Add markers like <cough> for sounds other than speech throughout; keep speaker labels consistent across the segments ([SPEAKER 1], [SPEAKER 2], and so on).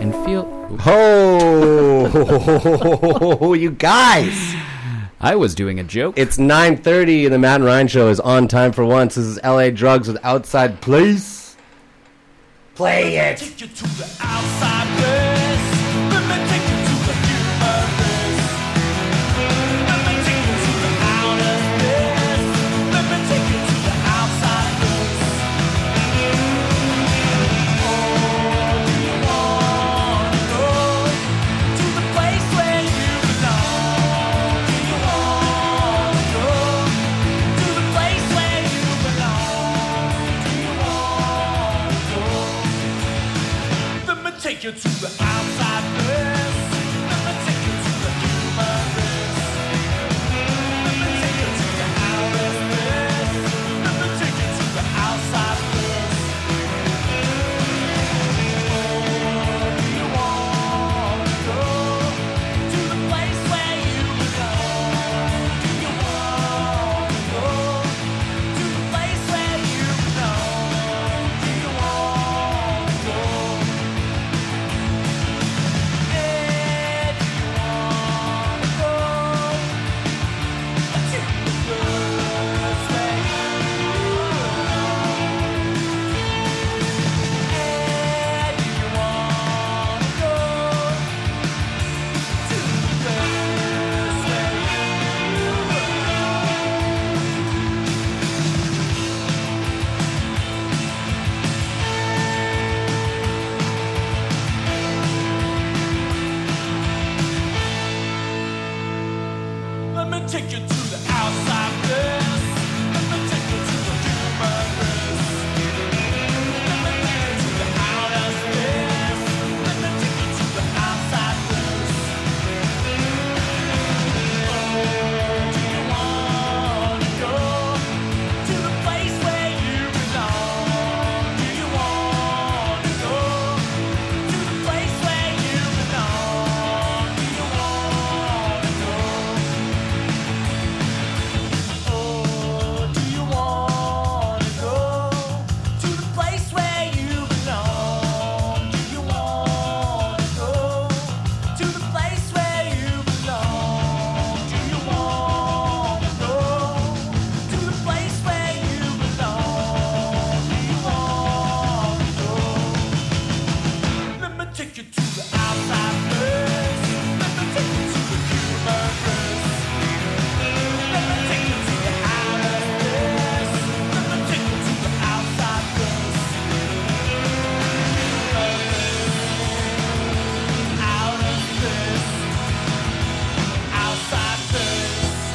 [SPEAKER 1] and feel.
[SPEAKER 2] Oh, <laughs> you guys!
[SPEAKER 1] I was doing a joke.
[SPEAKER 2] It's 9.30 and the Matt and Ryan show is on time for once. This is LA Drugs with Outside Place. Play it!
[SPEAKER 3] Take you to the outside place. Let me take you to the universe. Let me take you to the outer space. Let me take you to the outside place. Oh, do you wanna go to the place where you belong? Do you wanna go to the place where you belong? Do you wanna go? Let me take you to the outside place. Let me take you to the universe. Let me take you to the outer space. Let me take you to the outside place. Oh, do you wanna go to the place where you belong? Do you wanna go to the place where you belong? Do you wanna go? Let me take you to the outside place. Let me take you to the universe. Let me take you to the outer space. Let me take you to the outside place. Oh, do you wanna go to the place where you belong? Do you wanna go to the place where you belong? Do you wanna go? Oh, do you wanna go to the place where you belong? Do you wanna go to the place where you belong? Do you wanna go to the place where you belong? Do you wanna go? Let me take you to the outside place. Let me take you to the universe. Let me take you to the outer space. Let me take you to the outside place. Universe, outer space, outside place.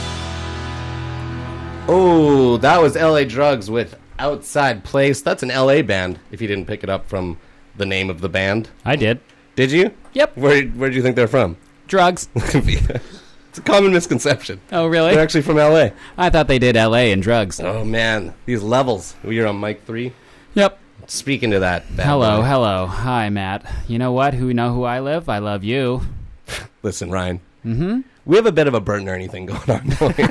[SPEAKER 2] Oh, that was LA Drugs with Outside Place. That's an LA band, if you didn't pick it up from the name of the band.
[SPEAKER 1] I did.
[SPEAKER 2] Did you?
[SPEAKER 1] Yep.
[SPEAKER 2] Where, where do you think they're from?
[SPEAKER 1] Drugs.
[SPEAKER 2] <laughs> it's a common misconception.
[SPEAKER 1] <laughs> Oh,
[SPEAKER 2] They're
[SPEAKER 1] really?
[SPEAKER 2] actually from LA.
[SPEAKER 1] I thought they did L.A. and drugs.
[SPEAKER 2] Oh, man. These levels. We are on mic three.
[SPEAKER 1] Yep.
[SPEAKER 2] Speaking to that. bad
[SPEAKER 1] Hello,
[SPEAKER 2] boy.
[SPEAKER 1] hello. Hi, Matt. You know what? Who know who I live? I love you.
[SPEAKER 2] <laughs> Listen, Ryan. Mm-hmm. We have a bit of a Bert and Ernie thing <laughs> going on. don't we?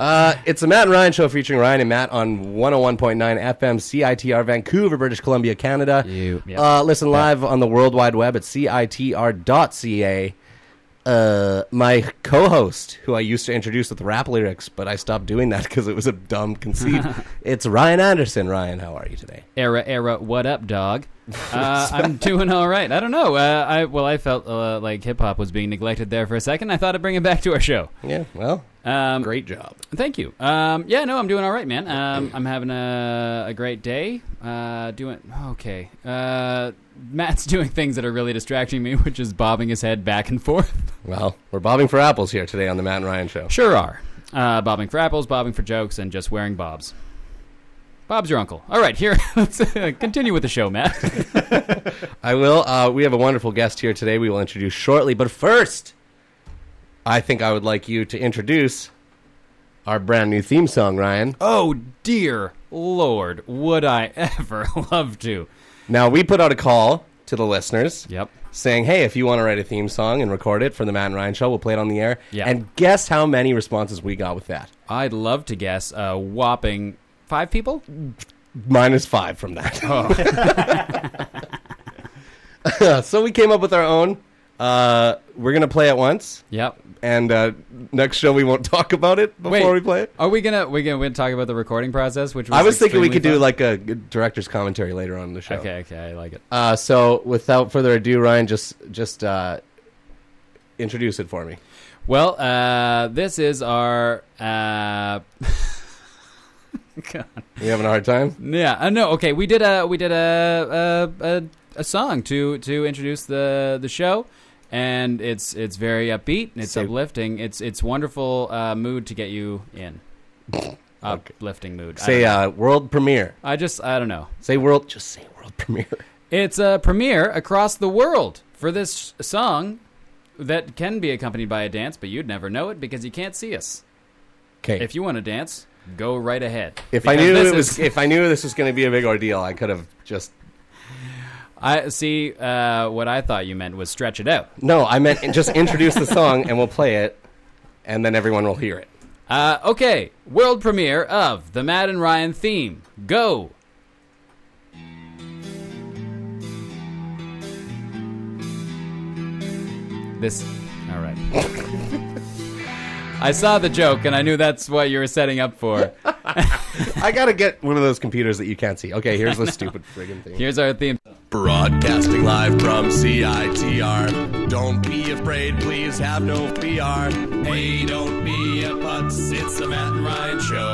[SPEAKER 2] uh, it's the Matt and Ryan show featuring Ryan and Matt on 101.9 FM CITR Vancouver, British Columbia, Canada.
[SPEAKER 1] You- yeah.
[SPEAKER 2] Uh, listen live on the World Wide Web at CITR.ca. Uh, my co-host, who I used to introduce with rap lyrics, but I stopped doing that <laughs> because it was a dumb
[SPEAKER 1] <laughs>
[SPEAKER 2] conceit. it's Ryan Anderson. Ryan, how are you today?
[SPEAKER 1] Era, era. What up,
[SPEAKER 2] <laughs>
[SPEAKER 1] dog? Uh, I'm doing all right. I don't know. Uh, I well, I felt uh, like hip hop was being neglected there for a second. I thought I'd bring it back to our show.
[SPEAKER 2] Yeah, well,
[SPEAKER 1] Um,
[SPEAKER 2] great job.
[SPEAKER 1] Thank you. Um, yeah, no, I'm doing all right, man. Um, I'm having a, a great day. Uh, doing okay. Uh, Matt's <laughs> doing things that are really distracting me, which is bobbing his head back and forth.
[SPEAKER 2] Well, we're bobbing for apples here today on the Matt and Ryan show.
[SPEAKER 1] Sure are. Uh, bobbing for apples, bobbing for jokes, and just wearing bobs. Bob's your uncle. All right, here. <laughs> Let's uh, continue with the show, Matt.
[SPEAKER 2] I will. Uh, we have a wonderful guest here today. We will introduce shortly, but first, I think I would like you to introduce our brand new theme song, Ryan.
[SPEAKER 1] <laughs> oh dear lord, would I ever <laughs> love to?
[SPEAKER 2] Now we put out a call to the listeners,
[SPEAKER 1] Yep.
[SPEAKER 2] saying, "Hey, if you want to write a theme song and record it for the Matt and Ryan show, we'll play it on the air."
[SPEAKER 1] Yeah.
[SPEAKER 2] And guess how many responses we got with that?
[SPEAKER 1] I'd love to guess a whopping five people. Oh. <laughs>
[SPEAKER 2] Minus five from that. <laughs> so we came up with our own. Uh, we're gonna play it once,
[SPEAKER 1] Yep.
[SPEAKER 2] and uh, next show we won't <laughs> talk about it before we play it.
[SPEAKER 1] Are we gonna we gonna we gonna talk about the recording process? Which was
[SPEAKER 2] I was thinking we
[SPEAKER 1] extremely
[SPEAKER 2] could do
[SPEAKER 1] fun?
[SPEAKER 2] like a director's commentary later on in the show.
[SPEAKER 1] Okay, okay, I like it.
[SPEAKER 2] Uh, so without further ado, Ryan, just just uh, introduce it for me.
[SPEAKER 1] Well, uh, this is our. Uh, <laughs> God.
[SPEAKER 2] You having a hard <laughs> time?
[SPEAKER 1] Yeah. Uh, no. Okay. We did a we did a a, a a song to to introduce the the show, and it's it's very upbeat. and It's
[SPEAKER 2] So-
[SPEAKER 1] uplifting. It's it's wonderful uh, mood to get you
[SPEAKER 2] <laughs>
[SPEAKER 1] in. Uplifting mood. I
[SPEAKER 2] Say
[SPEAKER 1] don't know.
[SPEAKER 2] uh, world premiere.
[SPEAKER 1] I just I don't know.
[SPEAKER 2] Say world. Just say world premiere.
[SPEAKER 1] It's a premiere across the world for this song that can be accompanied by a dance, but you'd never know it because you can't see us.
[SPEAKER 2] Okay.
[SPEAKER 1] If you want to dance, go right ahead.
[SPEAKER 2] <laughs> If I
[SPEAKER 1] Because
[SPEAKER 2] knew
[SPEAKER 1] this
[SPEAKER 2] it was,
[SPEAKER 1] is-
[SPEAKER 2] if I knew this was going to be a big ordeal, I could have just.
[SPEAKER 1] I see. Uh, what I thought you meant was stretch it out.
[SPEAKER 2] No, I meant just introduce the song and we'll play it, and then everyone will hear it.
[SPEAKER 1] Uh, okay, world premiere of the Matt and Ryan theme. Go. This. All right. I saw the joke, and I knew that's what you were setting up for.
[SPEAKER 2] I gotta get one of those computers that you can't see. Okay, here's the <laughs> stupid friggin' thing.
[SPEAKER 1] Here's our theme.
[SPEAKER 4] Broadcasting live from CITR. Don't be afraid, please have no PR. Hey, don't be a putz, it's the Matt and Ryan show.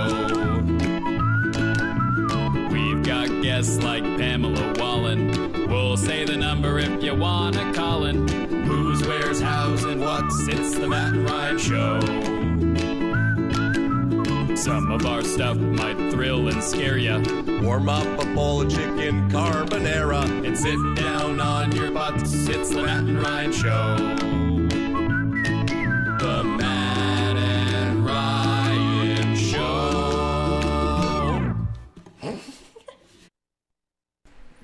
[SPEAKER 4] We've got guests like Pamela Wallen. We'll say the number if you wanna call in. Who's, where's, how's, and what's, it's the Matt and Ryan show. Some of our stuff might thrill and scare ya. Warm up a bowl of chicken carbonara and sit down on your butts. It's the Matt and Ryan Show. The Matt and Ryan Show.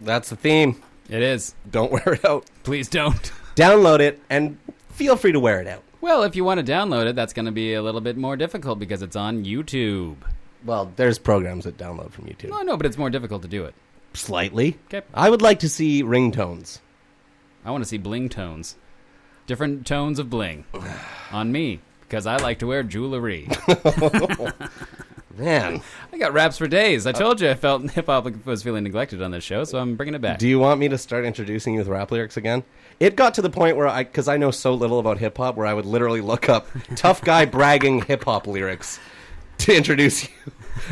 [SPEAKER 2] That's the theme.
[SPEAKER 1] It is.
[SPEAKER 2] Don't wear it out.
[SPEAKER 1] Please don't.
[SPEAKER 2] Download it and feel free to wear it out.
[SPEAKER 1] Well, if you want to download it, that's going to be a little bit more difficult because it's on YouTube.
[SPEAKER 2] Well, there's programs that download from YouTube.
[SPEAKER 1] No, no, but it's more difficult to do it.
[SPEAKER 2] Slightly.
[SPEAKER 1] Okay.
[SPEAKER 2] I would like to see ringtones.
[SPEAKER 1] I want to see bling tones. Different tones of bling <sighs> on me because I like to wear jewelry. <laughs>
[SPEAKER 2] Man,
[SPEAKER 1] I got raps for days. I told you I felt <laughs> hip hop was feeling neglected on this show, so I'm bringing it back.
[SPEAKER 2] do you want me to start introducing you with rap lyrics again? It got to the point where I, because I know so little about hip hop, where I would literally
[SPEAKER 1] <laughs>
[SPEAKER 2] look up tough guy bragging hip hop lyrics to introduce you.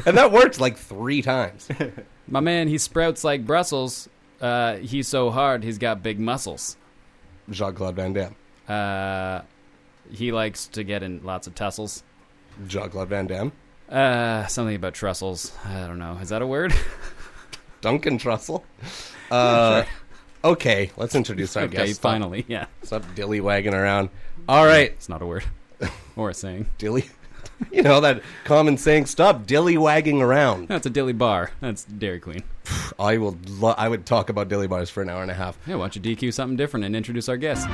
[SPEAKER 2] And that worked <laughs> like three times.
[SPEAKER 1] <laughs> My man, he sprouts like Brussels. Uh, he's so hard, he's got big muscles.
[SPEAKER 2] Jean Claude
[SPEAKER 1] <laughs>
[SPEAKER 2] Van Damme.
[SPEAKER 1] Uh, he likes to get in lots of tussles.
[SPEAKER 2] Jean Claude Van Damme.
[SPEAKER 1] Uh, something about trussles. I don't know. Is that a word? <laughs>
[SPEAKER 2] Duncan Trussell. Uh, okay, let's introduce our
[SPEAKER 1] <laughs> okay,
[SPEAKER 2] guest.
[SPEAKER 1] finally. Yeah,
[SPEAKER 2] Stop, stop dilly wagging around. All right,
[SPEAKER 1] it's not a
[SPEAKER 2] <laughs>
[SPEAKER 1] word or a saying.
[SPEAKER 2] dilly. You know that common saying. Stop dilly wagging around.
[SPEAKER 1] That's a dilly bar. That's Dairy Queen.
[SPEAKER 2] <sighs> I will. Lo- I would talk about dilly bars for an hour and a half.
[SPEAKER 1] Yeah, why don't you DQ something different and introduce our guest?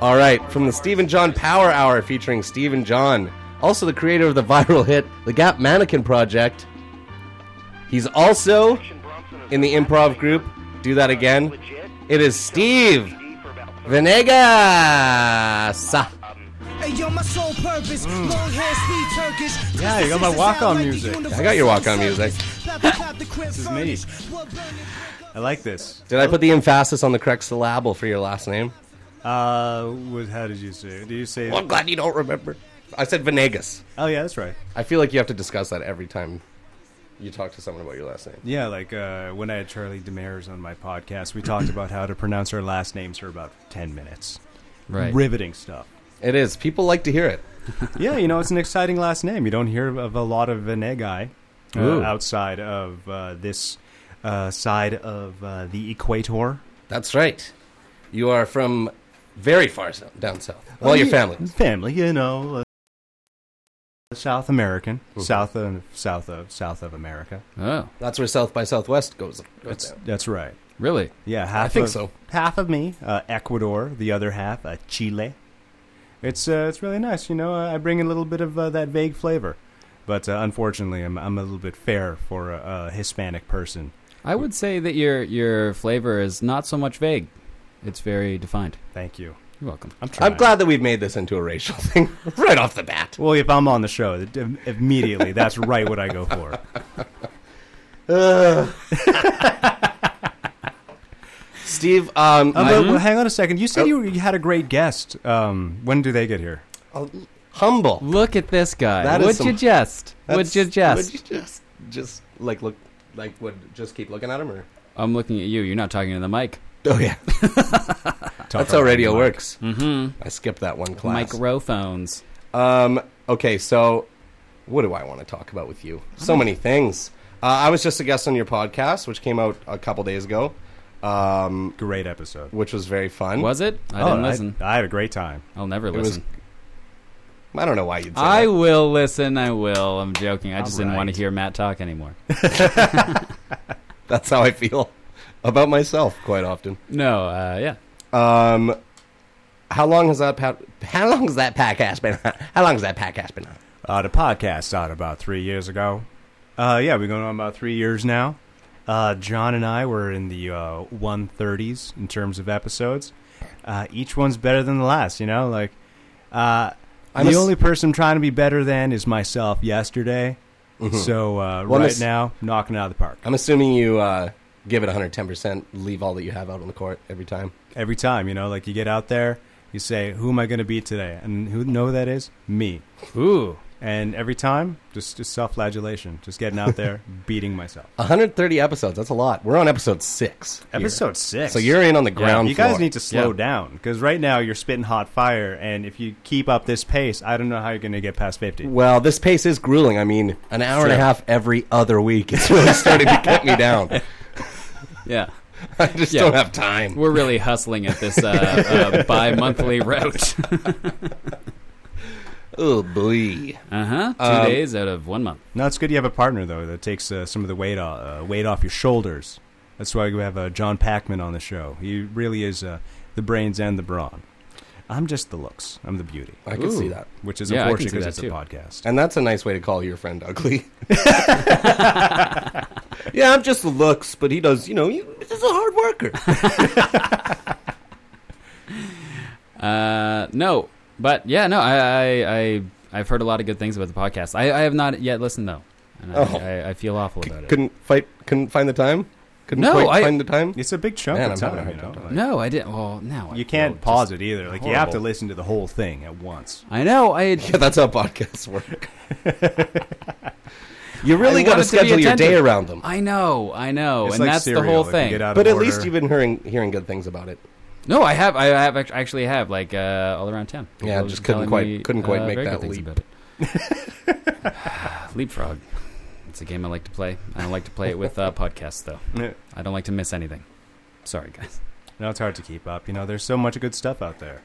[SPEAKER 2] All right, from the Stephen John Power Hour featuring Stephen John, also the creator of the <laughs> viral hit The Gap Mannequin Project. He's also in the improv group. Do that again. It is Steve Venegas.
[SPEAKER 5] Hey, yo, my sole purpose, long hair, speed Turkish.
[SPEAKER 6] Mm. Yeah, you got my walk-on music.
[SPEAKER 2] I got your walk-on music.
[SPEAKER 5] this
[SPEAKER 6] is me. I like this.
[SPEAKER 2] Did I put the emphasis on the correct syllable for your last name?
[SPEAKER 6] Uh, what, how did you say? it? Did you say?
[SPEAKER 2] Well, I'm glad you don't remember. I said Venegas.
[SPEAKER 6] Oh yeah, that's right.
[SPEAKER 2] I feel like you have to discuss that every time you talk to someone about your last name.
[SPEAKER 6] Yeah, like uh, when I had Charlie Demers on my podcast, we talked about how to pronounce our last names for about ten minutes.
[SPEAKER 1] Right.
[SPEAKER 6] Riveting stuff.
[SPEAKER 2] It is. People like to hear it.
[SPEAKER 6] <laughs> Yeah, you know, it's an exciting last name. You don't hear of a lot of Venegai uh,
[SPEAKER 2] Ooh.
[SPEAKER 6] outside of uh, this uh, side of uh, the equator.
[SPEAKER 2] That's right. You are from very far so- down south. Well, your
[SPEAKER 6] yeah,
[SPEAKER 2] family.
[SPEAKER 6] Family, you know. Uh, South American, south of south of south of America.
[SPEAKER 1] Oh,
[SPEAKER 2] That's where South by Southwest goes. goes down.
[SPEAKER 6] That's right.
[SPEAKER 1] really?
[SPEAKER 6] Yeah, half
[SPEAKER 2] think
[SPEAKER 6] of,
[SPEAKER 2] so.
[SPEAKER 6] Half of me, uh, Ecuador. The other half, uh, Chile. It's uh, it's really nice, you know. I bring a little bit of uh, that vague flavor, but uh, unfortunately, I'm I'm a little bit fair for a, a Hispanic person.
[SPEAKER 1] I would say that your your flavor is not so much vague. It's very defined.
[SPEAKER 6] Thank you.
[SPEAKER 1] You're welcome.
[SPEAKER 6] I'm trying.
[SPEAKER 2] I'm glad that we've made this into a racial <laughs> thing right off the bat.
[SPEAKER 6] Well, if I'm on the show, it- im- immediately that's right what I go for. <laughs>
[SPEAKER 2] Ugh. Steve, um,
[SPEAKER 6] Um,
[SPEAKER 2] I-
[SPEAKER 6] but- well, hang on a second. You said
[SPEAKER 2] Oh.
[SPEAKER 6] you, you had a great guest. Um, when do they get here?
[SPEAKER 2] humble.
[SPEAKER 1] Look at this guy.
[SPEAKER 2] That is
[SPEAKER 1] would
[SPEAKER 2] some-
[SPEAKER 1] you just? Would
[SPEAKER 2] That's-
[SPEAKER 1] you just?
[SPEAKER 2] Would you just, just like look, like would just keep looking at him, or?
[SPEAKER 1] I'm looking at you. You're not talking to the mic. <laughs>
[SPEAKER 2] Oh yeah, that's how radio works.
[SPEAKER 1] Mm-hmm.
[SPEAKER 2] I skipped that one class.
[SPEAKER 1] Microphones.
[SPEAKER 2] Um, okay, so what do I want to talk about with you? So many things. Uh, I was just a guest on your podcast, which came out a couple days ago, um,
[SPEAKER 6] Great episode.
[SPEAKER 2] which was very fun.
[SPEAKER 1] Was it? I
[SPEAKER 6] Oh,
[SPEAKER 1] didn't listen.
[SPEAKER 6] I, had a great time.
[SPEAKER 1] I, will never
[SPEAKER 2] It was-
[SPEAKER 1] listen.
[SPEAKER 2] I don't know why you'd say
[SPEAKER 1] I
[SPEAKER 2] that.
[SPEAKER 1] will listen. I will. I'm joking. I just
[SPEAKER 6] All
[SPEAKER 1] didn't want to
[SPEAKER 6] right.
[SPEAKER 1] hear Matt talk anymore.
[SPEAKER 2] <laughs>
[SPEAKER 1] <laughs>
[SPEAKER 2] That's how I feel about myself quite often.
[SPEAKER 1] no. Uh, yeah.
[SPEAKER 2] Um, how long has that pa- how long has that podcast been? on? How long has that podcast been on?
[SPEAKER 6] Uh, the podcast out about three years ago. Uh, yeah, we've been going on about three years now. Uh, John and I were in the uh, 130s in terms of episodes. Uh, each one's better than the last, you know? Like, uh,
[SPEAKER 2] I'm
[SPEAKER 6] the
[SPEAKER 2] a s-
[SPEAKER 6] only person trying to be better than is myself yesterday. So, uh,
[SPEAKER 2] Mm-hmm. Well, I'm a
[SPEAKER 6] right
[SPEAKER 2] s-
[SPEAKER 6] now, knocking it out of the park.
[SPEAKER 2] I'm assuming you uh, give it 110, percent leave all that you have out on the court every time.
[SPEAKER 6] every time. You know, like you get out there, you say, "Who am I going to be today?" And who know who that is me.
[SPEAKER 1] Ooh.
[SPEAKER 6] And every time, just, just self-flagellation, just getting out
[SPEAKER 2] <laughs>
[SPEAKER 6] there, beating myself.
[SPEAKER 2] 130 episodes. That's a lot. We're on episode six. here.
[SPEAKER 6] Episode six.
[SPEAKER 2] So you're in on the
[SPEAKER 6] Yeah,
[SPEAKER 2] ground.
[SPEAKER 6] you guys
[SPEAKER 2] floor.
[SPEAKER 6] need to slow
[SPEAKER 1] Yeah.
[SPEAKER 6] down because right now you're spitting hot fire, and if you keep up this pace, I don't know how you're going to get past fifty.
[SPEAKER 2] Well, this pace is grueling. I mean, an hour and a
[SPEAKER 1] Sure.
[SPEAKER 2] half every other week. It's really starting to cut
[SPEAKER 6] <laughs>
[SPEAKER 2] me down.
[SPEAKER 1] <laughs> Yeah.
[SPEAKER 2] I just
[SPEAKER 1] Yeah.
[SPEAKER 2] don't have time.
[SPEAKER 1] We're really hustling at this
[SPEAKER 2] <laughs>
[SPEAKER 1] uh, uh, bi-monthly route. <laughs>
[SPEAKER 2] Oh boy.
[SPEAKER 1] Uh huh. Two
[SPEAKER 2] Um,
[SPEAKER 1] days out of one month.
[SPEAKER 6] No, it's good you have a partner though that takes uh, some of the weight off, uh, weight off your shoulders. That's why we have uh, John Packman on the show. He really is uh, the brains and the brawn. I'm just the looks. I'm the beauty.
[SPEAKER 2] I can
[SPEAKER 1] Ooh.
[SPEAKER 2] see that.
[SPEAKER 6] which is
[SPEAKER 1] Yeah, I can
[SPEAKER 6] unfortunate
[SPEAKER 1] see
[SPEAKER 6] because
[SPEAKER 1] that
[SPEAKER 6] it's
[SPEAKER 1] too.
[SPEAKER 6] a podcast.
[SPEAKER 2] And that's a nice way to call your friend
[SPEAKER 6] <laughs>
[SPEAKER 2] ugly. <laughs> yeah, I'm just the looks, but he does, you know, he, he's a hard worker.
[SPEAKER 1] Uh, no, but yeah, no. I, I, I I've heard a lot of good things about the podcast. I, I have not yet listened though, and I,
[SPEAKER 2] Oh.
[SPEAKER 1] I, I feel awful about it.
[SPEAKER 2] couldn't fight, couldn't find the time. Couldn't
[SPEAKER 1] No,
[SPEAKER 2] quite
[SPEAKER 1] I-
[SPEAKER 2] find the time.
[SPEAKER 6] It's a big chunk
[SPEAKER 2] Man,
[SPEAKER 6] of
[SPEAKER 2] I'm having
[SPEAKER 6] time,
[SPEAKER 2] a
[SPEAKER 6] you know.
[SPEAKER 2] hard time.
[SPEAKER 6] like,
[SPEAKER 1] No, I didn't. Well, now
[SPEAKER 6] you can't pause it either. Like you have to
[SPEAKER 1] Oh, horrible.
[SPEAKER 6] listen to the whole thing at once.
[SPEAKER 1] I know. I
[SPEAKER 2] <laughs> Yeah, that's <laughs> how podcasts work. you really
[SPEAKER 1] I
[SPEAKER 2] got
[SPEAKER 1] want it
[SPEAKER 2] to
[SPEAKER 1] to be
[SPEAKER 2] schedule your day
[SPEAKER 1] attentive.
[SPEAKER 2] around them.
[SPEAKER 1] I know. I know.
[SPEAKER 6] It's
[SPEAKER 1] and
[SPEAKER 6] like
[SPEAKER 1] that's
[SPEAKER 6] cereal.
[SPEAKER 1] the whole
[SPEAKER 6] It can
[SPEAKER 1] thing.
[SPEAKER 6] get out of
[SPEAKER 2] But at
[SPEAKER 6] order.
[SPEAKER 2] least you've been hearing hearing good things about it.
[SPEAKER 1] No, I have. I have act- actually have like uh, all around town.
[SPEAKER 2] Yeah,
[SPEAKER 1] People
[SPEAKER 2] just
[SPEAKER 1] telling
[SPEAKER 2] couldn't
[SPEAKER 1] uh,
[SPEAKER 2] quite- couldn't quite make
[SPEAKER 1] very good
[SPEAKER 2] that
[SPEAKER 1] things
[SPEAKER 2] leap.
[SPEAKER 1] about it. <sighs> Leapfrog. It's a game I like to play. I don't like to play it with uh, podcasts though.
[SPEAKER 6] no,
[SPEAKER 1] I don't like to miss anything. Sorry, guys.
[SPEAKER 6] it's hard to keep up. You know, there's so much good stuff out there: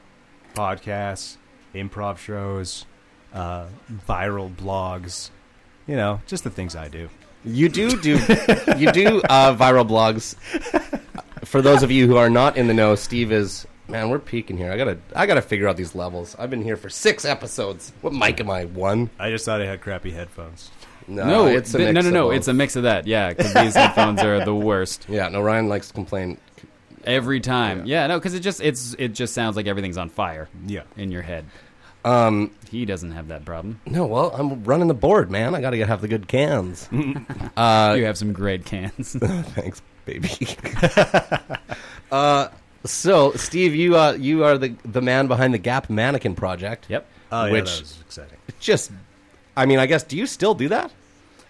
[SPEAKER 6] podcasts, improv shows, uh, viral blogs. You know, just the things I do.
[SPEAKER 2] You do do you do uh,
[SPEAKER 1] <laughs>
[SPEAKER 2] viral blogs. For those of you who are not in the know, Steve is man. We're peaking here. I gotta I gotta figure out these levels. I've been here for six episodes. What mic am I? One?
[SPEAKER 6] I just thought I had crappy headphones.
[SPEAKER 1] no,
[SPEAKER 2] it's a
[SPEAKER 1] th-
[SPEAKER 2] mix
[SPEAKER 1] no, no,
[SPEAKER 2] of
[SPEAKER 1] no.
[SPEAKER 2] both.
[SPEAKER 1] It's a mix of that. Yeah, because
[SPEAKER 2] <laughs>
[SPEAKER 1] these headphones are the worst
[SPEAKER 2] yeah. No, Ryan likes to complain.
[SPEAKER 1] every time. Yeah, no, because it just it's it just sounds like everything's on fire
[SPEAKER 6] Yeah,
[SPEAKER 1] in your head.
[SPEAKER 2] Um,
[SPEAKER 1] He doesn't have that problem.
[SPEAKER 2] no, well, I'm running the board, man. I gotta get have the
[SPEAKER 1] <laughs>
[SPEAKER 2] good cans. uh,
[SPEAKER 1] you have some great cans.
[SPEAKER 2] <laughs> Thanks, baby. <laughs> uh, so, Steve, you uh, you are the the man behind the Gap Mannequin Project.
[SPEAKER 1] yep.
[SPEAKER 6] oh, yeah,
[SPEAKER 2] Which-
[SPEAKER 6] that was exciting.
[SPEAKER 2] just i mean i guess do you still do that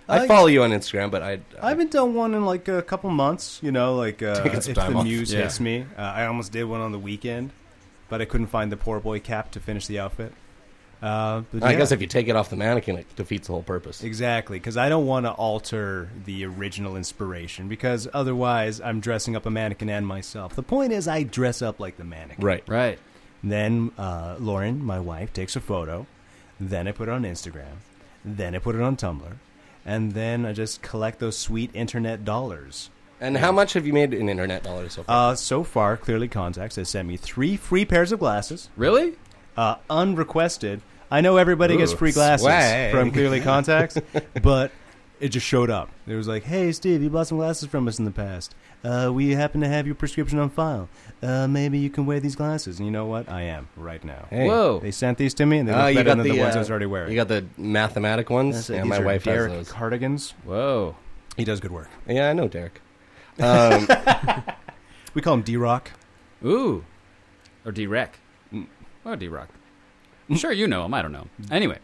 [SPEAKER 2] i
[SPEAKER 6] I-
[SPEAKER 2] follow you on instagram but i,
[SPEAKER 6] I haven't done one in like a couple months. You know, like uh,
[SPEAKER 2] Taking some
[SPEAKER 6] if
[SPEAKER 2] time
[SPEAKER 6] the
[SPEAKER 2] off.
[SPEAKER 6] muse
[SPEAKER 1] Yeah.
[SPEAKER 6] hits me, uh, I almost did one on the weekend, but I couldn't find the poor boy cap to finish the outfit. Uh, but
[SPEAKER 2] I
[SPEAKER 6] yeah.
[SPEAKER 2] guess if you take it off the mannequin it defeats the whole purpose
[SPEAKER 6] exactly because I don't want to alter the original inspiration because otherwise I'm dressing up a mannequin and myself. The point is, I dress up like the mannequin.
[SPEAKER 2] right
[SPEAKER 1] Right.
[SPEAKER 6] Then uh, Lauren, my wife, takes a photo. Then I put it on Instagram. Then I put it on Tumblr, and then I just collect those sweet internet dollars.
[SPEAKER 2] and how much have you made in internet dollars so far
[SPEAKER 6] Uh, so far, Clearly Contacts has sent me three free pairs of glasses,
[SPEAKER 1] Really?
[SPEAKER 6] uh, unrequested. I know everybody gets
[SPEAKER 2] Ooh,
[SPEAKER 6] free glasses
[SPEAKER 2] <laughs> swag.
[SPEAKER 6] from Clearly Contacts, but It just showed up. It was like, hey, Steve, you bought some glasses from us in the past. Uh, we happen to have your prescription on file. Uh, maybe you can wear these glasses. And you know what? I am right now.
[SPEAKER 2] Hey.
[SPEAKER 1] Whoa.
[SPEAKER 6] They sent these to me, and they look
[SPEAKER 2] Oh,
[SPEAKER 6] better
[SPEAKER 2] you got
[SPEAKER 6] than the,
[SPEAKER 2] the,
[SPEAKER 6] ones I
[SPEAKER 2] uh,
[SPEAKER 6] was already wearing.
[SPEAKER 2] You got the mathematic ones.
[SPEAKER 6] That's it.
[SPEAKER 2] Yeah,
[SPEAKER 6] These
[SPEAKER 2] my
[SPEAKER 6] are
[SPEAKER 2] wife
[SPEAKER 6] Derek
[SPEAKER 2] has those.
[SPEAKER 6] cardigans.
[SPEAKER 1] Whoa.
[SPEAKER 6] He does good work.
[SPEAKER 2] Yeah, I know Derek.
[SPEAKER 6] <laughs>
[SPEAKER 2] Um, <laughs>
[SPEAKER 6] We call him D Rock.
[SPEAKER 1] Ooh. Or D Rec.
[SPEAKER 2] Mm.
[SPEAKER 1] Or D Rock. Sure, you know him. I don't know. Anyway.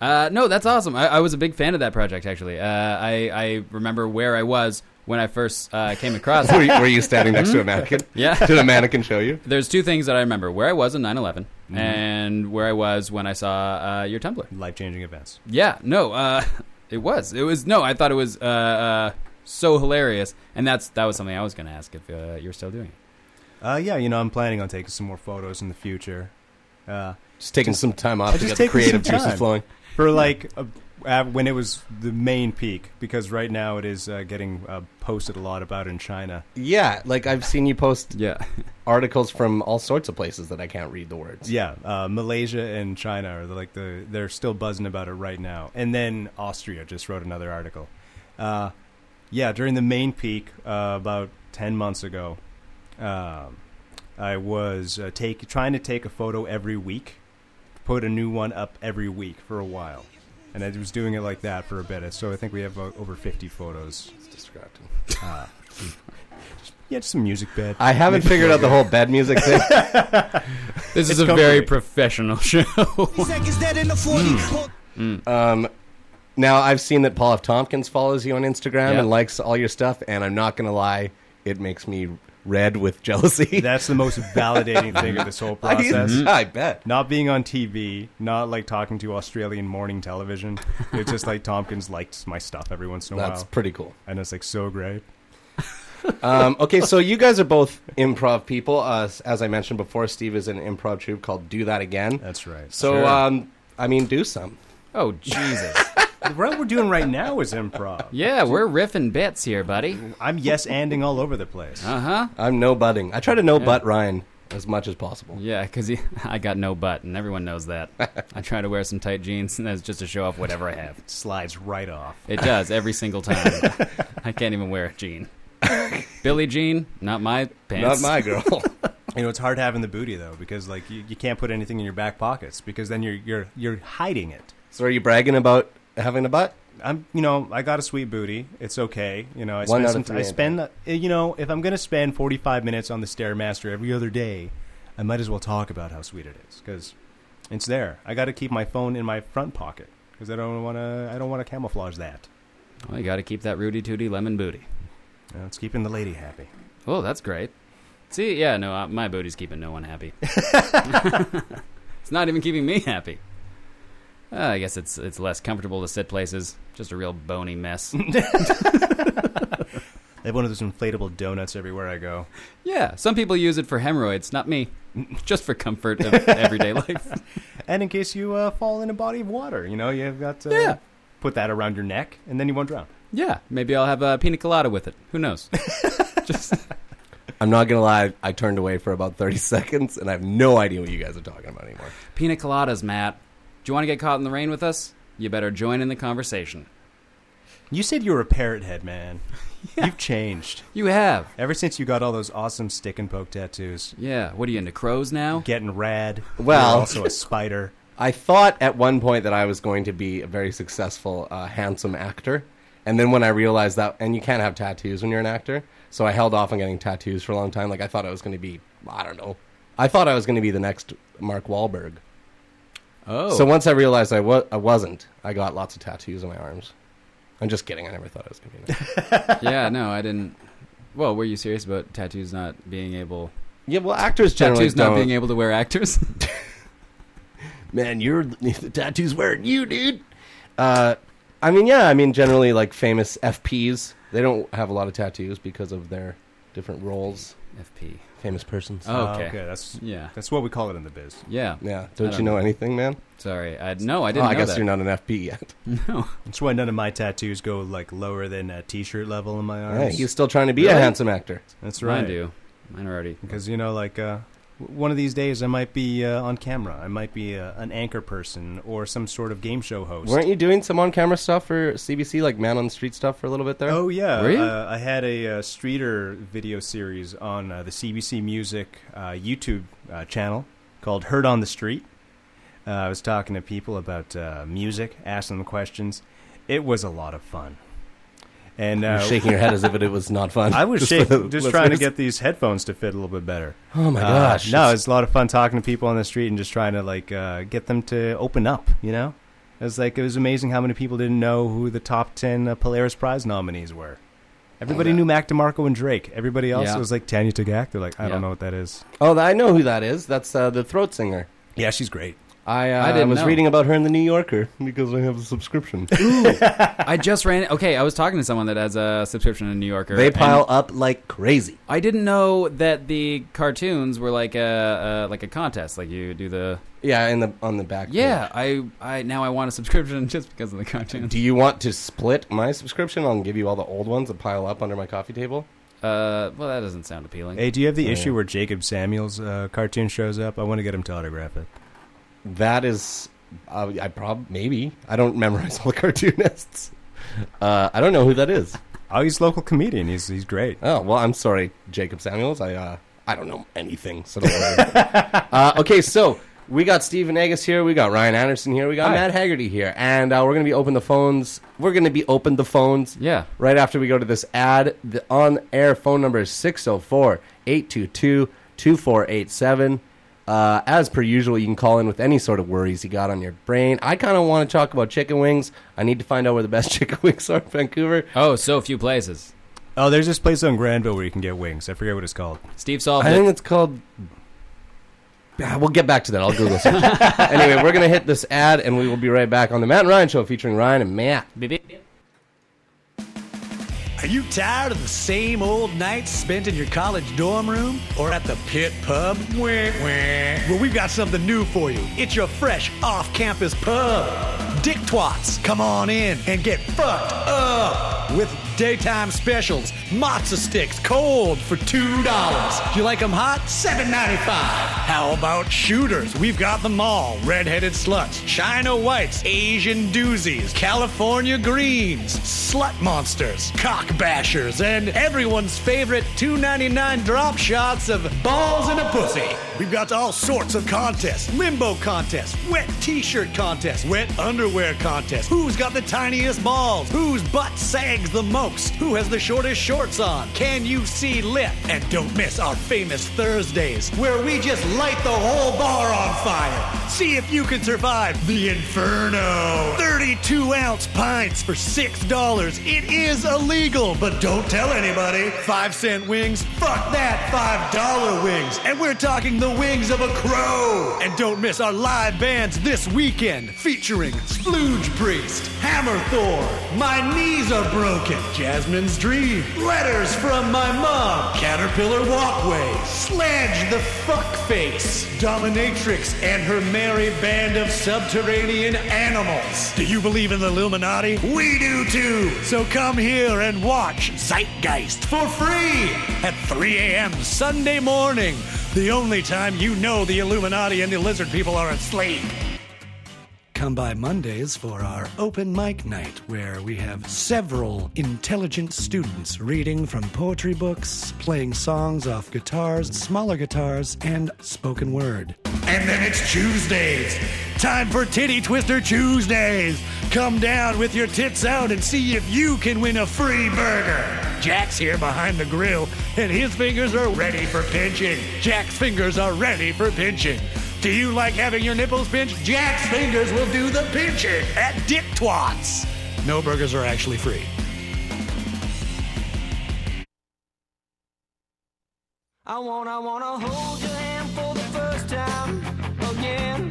[SPEAKER 1] Uh, no, that's awesome. I, I was a big fan of that project, actually. Uh, I, I remember where I was when I first uh, came
[SPEAKER 2] <laughs>
[SPEAKER 1] across
[SPEAKER 2] were,
[SPEAKER 1] it. Hmm?
[SPEAKER 2] you, were you standing next to a mannequin?
[SPEAKER 1] <laughs> Yeah.
[SPEAKER 2] Did a mannequin Mm-hmm. show you?
[SPEAKER 1] There's two things that I remember where I was in 9 11 and where I was when I saw uh, your Tumblr.
[SPEAKER 6] Life changing events.
[SPEAKER 1] Yeah, no, uh, <laughs> it was. It was no. I thought it was uh, uh, so hilarious, and that's that was something I was going to ask if uh, you're still doing it.
[SPEAKER 6] Uh, yeah, you know, I'm planning on taking some more photos in the future. Uh,
[SPEAKER 2] Just taking some time off
[SPEAKER 6] I'm
[SPEAKER 2] to
[SPEAKER 6] just
[SPEAKER 2] get the
[SPEAKER 6] taking some
[SPEAKER 2] creative juices
[SPEAKER 6] time.
[SPEAKER 2] flowing.
[SPEAKER 6] for like a, uh, when it was the main peak, because right now it is uh, getting uh, posted a lot about in China.
[SPEAKER 2] Yeah, like I've seen you post
[SPEAKER 1] Yeah,
[SPEAKER 2] articles from all sorts of places that I can't read the words.
[SPEAKER 6] Yeah, uh, Malaysia and China are like the they're still buzzing about it right now. And then Austria just wrote another article. Uh, yeah, during the main peak uh, about ten months ago, um, I was uh, take trying to take a photo every week, put a new one up every week for a while, and I was doing it like that for a bit. So I think we have uh, over fifty photos. Uh,
[SPEAKER 2] It's distracting.
[SPEAKER 6] Yeah, just some music bed.
[SPEAKER 2] I haven't figured out the whole bed music
[SPEAKER 6] <laughs>
[SPEAKER 2] thing. <laughs>
[SPEAKER 1] this is a
[SPEAKER 6] comforting.
[SPEAKER 1] very professional show.
[SPEAKER 5] Seconds dead in the 40. Hold-
[SPEAKER 2] Um, now I've seen that Paul F. Tompkins follows you on Instagram
[SPEAKER 1] Yeah.
[SPEAKER 2] and likes all your stuff, and I'm not gonna lie, it makes me red
[SPEAKER 6] <laughs>
[SPEAKER 2] with jealousy.
[SPEAKER 6] That's the most validating thing of this whole
[SPEAKER 2] <laughs> I,
[SPEAKER 6] process.
[SPEAKER 2] I bet.
[SPEAKER 6] not being on TV, not like talking to Australian morning television. It's just like Tompkins liked my stuff every once in a
[SPEAKER 2] That's
[SPEAKER 6] while,
[SPEAKER 2] pretty cool.
[SPEAKER 6] and it's like so great.
[SPEAKER 2] Um, okay, so you guys are both improv people. Uh, as I mentioned before, Steve is in an improv troupe called Do That Again.
[SPEAKER 6] That's right.
[SPEAKER 2] so,
[SPEAKER 1] Sure.
[SPEAKER 2] um, I mean, do some.
[SPEAKER 1] oh
[SPEAKER 6] <laughs>
[SPEAKER 1] Jesus!
[SPEAKER 6] what we're doing right now is improv.
[SPEAKER 1] Yeah, we're riffing bits here, buddy.
[SPEAKER 6] I'm yes anding all over the place.
[SPEAKER 1] Uh huh.
[SPEAKER 2] I'm no butting. I try to no butt Ryan as much as possible.
[SPEAKER 1] Yeah, because <laughs> I got no butt, and everyone knows
[SPEAKER 2] <laughs>
[SPEAKER 1] that. I try to wear some tight jeans, and that's just to show off whatever I have.
[SPEAKER 6] Slides right off.
[SPEAKER 1] It does every single time.
[SPEAKER 2] <laughs>
[SPEAKER 1] I can't even wear a jean. Billy Jean, not my
[SPEAKER 2] Not
[SPEAKER 1] pants.
[SPEAKER 2] my
[SPEAKER 1] <laughs>
[SPEAKER 2] girl.
[SPEAKER 6] You know, it's hard having the booty though, because like you, you can't put anything in your back pockets because then you're you're you're hiding it.
[SPEAKER 2] so, are you bragging about having a butt?
[SPEAKER 6] I'm, you know, I got a sweet booty. It's okay. You know, I
[SPEAKER 2] One
[SPEAKER 6] spend,
[SPEAKER 2] out
[SPEAKER 6] some
[SPEAKER 2] of
[SPEAKER 6] t-
[SPEAKER 2] three
[SPEAKER 6] I
[SPEAKER 2] ain't
[SPEAKER 6] spend, uh, you know, if I'm going to spend 45 minutes on the Stairmaster every other day, I might as well talk about how sweet it is because it's there. I got to keep my phone in my front pocket because I don't want to, I don't want to camouflage that.
[SPEAKER 1] Well, you got to keep that Rudy Tooty lemon booty.
[SPEAKER 6] You know, it's keeping the lady happy.
[SPEAKER 1] Oh, that's great. See, yeah, no, uh, my booty's keeping no one
[SPEAKER 6] <laughs>
[SPEAKER 1] happy. it's not even keeping me happy. Uh, I guess it's it's less comfortable to sit places. Just a real bony
[SPEAKER 6] <laughs>
[SPEAKER 1] mess.
[SPEAKER 6] I have one of those inflatable donuts everywhere I go.
[SPEAKER 1] <laughs> yeah, some people use it for hemorrhoids, not me. <laughs> Just for comfort
[SPEAKER 6] <laughs>
[SPEAKER 1] of everyday life.
[SPEAKER 6] And in case you uh, fall in a body of water, you know, you've got to
[SPEAKER 1] Yeah.
[SPEAKER 6] put that around your neck and then you won't drown.
[SPEAKER 1] Yeah, maybe I'll have a pina colada with it. Who
[SPEAKER 6] <laughs>
[SPEAKER 1] knows? Just
[SPEAKER 2] I'm not gonna lie. I turned away for about 30 <laughs> seconds, and I have no idea what you guys are talking about anymore.
[SPEAKER 1] pina coladas, Matt. Do you want to get caught in the rain with us? You better join in the conversation.
[SPEAKER 6] You said you were a parrot
[SPEAKER 1] <laughs>
[SPEAKER 6] head, man. You've changed.
[SPEAKER 1] You have.
[SPEAKER 6] Ever since you got all those awesome stick and poke tattoos,
[SPEAKER 1] Yeah. What are you into crows now?
[SPEAKER 6] getting rad.
[SPEAKER 2] Well-
[SPEAKER 6] You're
[SPEAKER 2] <laughs>
[SPEAKER 6] also a spider.
[SPEAKER 2] I thought at one point that I was going to be a very successful, uh, handsome actor, and then when I realized that, and you can't have tattoos when you're an actor, so I held off on getting tattoos for a long time. Like I thought I was going to be, I don't know, I thought I was going to be the next Mark Wahlberg.
[SPEAKER 1] Oh.
[SPEAKER 2] So once I realized I was, I wasn't. I got lots of tattoos on my arms. I'm just kidding. I never thought I was going to be. An actor.
[SPEAKER 1] yeah, no, I didn't. Well, were you serious about tattoos not being able
[SPEAKER 2] yeah, well, actors generally
[SPEAKER 1] tattoos not
[SPEAKER 2] don't-
[SPEAKER 1] being able to wear
[SPEAKER 2] <laughs>
[SPEAKER 1] actors?
[SPEAKER 2] man, you're <laughs> the tattoo's wearing you, dude. Uh, I mean, yeah, I mean, generally, like famous FPs, they don't have a lot of tattoos because of their different roles.
[SPEAKER 1] FP.
[SPEAKER 2] Famous persons.
[SPEAKER 1] <laughs> Oh.
[SPEAKER 6] Uh,
[SPEAKER 1] Okay.
[SPEAKER 6] that's
[SPEAKER 1] Yeah.
[SPEAKER 6] that's what we call it in the biz.
[SPEAKER 1] Yeah.
[SPEAKER 2] Yeah,
[SPEAKER 1] I
[SPEAKER 2] don't
[SPEAKER 1] don't
[SPEAKER 2] you know anything, man?
[SPEAKER 1] Sorry. I no, I didn't
[SPEAKER 2] oh, I
[SPEAKER 1] know
[SPEAKER 2] guess
[SPEAKER 1] that.
[SPEAKER 2] you're not
[SPEAKER 1] <laughs>
[SPEAKER 2] an
[SPEAKER 6] <laughs>
[SPEAKER 2] FP yet.
[SPEAKER 6] That's why none of my tattoos go like lower than a t-shirt level in my
[SPEAKER 2] Hey,
[SPEAKER 6] arms.
[SPEAKER 2] he's still trying to be a
[SPEAKER 1] Really?
[SPEAKER 2] handsome actor.
[SPEAKER 6] that's
[SPEAKER 1] Mine
[SPEAKER 6] right.
[SPEAKER 1] do. Mine are already.
[SPEAKER 6] Because you know, like uh, W- One of these days, I might be uh, on camera. I might be uh, an anchor person or some sort of game show host.
[SPEAKER 2] Weren't you doing some on camera stuff for CBC, like Man on the Street stuff for a little bit there?
[SPEAKER 6] Oh yeah,
[SPEAKER 1] Were you?
[SPEAKER 6] Uh, I had a uh, Streeter video series on uh, the CBC Music uh, YouTube uh, channel called "Heard on the Street." Uh, I was talking to people about uh, music, asking them questions. It was a lot of fun, and
[SPEAKER 2] You're
[SPEAKER 6] uh,
[SPEAKER 2] shaking your head as if it, it was not
[SPEAKER 6] <laughs>
[SPEAKER 2] fun.
[SPEAKER 6] I
[SPEAKER 2] <laughs>
[SPEAKER 6] was
[SPEAKER 2] for
[SPEAKER 6] shaking,
[SPEAKER 2] the
[SPEAKER 6] just trying to
[SPEAKER 2] listeners.
[SPEAKER 6] get these headphones to fit a little bit better.
[SPEAKER 2] Oh my
[SPEAKER 6] Uh,
[SPEAKER 2] gosh!
[SPEAKER 6] no, it's a lot of fun talking to people on the street and just trying to like uh, get them to open up. You know, it was like it was amazing how many people didn't know who the top ten uh, Polaris Prize nominees were. Everybody knew Mac DeMarco and Drake. Everybody else
[SPEAKER 1] Oh, Yeah.
[SPEAKER 6] was like Tanya Tagak. They're like, I
[SPEAKER 1] Yeah.
[SPEAKER 6] don't know what that is.
[SPEAKER 2] oh, I know who that is. That's uh, the throat singer.
[SPEAKER 6] Yeah, she's great.
[SPEAKER 2] I, uh,
[SPEAKER 1] I didn't
[SPEAKER 2] was
[SPEAKER 1] know.
[SPEAKER 2] reading about her in the New Yorker because I have a
[SPEAKER 1] <laughs>
[SPEAKER 2] subscription.
[SPEAKER 1] I just ran. Okay, I was talking to someone that has a subscription to New Yorker.
[SPEAKER 2] they
[SPEAKER 1] and
[SPEAKER 2] pile up like crazy.
[SPEAKER 1] I didn't know that the cartoons were like a uh, like a contest. Like you do the
[SPEAKER 2] Yeah, in the on the back.
[SPEAKER 1] yeah. I I now I want a subscription <laughs> just because of the
[SPEAKER 2] page.
[SPEAKER 1] cartoons.
[SPEAKER 2] Do you want to split my subscription? I'll give you all the old ones that pile up under my coffee table.
[SPEAKER 1] Uh, well, that doesn't sound appealing.
[SPEAKER 6] Hey, do you have the
[SPEAKER 2] Oh,
[SPEAKER 6] issue
[SPEAKER 2] yeah.
[SPEAKER 6] where Jacob Samuels uh, cartoon shows up? I want to get him to autograph it.
[SPEAKER 2] That is, uh, I prob maybe I don't memorize all the <laughs> cartoonists. Uh, I don't know who that is.
[SPEAKER 6] Oh, he's a local comedian. He's he's great.
[SPEAKER 2] Oh well, I'm sorry, Jacob Samuels. I uh, I don't know anything. So don't
[SPEAKER 6] <laughs>
[SPEAKER 2] worry. uh, okay, so we got Steven Agus here. We got Ryan Anderson here. We got
[SPEAKER 6] Hi.
[SPEAKER 2] Matt Haggerty here, and uh, we're gonna be open the phones. We're gonna be open the phones.
[SPEAKER 1] Yeah.
[SPEAKER 2] Right after we go to this ad, the on air phone number is 604 822 2487. Uh, As per usual, you can call in with any sort of worries you got on your brain. I kind of want to talk about chicken wings. I need to find out where the best <laughs> chicken wings are in Vancouver.
[SPEAKER 1] Oh, so few places.
[SPEAKER 6] Oh, there's this place on Granville where you can get wings. I forget what it's called.
[SPEAKER 1] Steve solved
[SPEAKER 2] I
[SPEAKER 1] it.
[SPEAKER 2] think it's called. Ah, We'll get back to that.
[SPEAKER 1] <laughs>
[SPEAKER 2] I'll Google search. anyway, we're going to hit this ad and we will be right back on the Matt and Ryan Show featuring Ryan and Matt.
[SPEAKER 1] Beep, beep, beep.
[SPEAKER 7] Are you tired of the same old nights spent in your college dorm room or at the pit pub? Wah, wah. Well, we've got something new for you. It's your fresh off campus pub. Dick Twats, come on in and get fucked up with daytime specials, matzo sticks cold for $2. Do you like them hot? $7.95. How about shooters? We've got them all redheaded sluts, China whites, Asian doozies, California greens, slut monsters, cock bashers, and everyone's favorite $2.99 drop shots of balls in a pussy. We've got all sorts of contests limbo contests, wet t shirt contests, wet underwear contests, who's got the tiniest balls, whose butt sags the most, who has the shortest shorts on, can you see lit? And don't miss our famous Thursdays where we just light the whole bar on fire. See if you can survive the inferno. 32 ounce pints for $6. It is illegal, but don't tell anybody. Five cent wings? Fuck that. Five dollar wings. And we're talking the wings of a crow. And don't miss our live bands this weekend featuring Splooge Priest, Hammer Thor, My Knees Are Broken, Jasmine's Dream, Letters from My Mom, Caterpillar Walkway, Sledge the Fuckface, Dominatrix and her merry band of subterranean animals. Do you believe in the Illuminati? We do too. So come here and watch Zeitgeist for free at 3 a.m. Sunday morning. The only time you know the Illuminati and the lizard people are asleep. Come by Mondays for our open mic night, where we have several intelligent students reading from poetry books, playing songs off guitars, smaller guitars, and spoken word. And then it's Tuesdays. Time for Titty Twister Tuesdays. Come down with your tits out and see if you can win a free burger. Jack's here behind the grill, and his fingers are ready for pinching. Jack's fingers are ready for pinching. Do you like having your nipples pinched? Jack's fingers will do the pinching at Dick Twats. No burgers are actually free.
[SPEAKER 5] I want, I want to hold your hand for the first time again.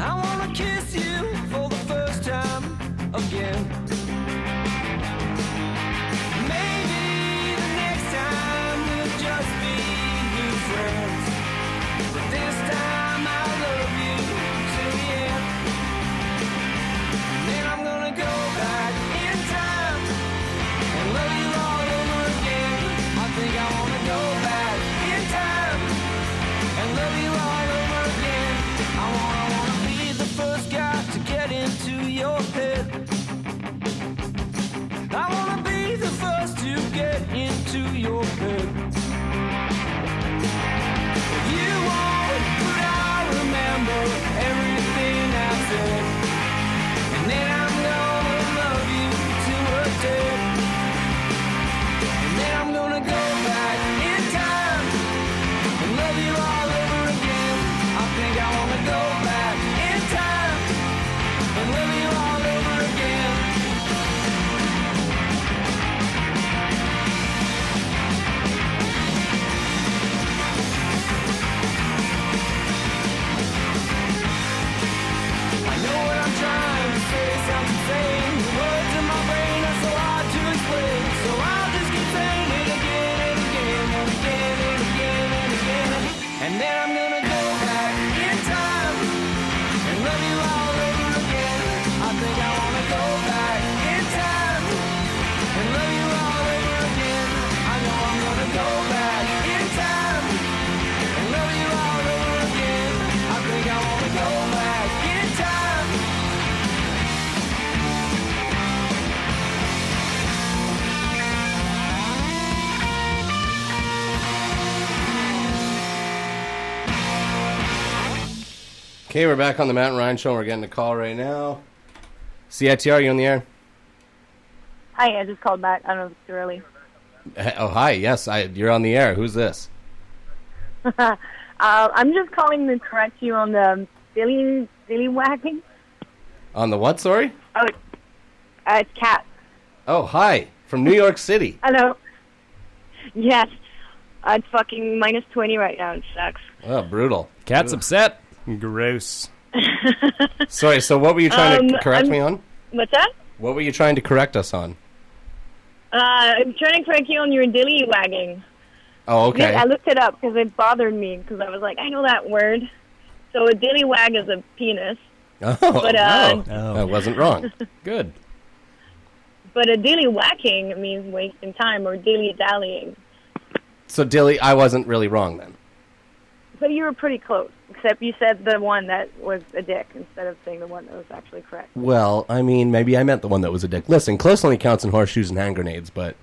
[SPEAKER 5] I want to kiss you for the first time again. Maybe the next time we'll just be new friends. But this time I love you till the end. Then I'm gonna go back in time and love you all over again. I think I wanna go back in time
[SPEAKER 2] Okay, we're back on the Matt and Ryan show. We're getting a call right now. CITR, you on the air?
[SPEAKER 8] Hi, I just called back. I don't know if it's too early. <laughs>
[SPEAKER 2] Eh, Oh, hi. Yes, I, you're on the air. Who's this?
[SPEAKER 8] uh, I'm just calling to correct you on the silly, silly whacking.
[SPEAKER 2] On the what? Sorry.
[SPEAKER 8] Oh, uh, it's Kat.
[SPEAKER 2] Oh, hi from New York City.
[SPEAKER 8] Hello. Yes. Uh, It's fucking minus 20 right now. It sucks.
[SPEAKER 2] Oh, brutal.
[SPEAKER 1] Cat's upset.
[SPEAKER 6] Gross.
[SPEAKER 2] <laughs> Sorry. So, what were you trying to
[SPEAKER 8] Um,
[SPEAKER 2] correct
[SPEAKER 8] I'm-
[SPEAKER 2] me on?
[SPEAKER 8] What's that?
[SPEAKER 2] What were you trying to correct us on?
[SPEAKER 8] Uh, I'm trying to correct you on your dilly wagging.
[SPEAKER 2] Oh, okay.
[SPEAKER 8] I looked it up because it bothered me because I was like, I know that word. So a dilly wag is a penis,
[SPEAKER 2] <laughs> Oh,
[SPEAKER 8] but, uh,
[SPEAKER 2] no. I wasn't wrong.
[SPEAKER 1] Good.
[SPEAKER 8] but a dilly whacking means wasting time or dilly dallying.
[SPEAKER 2] So, Dilly, I wasn't really wrong then.
[SPEAKER 8] But you were pretty close, except you said the one that was a dick instead of saying the one that was actually correct.
[SPEAKER 2] Well, I mean, maybe I meant the one that was a dick. Listen, close only counts in horseshoes and hand grenades, but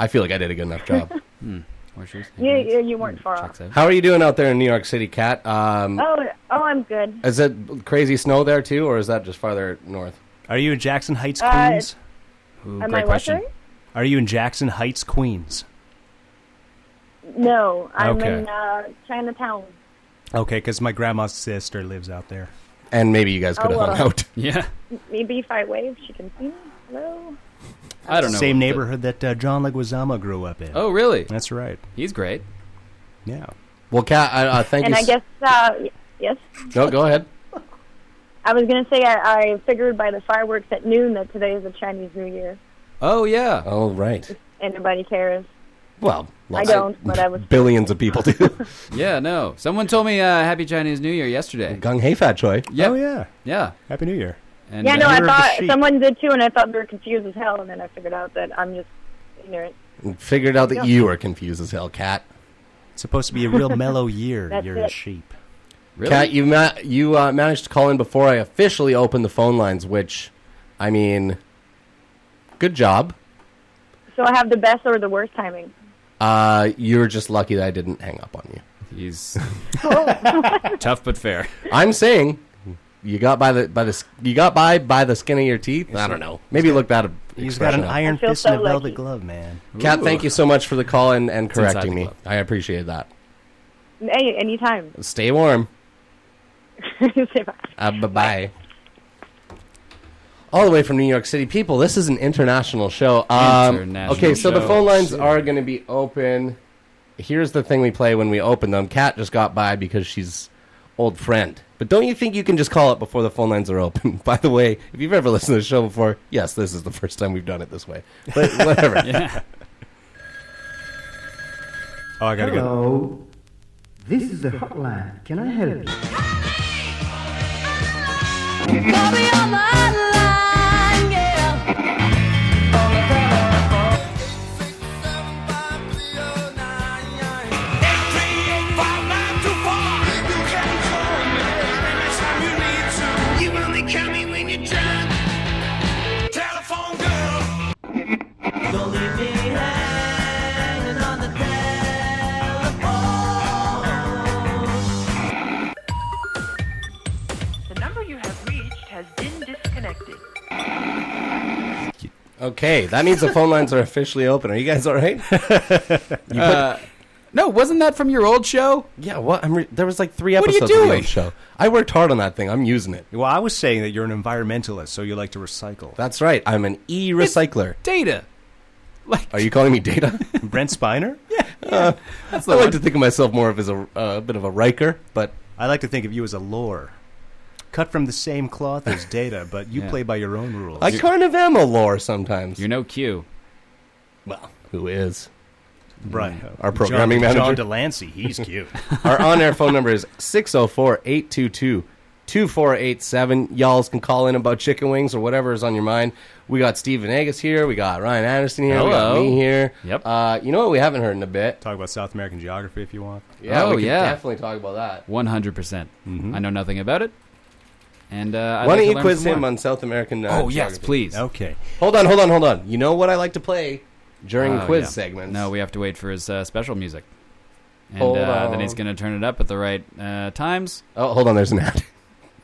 [SPEAKER 2] I feel like I did a good
[SPEAKER 6] <laughs>
[SPEAKER 2] enough job.
[SPEAKER 6] Hmm,
[SPEAKER 1] Horseshoes.
[SPEAKER 8] You, you, you weren't far off.
[SPEAKER 1] Checks out.
[SPEAKER 2] How are you doing out there in New York City, Kat? Um,
[SPEAKER 8] Oh, oh, I'm good.
[SPEAKER 2] Is it crazy snow there too, or is that just farther north?
[SPEAKER 6] Are you in Jackson Heights,
[SPEAKER 8] Uh,
[SPEAKER 6] Queens?
[SPEAKER 1] Ooh,
[SPEAKER 8] Am I
[SPEAKER 1] great question.
[SPEAKER 8] watching?
[SPEAKER 6] Are you in Jackson Heights, Queens?
[SPEAKER 8] No, I'm
[SPEAKER 6] Okay.
[SPEAKER 8] in uh, Chinatown.
[SPEAKER 6] Okay, because my grandma's sister lives out there.
[SPEAKER 2] And maybe you guys could have
[SPEAKER 8] Oh,
[SPEAKER 2] hung
[SPEAKER 8] well.
[SPEAKER 2] <laughs> out.
[SPEAKER 1] Yeah.
[SPEAKER 8] Maybe if I wave, she can see me. Hello.
[SPEAKER 1] I don't know.
[SPEAKER 6] Same
[SPEAKER 1] but-
[SPEAKER 6] neighborhood that uh, John Leguizamo grew up in.
[SPEAKER 1] Oh, really?
[SPEAKER 6] That's right.
[SPEAKER 1] He's great.
[SPEAKER 6] Yeah.
[SPEAKER 2] Well, Kat, I, uh, thank
[SPEAKER 8] And
[SPEAKER 2] you.
[SPEAKER 8] I
[SPEAKER 2] s-
[SPEAKER 8] guess, uh, y- yes.
[SPEAKER 2] no, go ahead.
[SPEAKER 8] I was gonna say I, I figured by the fireworks at noon that today is the Chinese New Year.
[SPEAKER 1] Oh, yeah.
[SPEAKER 2] Oh, right.
[SPEAKER 8] Anybody cares?
[SPEAKER 2] Well, lots
[SPEAKER 8] I don't, but I was.
[SPEAKER 2] billions of people do. <laughs>
[SPEAKER 1] Yeah, no. Someone told me uh, Happy Chinese New Year
[SPEAKER 6] <laughs>
[SPEAKER 1] yesterday.
[SPEAKER 2] Gung Hei Fat Choi.
[SPEAKER 1] Yep.
[SPEAKER 6] Oh, yeah.
[SPEAKER 1] Yeah.
[SPEAKER 6] Happy New Year.
[SPEAKER 1] And,
[SPEAKER 8] Yeah, no,
[SPEAKER 1] uh,
[SPEAKER 8] I
[SPEAKER 6] Year of the
[SPEAKER 8] thought
[SPEAKER 6] sheep.
[SPEAKER 8] someone did too, and I thought they were confused as hell, and then I figured out that I'm just ignorant.
[SPEAKER 2] And Figured out that you were confused as hell, Kat.
[SPEAKER 6] It's supposed to be a real
[SPEAKER 8] <laughs>
[SPEAKER 6] mellow year.
[SPEAKER 8] That's
[SPEAKER 6] You're a
[SPEAKER 8] it.
[SPEAKER 6] sheep.
[SPEAKER 1] really?
[SPEAKER 2] Kat, you ma- you uh, managed to call in before I officially opened the phone lines, which, I mean, good job.
[SPEAKER 8] So I have the best or the worst
[SPEAKER 6] <laughs>
[SPEAKER 8] timing.
[SPEAKER 2] Uh, you're just lucky that I didn't hang up on you.
[SPEAKER 1] He's tough but fair.
[SPEAKER 2] <laughs> I'm saying you got by the by the s- you got by by the skin of your teeth. I don't know. Maybe look that.
[SPEAKER 6] He's got an
[SPEAKER 2] expression up.
[SPEAKER 6] iron
[SPEAKER 8] I feel
[SPEAKER 6] fist
[SPEAKER 8] so
[SPEAKER 6] and a velvet
[SPEAKER 8] lucky.
[SPEAKER 6] glove, man.
[SPEAKER 2] Kat, thank you so much for the call and, and
[SPEAKER 1] inside
[SPEAKER 2] correcting
[SPEAKER 1] the
[SPEAKER 2] me.
[SPEAKER 1] club.
[SPEAKER 2] I appreciate that.
[SPEAKER 8] Any anytime.
[SPEAKER 2] Stay warm.
[SPEAKER 8] <laughs> Say bye.
[SPEAKER 2] Uh, bye bye. All the way from New York City, people. This is an international show. Um,
[SPEAKER 1] International
[SPEAKER 2] okay, so the
[SPEAKER 1] show.
[SPEAKER 2] phone lines are going to be open. Here's the thing we play when we open them. Kat just got by because she's old friend. But don't you think you can just call it before the phone lines are open? <laughs> By the way, if you've ever listened to the show before, yes, this is the first time we've done it this way.
[SPEAKER 1] <laughs>
[SPEAKER 2] But whatever.
[SPEAKER 6] Oh, I got to go.
[SPEAKER 9] Hello. This is the hotline. Can I help you?
[SPEAKER 5] Telephone girl.
[SPEAKER 3] Don't leave me hanging on the
[SPEAKER 10] The number you have reached has been disconnected.
[SPEAKER 2] Okay, that means the phone lines are officially open. Are you guys all
[SPEAKER 1] <laughs>
[SPEAKER 2] right?
[SPEAKER 1] Uh, No, wasn't that from your old show?
[SPEAKER 2] yeah, what? I'm re- there was like three
[SPEAKER 1] What are
[SPEAKER 2] episodes
[SPEAKER 1] you
[SPEAKER 2] of the
[SPEAKER 1] doing?
[SPEAKER 2] old show. I worked hard on that thing. I'm using it.
[SPEAKER 6] Well, I was saying that you're an environmentalist, so you like to recycle.
[SPEAKER 2] That's right. I'm an
[SPEAKER 1] <laughs>
[SPEAKER 2] e-recycler.
[SPEAKER 1] Data. Like,
[SPEAKER 2] Are you calling me data?
[SPEAKER 6] <laughs>
[SPEAKER 2] Uh,
[SPEAKER 6] Brent
[SPEAKER 2] <laughs>
[SPEAKER 6] Spiner?
[SPEAKER 1] that's
[SPEAKER 2] I
[SPEAKER 1] the
[SPEAKER 2] like
[SPEAKER 1] one.
[SPEAKER 2] to think of myself more of as a uh, bit of a Riker, but
[SPEAKER 6] I like to think of you as a lore. Cut from the same cloth as data, but you
[SPEAKER 2] <laughs>
[SPEAKER 1] Yeah.
[SPEAKER 6] play by your own rules.
[SPEAKER 2] I kind of am a lore sometimes.
[SPEAKER 1] You're no Q.
[SPEAKER 2] well, who is? Mm.
[SPEAKER 6] Right.
[SPEAKER 2] Our programming
[SPEAKER 6] John, John
[SPEAKER 2] manager.
[SPEAKER 6] Delancey, he's
[SPEAKER 2] <laughs>
[SPEAKER 6] cute.
[SPEAKER 2] Our on-air phone number is 604-822-2487. Y'all can call in about chicken wings or whatever is on your mind. We got Steven Agus here. We got Ryan Anderson here. We got
[SPEAKER 1] Hello.
[SPEAKER 2] me here.
[SPEAKER 1] Yep.
[SPEAKER 2] Uh, you know what we haven't heard in a bit?
[SPEAKER 6] Talk about South American geography if you want.
[SPEAKER 2] Yeah,
[SPEAKER 1] Oh,
[SPEAKER 2] we could
[SPEAKER 1] yeah.
[SPEAKER 2] definitely talk about that.
[SPEAKER 1] 100%. percent
[SPEAKER 6] Mm-hmm.
[SPEAKER 1] I know nothing about it. And uh, I'd
[SPEAKER 2] Why
[SPEAKER 1] like
[SPEAKER 2] don't
[SPEAKER 1] to
[SPEAKER 2] you
[SPEAKER 1] learn
[SPEAKER 2] quiz
[SPEAKER 1] some
[SPEAKER 2] him
[SPEAKER 1] more.
[SPEAKER 2] on South American uh,
[SPEAKER 1] Oh, yes,
[SPEAKER 2] geography?
[SPEAKER 1] please.
[SPEAKER 6] Okay.
[SPEAKER 2] Hold on, hold on, hold on. You know what I like to play during
[SPEAKER 1] Oh,
[SPEAKER 2] quiz
[SPEAKER 1] yeah.
[SPEAKER 2] segments?
[SPEAKER 1] No, we have to wait for his uh, special music. And
[SPEAKER 2] Hold
[SPEAKER 1] uh, then
[SPEAKER 2] on.
[SPEAKER 1] he's going to turn it up at the right uh, times. <sighs>
[SPEAKER 2] Oh, hold on. Oh, There's an <laughs> ad.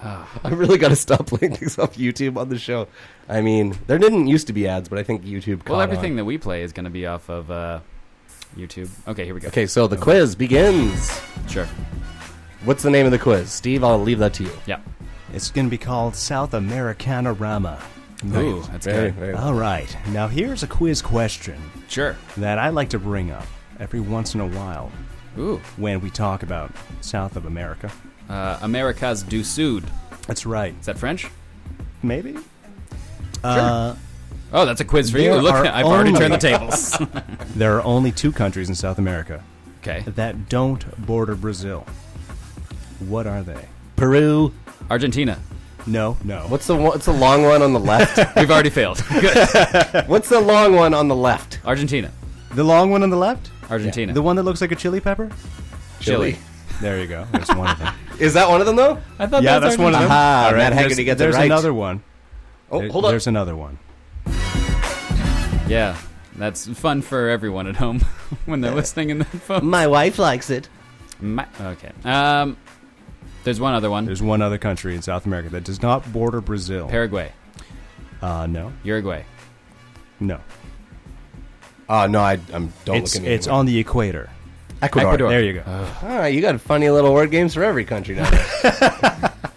[SPEAKER 2] I really got to stop playing things off YouTube on the show. I mean, there didn't used to be ads, but I think YouTube.
[SPEAKER 1] Well,
[SPEAKER 2] caught
[SPEAKER 1] everything
[SPEAKER 2] on.
[SPEAKER 1] that we play is going to be off of uh, YouTube. Okay, here we go.
[SPEAKER 2] Okay, so the quiz begins.
[SPEAKER 1] Sure.
[SPEAKER 2] What's the name of the quiz, Steve? I'll leave that to you.
[SPEAKER 1] Yeah.
[SPEAKER 6] It's going to be called South Americanorama.
[SPEAKER 1] Ooh, that's
[SPEAKER 2] Very,
[SPEAKER 1] good.
[SPEAKER 2] very-
[SPEAKER 6] All right. Now here's a quiz question
[SPEAKER 1] Sure.
[SPEAKER 6] that I like to bring up every once in a while
[SPEAKER 1] Ooh.
[SPEAKER 6] when we talk about South of America.
[SPEAKER 1] Uh, Americas du Sud.
[SPEAKER 6] That's right.
[SPEAKER 1] Is that French?
[SPEAKER 6] Maybe. Uh,
[SPEAKER 1] Oh, that's a quiz for you.
[SPEAKER 6] There
[SPEAKER 1] Look,
[SPEAKER 6] are
[SPEAKER 1] I've already
[SPEAKER 6] only-
[SPEAKER 1] turned the tables.
[SPEAKER 6] <laughs>
[SPEAKER 1] <laughs>
[SPEAKER 6] there are only two countries in South America
[SPEAKER 1] okay.
[SPEAKER 6] that don't border Brazil. What are they?
[SPEAKER 2] Peru.
[SPEAKER 1] Argentina.
[SPEAKER 6] No, no.
[SPEAKER 2] What's the one- what's the long one on the left?
[SPEAKER 1] <laughs> We've already failed. Good.
[SPEAKER 2] <laughs> what's the long one on the left?
[SPEAKER 1] Argentina.
[SPEAKER 6] the long one on the left?
[SPEAKER 1] Argentina.
[SPEAKER 6] The one that looks like a chili pepper?
[SPEAKER 1] Chile.
[SPEAKER 6] There you go. There's one of them.
[SPEAKER 2] Is that one of them though?
[SPEAKER 1] I thought
[SPEAKER 6] yeah,
[SPEAKER 1] that was
[SPEAKER 6] that's one of
[SPEAKER 1] Argentina.
[SPEAKER 6] them.
[SPEAKER 2] Aha,
[SPEAKER 6] All
[SPEAKER 2] Matt Haggerty
[SPEAKER 6] there's,
[SPEAKER 2] gets it
[SPEAKER 6] there's
[SPEAKER 2] right.
[SPEAKER 6] another one.
[SPEAKER 2] Oh,
[SPEAKER 6] There-
[SPEAKER 2] hold on.
[SPEAKER 6] There's another one.
[SPEAKER 1] Yeah. That's fun for everyone at home <laughs> when they're listening in their phone.
[SPEAKER 2] My wife likes it.
[SPEAKER 1] Ma- okay. Um, there's one other one.
[SPEAKER 6] There's one other country in South America that does not border Brazil.
[SPEAKER 1] Paraguay.
[SPEAKER 6] Uh, no,
[SPEAKER 1] Uruguay.
[SPEAKER 6] no. Uh,
[SPEAKER 2] Oh no, I I'm, don't
[SPEAKER 6] It's
[SPEAKER 2] look at me.
[SPEAKER 6] it's on the equator.
[SPEAKER 2] Ecuador.
[SPEAKER 1] Ecuador. Oh.
[SPEAKER 6] There you go.
[SPEAKER 2] Ah, you got funny little word games for every country now.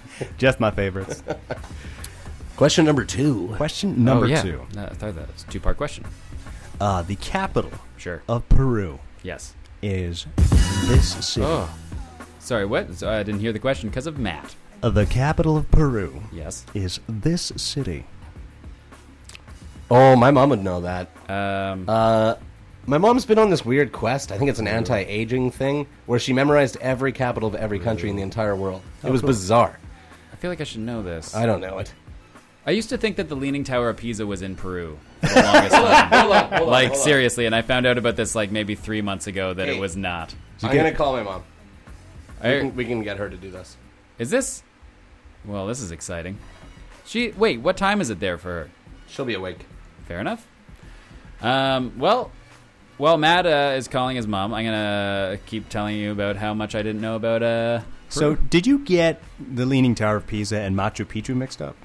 [SPEAKER 6] <laughs> Just my favorites.
[SPEAKER 2] Question number two.
[SPEAKER 6] Question number
[SPEAKER 1] oh, yeah.
[SPEAKER 6] two.
[SPEAKER 1] Uh, I thought that was a two-part question.
[SPEAKER 6] Uh, the capital
[SPEAKER 1] Sure.
[SPEAKER 6] of Peru
[SPEAKER 1] Yes.
[SPEAKER 6] is this city.
[SPEAKER 1] Oh. Sorry, what? So I didn't hear the question because of Matt.
[SPEAKER 6] Uh, The capital of Peru
[SPEAKER 1] Yes.
[SPEAKER 6] is this city.
[SPEAKER 2] Oh, my mom would know that. Uh,
[SPEAKER 1] Um,
[SPEAKER 2] My mom's been on this weird quest. I think it's an anti-aging thing where she memorized every capital of every country in the entire world. It was bizarre.
[SPEAKER 1] I feel like I should know this.
[SPEAKER 2] I don't know it.
[SPEAKER 1] I used to think that the Leaning Tower of Pisa was in Peru for
[SPEAKER 2] <laughs>
[SPEAKER 1] the longest time. like seriously, and I found out about this like maybe three months ago that
[SPEAKER 2] Hey.
[SPEAKER 1] it was not.
[SPEAKER 2] I'm gonna call my mom.
[SPEAKER 1] I-
[SPEAKER 2] We can, we can get her to do this.
[SPEAKER 1] is this? Well, this is exciting. She wait, what time is it there for her?
[SPEAKER 2] She'll be awake.
[SPEAKER 1] Fair enough. Um, well, well, Matt uh, is calling his mom. I'm gonna keep telling you about how much I didn't know about. Uh,
[SPEAKER 6] So, did you get the Leaning Tower of Pisa and Machu Picchu mixed up?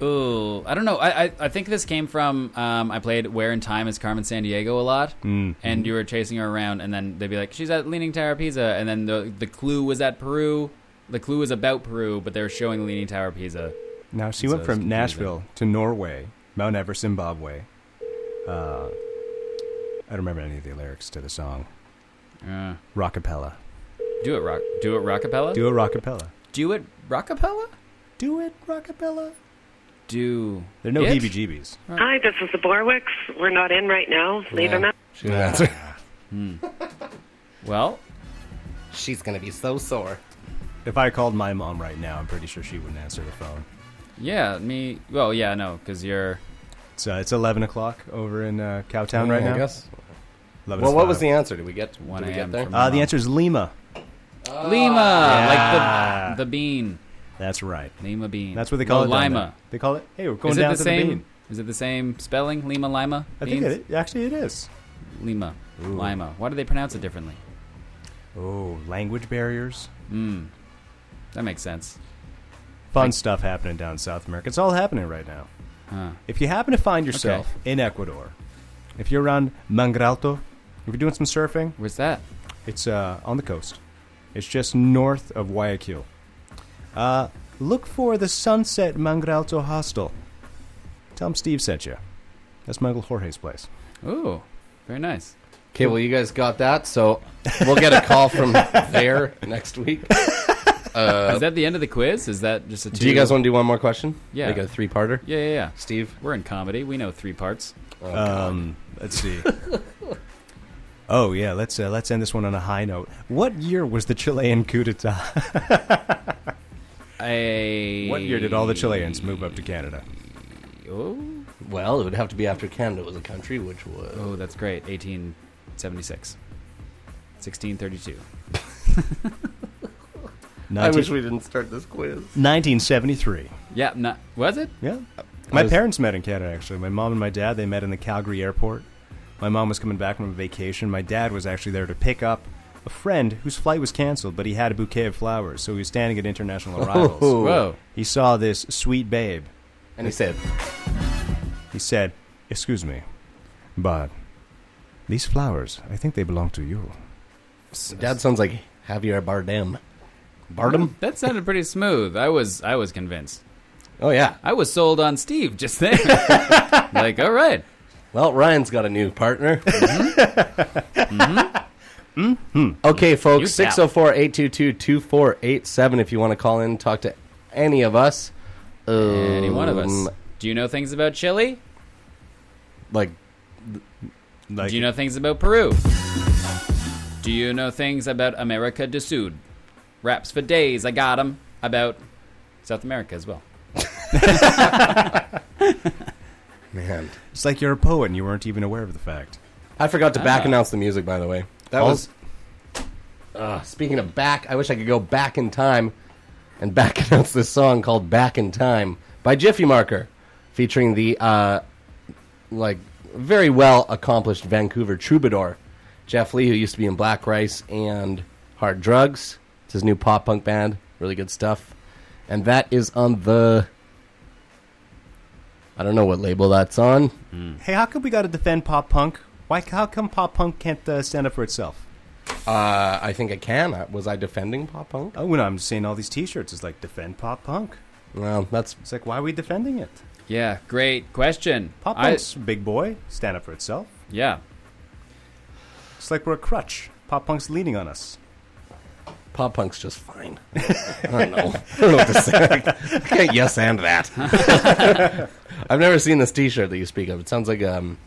[SPEAKER 1] Ooh, I don't know. I, I, I think this came from um, I played Where in Time as Carmen San Diego a lot,
[SPEAKER 6] Mm-hmm.
[SPEAKER 1] and you were chasing her around, and then they'd be like, "She's at Leaning Tower of Pisa," and then the the clue was at Peru. The clue was about Peru, but they were showing the Leaning Tower of Pisa.
[SPEAKER 6] Now, she
[SPEAKER 1] So
[SPEAKER 6] went
[SPEAKER 1] it's
[SPEAKER 6] from
[SPEAKER 1] confusing.
[SPEAKER 6] Nashville to Norway, Mount Everest, Zimbabwe. Uh, I don't remember any of the lyrics to the song.
[SPEAKER 1] Uh,
[SPEAKER 6] Rockapella.
[SPEAKER 1] do it rock, do it rockapella,
[SPEAKER 6] Do a rockapella.
[SPEAKER 1] do it rockapella,
[SPEAKER 6] Do it, rockapella.
[SPEAKER 1] do.
[SPEAKER 6] There are no
[SPEAKER 1] it?
[SPEAKER 6] heebie-jeebes.
[SPEAKER 11] Hi, this is the Borwicks. We're not in right now. Leave a message.
[SPEAKER 2] She didn't answer.
[SPEAKER 1] Hmm. Well,
[SPEAKER 2] She's gonna be so sore.
[SPEAKER 6] If I called my mom right now, I'm pretty sure she wouldn't answer the phone.
[SPEAKER 1] yeah, me. Well, yeah, no, because you're.
[SPEAKER 6] So it's 11 o'clock over in uh, Cowtown right
[SPEAKER 2] Yeah,
[SPEAKER 6] now.
[SPEAKER 2] I guess.
[SPEAKER 6] 11
[SPEAKER 2] Well,
[SPEAKER 6] is
[SPEAKER 2] what was the
[SPEAKER 6] fine.
[SPEAKER 2] answer? Did we get?
[SPEAKER 1] One
[SPEAKER 2] did we
[SPEAKER 1] AM
[SPEAKER 2] get there?
[SPEAKER 1] from-
[SPEAKER 6] Uh, the answer is Lima.
[SPEAKER 1] Lima,
[SPEAKER 6] Yeah.
[SPEAKER 1] like the the bean,
[SPEAKER 6] That's right.
[SPEAKER 1] Lima bean.
[SPEAKER 6] That's what they call
[SPEAKER 1] Oh,
[SPEAKER 6] it. down
[SPEAKER 1] Lima.
[SPEAKER 6] there. They call it. Hey, we're going
[SPEAKER 1] Is it
[SPEAKER 6] down
[SPEAKER 1] the
[SPEAKER 6] to
[SPEAKER 1] same?
[SPEAKER 6] the bean.
[SPEAKER 1] Is it the same spelling? Lima, Lima.
[SPEAKER 6] I think
[SPEAKER 1] beans?
[SPEAKER 6] it actually it is.
[SPEAKER 1] Lima, Lima. Why do they pronounce it differently?
[SPEAKER 6] Oh, language barriers.
[SPEAKER 1] Hmm. That makes sense.
[SPEAKER 6] Fun stuff happening down in South America. It's all happening right now.
[SPEAKER 1] Huh.
[SPEAKER 6] If you happen to find yourself in Ecuador, if you're around Mangralto, if you're doing some surfing,
[SPEAKER 1] Where's that?
[SPEAKER 6] It's uh, on the coast. It's just north of Guayaquil. Uh, look for the Sunset Mangralto Hostel. Tell 'em Steve sent you. That's Michael Jorge's place.
[SPEAKER 1] Ooh, very nice.
[SPEAKER 2] Okay, well, you guys got that, so we'll get a call <laughs> from there next week.
[SPEAKER 1] Is that the end of the quiz? Is that just a two?
[SPEAKER 2] Do you guys want to do one more question?
[SPEAKER 1] Yeah.
[SPEAKER 2] Like a three-parter?
[SPEAKER 1] Yeah, yeah, yeah.
[SPEAKER 2] Steve? Oh,
[SPEAKER 1] We're in comedy. We know three parts.
[SPEAKER 6] Um, let's see. <laughs> oh yeah, let's uh, let's end this one on a high note. What year was the Chilean coup d'état? <laughs>
[SPEAKER 1] A.
[SPEAKER 6] What year did all the Chileans move up to Canada?
[SPEAKER 1] Oh,
[SPEAKER 2] Well, it would have to be after Canada was a country, which was...
[SPEAKER 1] oh, that's great. 1876. 1632.
[SPEAKER 2] <laughs> I
[SPEAKER 6] 19-
[SPEAKER 2] wish we didn't start this quiz.
[SPEAKER 6] 1973.
[SPEAKER 1] Yeah, not, was it?
[SPEAKER 6] Yeah. My
[SPEAKER 2] was-
[SPEAKER 6] parents met in Canada, actually. My mom and my dad, they met in the Calgary airport. My mom was coming back from vacation. My dad was actually there to pick up a friend whose flight was canceled, but he had a bouquet of flowers, so he was standing at international arrivals.
[SPEAKER 2] Whoa. Oh. Whoa.
[SPEAKER 6] He saw this sweet babe.
[SPEAKER 2] And he said,
[SPEAKER 6] He said, Excuse me, but these flowers, I think they belong to you.
[SPEAKER 2] Dad sounds like Javier Bardem. Mm-hmm.
[SPEAKER 1] That sounded pretty smooth. I was I was convinced.
[SPEAKER 2] Oh yeah,
[SPEAKER 1] I was sold on Steve just
[SPEAKER 2] <laughs>
[SPEAKER 1] then. like, all right.
[SPEAKER 2] Well, Ryan's got a new partner.
[SPEAKER 1] Mm-hmm.
[SPEAKER 2] Okay, folks,
[SPEAKER 1] You tell.
[SPEAKER 2] 604 822 2487 if you want to call in and talk to any of us.
[SPEAKER 1] Any one of us.
[SPEAKER 2] Um,
[SPEAKER 1] Do you know things about Chile?
[SPEAKER 2] Like,
[SPEAKER 1] Do you know things about Peru? Do you know things about America do Sud? Raps for days, I got 'em About South America as well.
[SPEAKER 2] Man.
[SPEAKER 6] It's like you're a poet and you weren't even aware of the fact.
[SPEAKER 2] I forgot to back
[SPEAKER 6] Ah.
[SPEAKER 2] announce the music, by the way. That
[SPEAKER 6] All-
[SPEAKER 2] was. Uh, speaking of back, I wish I could go back in time and back <laughs> announce this song called Back in Time by Jiffy Marker, featuring the, uh, like, very well accomplished Vancouver troubadour, Jeff Lee, who used to be in Black Rice and Hard Drugs. It's his new pop punk band. Really good stuff. And that is on the. I don't know what label that's on.
[SPEAKER 6] Hey, how come we got to defend pop punk? Why? How come pop punk can't uh, stand up for itself?
[SPEAKER 2] Uh, I think I can. Uh, Was I defending pop punk?
[SPEAKER 6] Oh, when I'm seeing all these T-shirts, it's like defend pop punk.
[SPEAKER 2] Well, that's
[SPEAKER 6] it's like why are we defending it?
[SPEAKER 1] Yeah, great question.
[SPEAKER 6] Pop
[SPEAKER 1] I-
[SPEAKER 6] punk's big boy, stand up for itself.
[SPEAKER 1] Yeah.
[SPEAKER 6] It's like we're a crutch. Pop punk's leaning on us.
[SPEAKER 2] Pop punk's just fine. <laughs> I
[SPEAKER 1] <laughs>
[SPEAKER 2] don't know. <laughs> I don't know what to say. I can't yes and that. <laughs> I've never seen this T-shirt that you speak of. It sounds like um.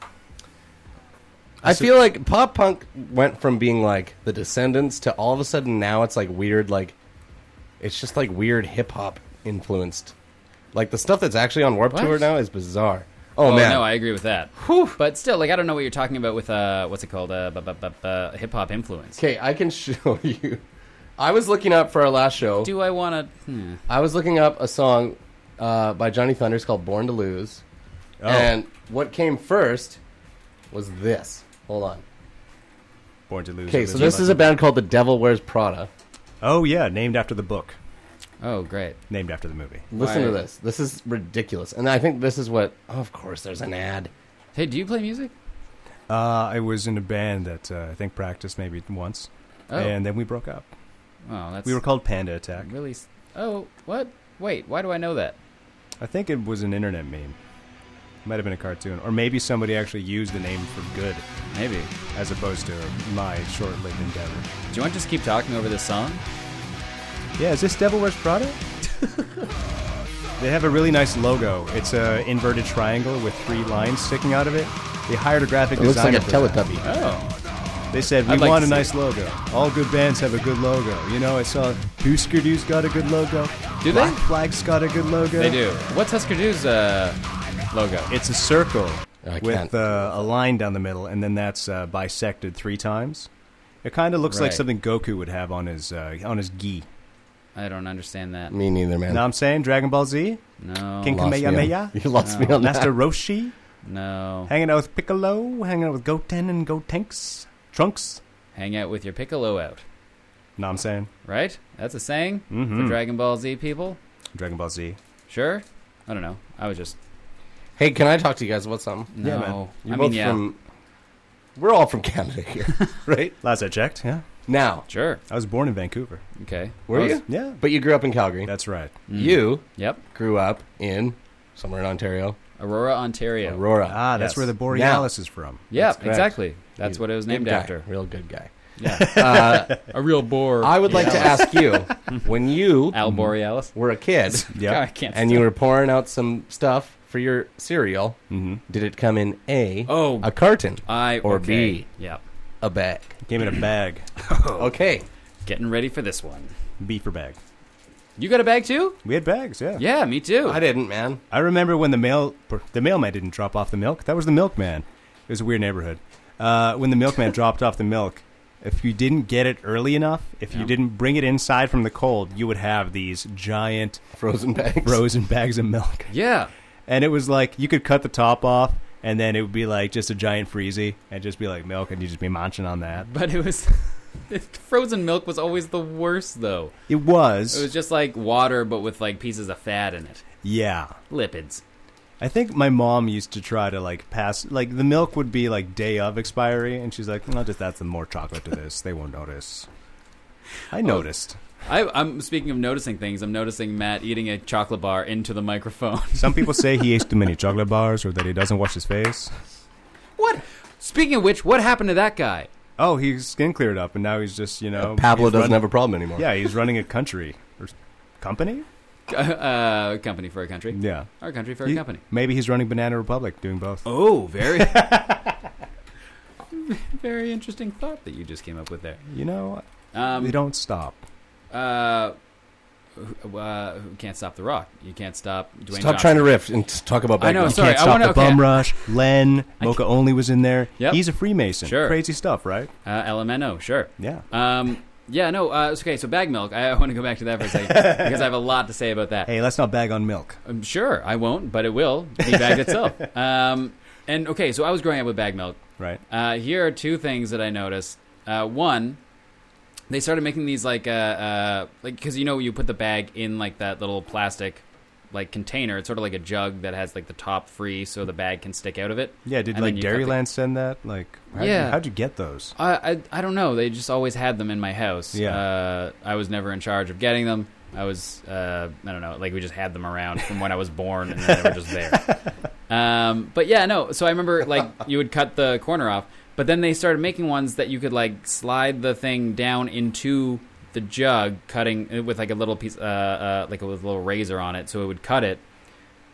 [SPEAKER 2] I feel like pop punk went from being like the Descendants to all of a sudden now it's like weird like, it's just like weird hip hop influenced, like the stuff that's actually on Warp
[SPEAKER 1] What?
[SPEAKER 2] Tour now is bizarre. Oh,
[SPEAKER 1] oh
[SPEAKER 2] man,
[SPEAKER 1] no, I agree with that. But still, like, I don't know what you're talking about with uh, what's it called? Uh, bu- bu- bu- bu- hip hop influence.
[SPEAKER 2] Okay, I can <laughs> show you. I was looking up for our last show.
[SPEAKER 1] Do I want to? Hmm.
[SPEAKER 2] I was looking up a song uh, by Johnny Thunders called "Born to Lose,"
[SPEAKER 1] Oh.
[SPEAKER 2] and what came first was this. Hold on.
[SPEAKER 6] Born to lose.
[SPEAKER 2] Okay, so this is a band called The Devil Wears Prada.
[SPEAKER 6] Oh yeah, named after the book.
[SPEAKER 1] Oh great,
[SPEAKER 6] named after the movie.
[SPEAKER 2] Listen to this. This is ridiculous, and I think this is what. oh, Of course, there's an ad.
[SPEAKER 1] Hey, do you play music?
[SPEAKER 6] Uh, I was in a band that uh, I think practiced maybe once,
[SPEAKER 1] Oh.
[SPEAKER 6] and then we broke up.
[SPEAKER 1] Oh, that's
[SPEAKER 6] we were called Panda Attack.
[SPEAKER 1] really. s- Oh, what? Wait, why do I know that?
[SPEAKER 6] I think it was an internet meme. Might have been a cartoon, or maybe somebody actually used the name for good.
[SPEAKER 1] Maybe,
[SPEAKER 6] as opposed to my short-lived endeavor.
[SPEAKER 1] Do you want to just keep talking over this song?
[SPEAKER 6] Yeah, is this Devil Wears Prada? <laughs> they have a really nice logo. It's a inverted triangle with three lines sticking out of it. They hired a graphic
[SPEAKER 2] It looks
[SPEAKER 6] designer.
[SPEAKER 2] like a
[SPEAKER 6] for that. Oh.
[SPEAKER 2] Teletubby.
[SPEAKER 6] They said we
[SPEAKER 2] I'd like
[SPEAKER 6] want
[SPEAKER 2] to
[SPEAKER 6] a
[SPEAKER 2] see
[SPEAKER 6] nice logo. All good bands have a good logo. You know, I saw Husker Du's got a good logo.
[SPEAKER 1] Do
[SPEAKER 6] Black
[SPEAKER 1] they?
[SPEAKER 6] Flag's got a good logo.
[SPEAKER 1] They do. What's Husker Du's uh, logo?
[SPEAKER 6] It's a circle
[SPEAKER 1] can't.
[SPEAKER 6] with uh, a line down the middle, and then that's uh, bisected three times. It kind of looks like
[SPEAKER 1] Right.
[SPEAKER 6] something Goku would have on his uh, on his gi.
[SPEAKER 1] I don't understand that.
[SPEAKER 2] Me neither, man.
[SPEAKER 6] Know what I'm saying? Dragon Ball Z?
[SPEAKER 1] No.
[SPEAKER 6] King
[SPEAKER 1] Lost me on-
[SPEAKER 2] <laughs>
[SPEAKER 6] Kamehameha?
[SPEAKER 1] you lost me on that.
[SPEAKER 6] Master Roshi?
[SPEAKER 1] No.
[SPEAKER 6] Hanging out with Piccolo? Hanging out with Goten and Gotenks? Trunks?
[SPEAKER 1] Hang out with your piccolo out.
[SPEAKER 6] Know what I'm saying?
[SPEAKER 1] Right? That's a saying
[SPEAKER 6] Mhm.
[SPEAKER 2] Mm-hmm.
[SPEAKER 1] for Dragon Ball Z people.
[SPEAKER 6] Dragon Ball Z.
[SPEAKER 1] Sure. I don't know. I was just
[SPEAKER 2] Hey, can I talk to you guys about something?
[SPEAKER 1] no.
[SPEAKER 2] Yeah, man.
[SPEAKER 1] I
[SPEAKER 2] You're
[SPEAKER 1] mean,
[SPEAKER 2] both
[SPEAKER 1] yeah.
[SPEAKER 2] from- We're all from Canada here, <laughs> right?
[SPEAKER 6] Last I checked, yeah.
[SPEAKER 2] Now,
[SPEAKER 1] sure.
[SPEAKER 6] I was born in Vancouver.
[SPEAKER 1] Okay.
[SPEAKER 2] Were
[SPEAKER 1] I was-
[SPEAKER 2] you?
[SPEAKER 6] Yeah.
[SPEAKER 2] But you grew up in Calgary.
[SPEAKER 6] That's right.
[SPEAKER 2] You
[SPEAKER 1] yep.
[SPEAKER 2] grew up in somewhere in Ontario.
[SPEAKER 1] Aurora, Ontario.
[SPEAKER 2] Aurora.
[SPEAKER 6] Ah, that's
[SPEAKER 2] Yes.
[SPEAKER 6] where the
[SPEAKER 2] Now-
[SPEAKER 6] Borealis is from.
[SPEAKER 1] Yeah,
[SPEAKER 2] That's correct.
[SPEAKER 1] exactly. That's what it was
[SPEAKER 2] Good
[SPEAKER 1] named
[SPEAKER 2] guy.
[SPEAKER 1] after.
[SPEAKER 2] Real good guy.
[SPEAKER 1] Yeah.
[SPEAKER 2] <laughs> Uh,
[SPEAKER 1] <laughs> a real bore.
[SPEAKER 2] I would like to
[SPEAKER 1] Borealis.
[SPEAKER 2] ask
[SPEAKER 1] <laughs>
[SPEAKER 2] you when you
[SPEAKER 1] Al Borealis.
[SPEAKER 2] were a kid
[SPEAKER 1] <laughs> Yeah. I can't
[SPEAKER 2] and
[SPEAKER 1] stop.
[SPEAKER 2] you were pouring out some stuff for your cereal,
[SPEAKER 6] Mm-hmm.
[SPEAKER 2] did it come in A,
[SPEAKER 1] Oh.
[SPEAKER 2] a carton,
[SPEAKER 1] I
[SPEAKER 2] or
[SPEAKER 1] okay.
[SPEAKER 2] B,
[SPEAKER 1] Yep.
[SPEAKER 2] a bag? Oh.
[SPEAKER 6] Came in a
[SPEAKER 2] <laughs>
[SPEAKER 6] bag.
[SPEAKER 2] Okay.
[SPEAKER 1] Getting ready for this one. <laughs>
[SPEAKER 6] B for bag.
[SPEAKER 1] You got a bag too?
[SPEAKER 6] We had bags, yeah.
[SPEAKER 1] Yeah, me too.
[SPEAKER 2] I didn't, man.
[SPEAKER 6] I remember when the mail the mailman didn't drop off the milk. That was the milkman. It was a weird neighborhood. Uh, when the milkman <laughs> dropped off the milk, if you didn't get it early enough, if you didn't bring it inside from the cold, you would have these giant <laughs>
[SPEAKER 2] Frozen bags.
[SPEAKER 6] frozen bags of
[SPEAKER 2] <laughs>
[SPEAKER 6] milk.
[SPEAKER 1] Yeah.
[SPEAKER 6] And it was like you could cut the top off, and then it would be like just a giant freezy, and just be like milk, and you would just be munching on that.
[SPEAKER 1] But it was <laughs> frozen milk was always the worst, though.
[SPEAKER 6] It was.
[SPEAKER 1] It was just like water, but with like pieces of fat in it.
[SPEAKER 6] Yeah.
[SPEAKER 1] Lipids.
[SPEAKER 6] I think my mom used to try to like pass like the milk would be like day of expiry, and she's like, "No, just that's some more chocolate to this. They won't notice." I noticed.
[SPEAKER 1] I, I'm speaking of noticing things. I'm noticing Matt eating a chocolate bar into the microphone. <laughs>
[SPEAKER 6] Some people say he eats too many chocolate bars or that he doesn't wash his face.
[SPEAKER 1] Speaking of which, what happened to that guy? <laughs>
[SPEAKER 6] Oh, his skin cleared up, and now he's just you know
[SPEAKER 2] Pablo
[SPEAKER 6] he's
[SPEAKER 2] doesn't have a problem anymore.
[SPEAKER 6] Yeah, he's running a country or s- company.
[SPEAKER 1] Uh, company for a country.
[SPEAKER 6] Yeah,
[SPEAKER 1] Our country for a
[SPEAKER 6] He-
[SPEAKER 1] company.
[SPEAKER 6] Maybe he's running Banana Republic, doing both.
[SPEAKER 1] Oh, <laughs> very. <laughs> Very interesting thought that you just came up with there.
[SPEAKER 6] you know,
[SPEAKER 1] Um,
[SPEAKER 6] they don't stop.
[SPEAKER 1] Uh, who- uh, who can't stop The Rock. You can't stop Dwayne.
[SPEAKER 2] Stop trying to riff and just talk about.
[SPEAKER 1] I know,
[SPEAKER 6] You
[SPEAKER 2] Bagman.
[SPEAKER 1] sorry,
[SPEAKER 6] can't
[SPEAKER 1] I
[SPEAKER 6] stop
[SPEAKER 1] wanna-
[SPEAKER 6] the
[SPEAKER 1] okay.
[SPEAKER 6] bum rush. Len Mocha only was in there.
[SPEAKER 1] Yep.
[SPEAKER 6] He's a Freemason.
[SPEAKER 1] Sure.
[SPEAKER 6] crazy stuff, right?
[SPEAKER 1] Uh, LMNO, sure.
[SPEAKER 6] Yeah.
[SPEAKER 1] Um, yeah, no, uh, it's okay, so bag milk. I, I want to go back to that for a
[SPEAKER 6] <laughs>
[SPEAKER 1] second because I have a lot to say about that.
[SPEAKER 6] Hey, let's not bag on milk.
[SPEAKER 1] Um, sure, I won't, but it will
[SPEAKER 6] <laughs>
[SPEAKER 1] be bagged itself. Um, and okay, so I was growing up with bag milk.
[SPEAKER 6] Right.
[SPEAKER 1] Uh, here are two things that I noticed. Uh, one, they started making these like uh, uh like because you know you put the bag in like that little plastic like container. It's sort of like a jug that has like the top free, so the bag can stick out of it.
[SPEAKER 6] Yeah, did
[SPEAKER 1] And
[SPEAKER 6] like
[SPEAKER 1] then you cut the-
[SPEAKER 6] Dairyland send that? Like, how'd,
[SPEAKER 1] Yeah.
[SPEAKER 6] you, how'd you get those?
[SPEAKER 1] I, I I don't know. They just always had them in my house.
[SPEAKER 6] Yeah.
[SPEAKER 1] Uh, I was never in charge of getting them. I was uh, I don't know. Like we just had them around from when I was born, and then they were just there. Um, but yeah, no. So I remember like you would cut the corner off, but then they started making ones that you could like slide the thing down into the jug, cutting with like a little piece, uh, uh, like a little razor on it, so it would cut it.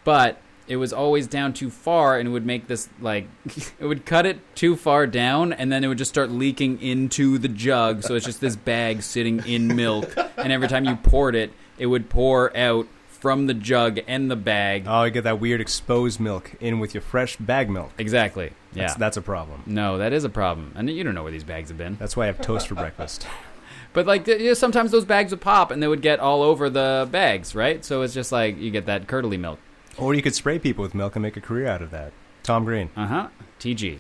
[SPEAKER 1] But it was always down too far, and it would make this like <laughs> it would cut it too far down, and then it would just start leaking into the jug. So it's just
[SPEAKER 6] <laughs>
[SPEAKER 1] this bag sitting in milk, and every time you poured it, it would pour out from the jug and the bag.
[SPEAKER 6] Oh, you get that weird exposed milk in with your fresh bag milk.
[SPEAKER 1] Exactly. Yeah.
[SPEAKER 6] That's, that's a problem.
[SPEAKER 1] No, that is a problem, and you don't know where these bags have been.
[SPEAKER 6] That's why I have toast for breakfast.
[SPEAKER 1] But like, th- you know, sometimes those bags would pop, and they would get all over the bags, right? So it's just like you get that curdly milk.
[SPEAKER 6] Or you could spray people with milk and make a career out of that. Tom Green.
[SPEAKER 1] Uh huh. TG,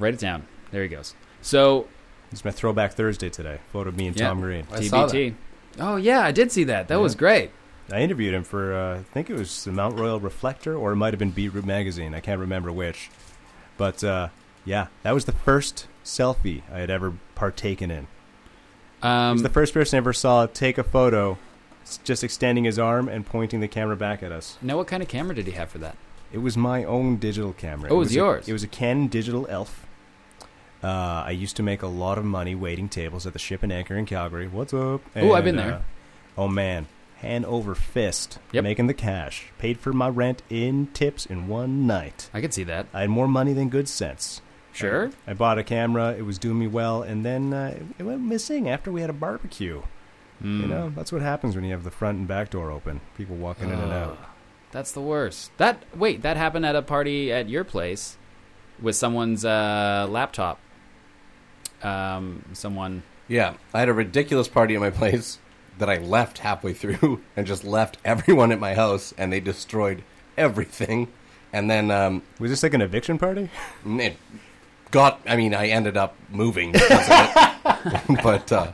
[SPEAKER 1] write it down. There he goes. So
[SPEAKER 6] It's my throwback Thursday today. Photo of me and
[SPEAKER 1] yeah,
[SPEAKER 6] Tom Green.
[SPEAKER 2] I saw
[SPEAKER 1] TBT. Oh yeah, I did see that. That
[SPEAKER 6] Yeah.
[SPEAKER 1] was great.
[SPEAKER 6] I interviewed him for, uh, I think it was the Mount Royal Reflector or it might have been Beetroot Magazine. I can't remember which. But uh, yeah, that was the first selfie I had ever partaken in. He
[SPEAKER 1] Um,
[SPEAKER 6] was the first person I ever saw take a photo s- just extending his arm and pointing the camera back at us.
[SPEAKER 1] now, what kind of camera did he have for that?
[SPEAKER 6] It was my own digital camera.
[SPEAKER 1] Oh, it was
[SPEAKER 6] a-
[SPEAKER 1] yours.
[SPEAKER 6] it was a Canon digital elf. Uh, I used to make a lot of money waiting tables at the Ship and Anchor in Calgary. What's up?
[SPEAKER 1] Ooh, I've
[SPEAKER 6] And,
[SPEAKER 1] been there.
[SPEAKER 6] uh, oh man, hand over fist,
[SPEAKER 1] Yep.
[SPEAKER 6] making the cash. Paid for my rent in tips in one night.
[SPEAKER 1] I could see that.
[SPEAKER 6] I had more money than good sense.
[SPEAKER 1] Sure.
[SPEAKER 6] I bought a camera. It was doing me well, and then uh, it went missing after we had a barbecue. You
[SPEAKER 1] Mm.
[SPEAKER 6] know, that's what happens when you have the front and back door open. People walking in and out.
[SPEAKER 1] That's the worst. That wait, that happened at a party at your place with someone's uh, laptop. Um, someone.
[SPEAKER 2] Yeah, I had a ridiculous party at my place that I left halfway through <laughs> and just left everyone at my house, and they destroyed everything. And then um, Mm,
[SPEAKER 6] Was this like an eviction party?
[SPEAKER 2] it got. I mean, I ended up moving, because of it. <laughs> but uh,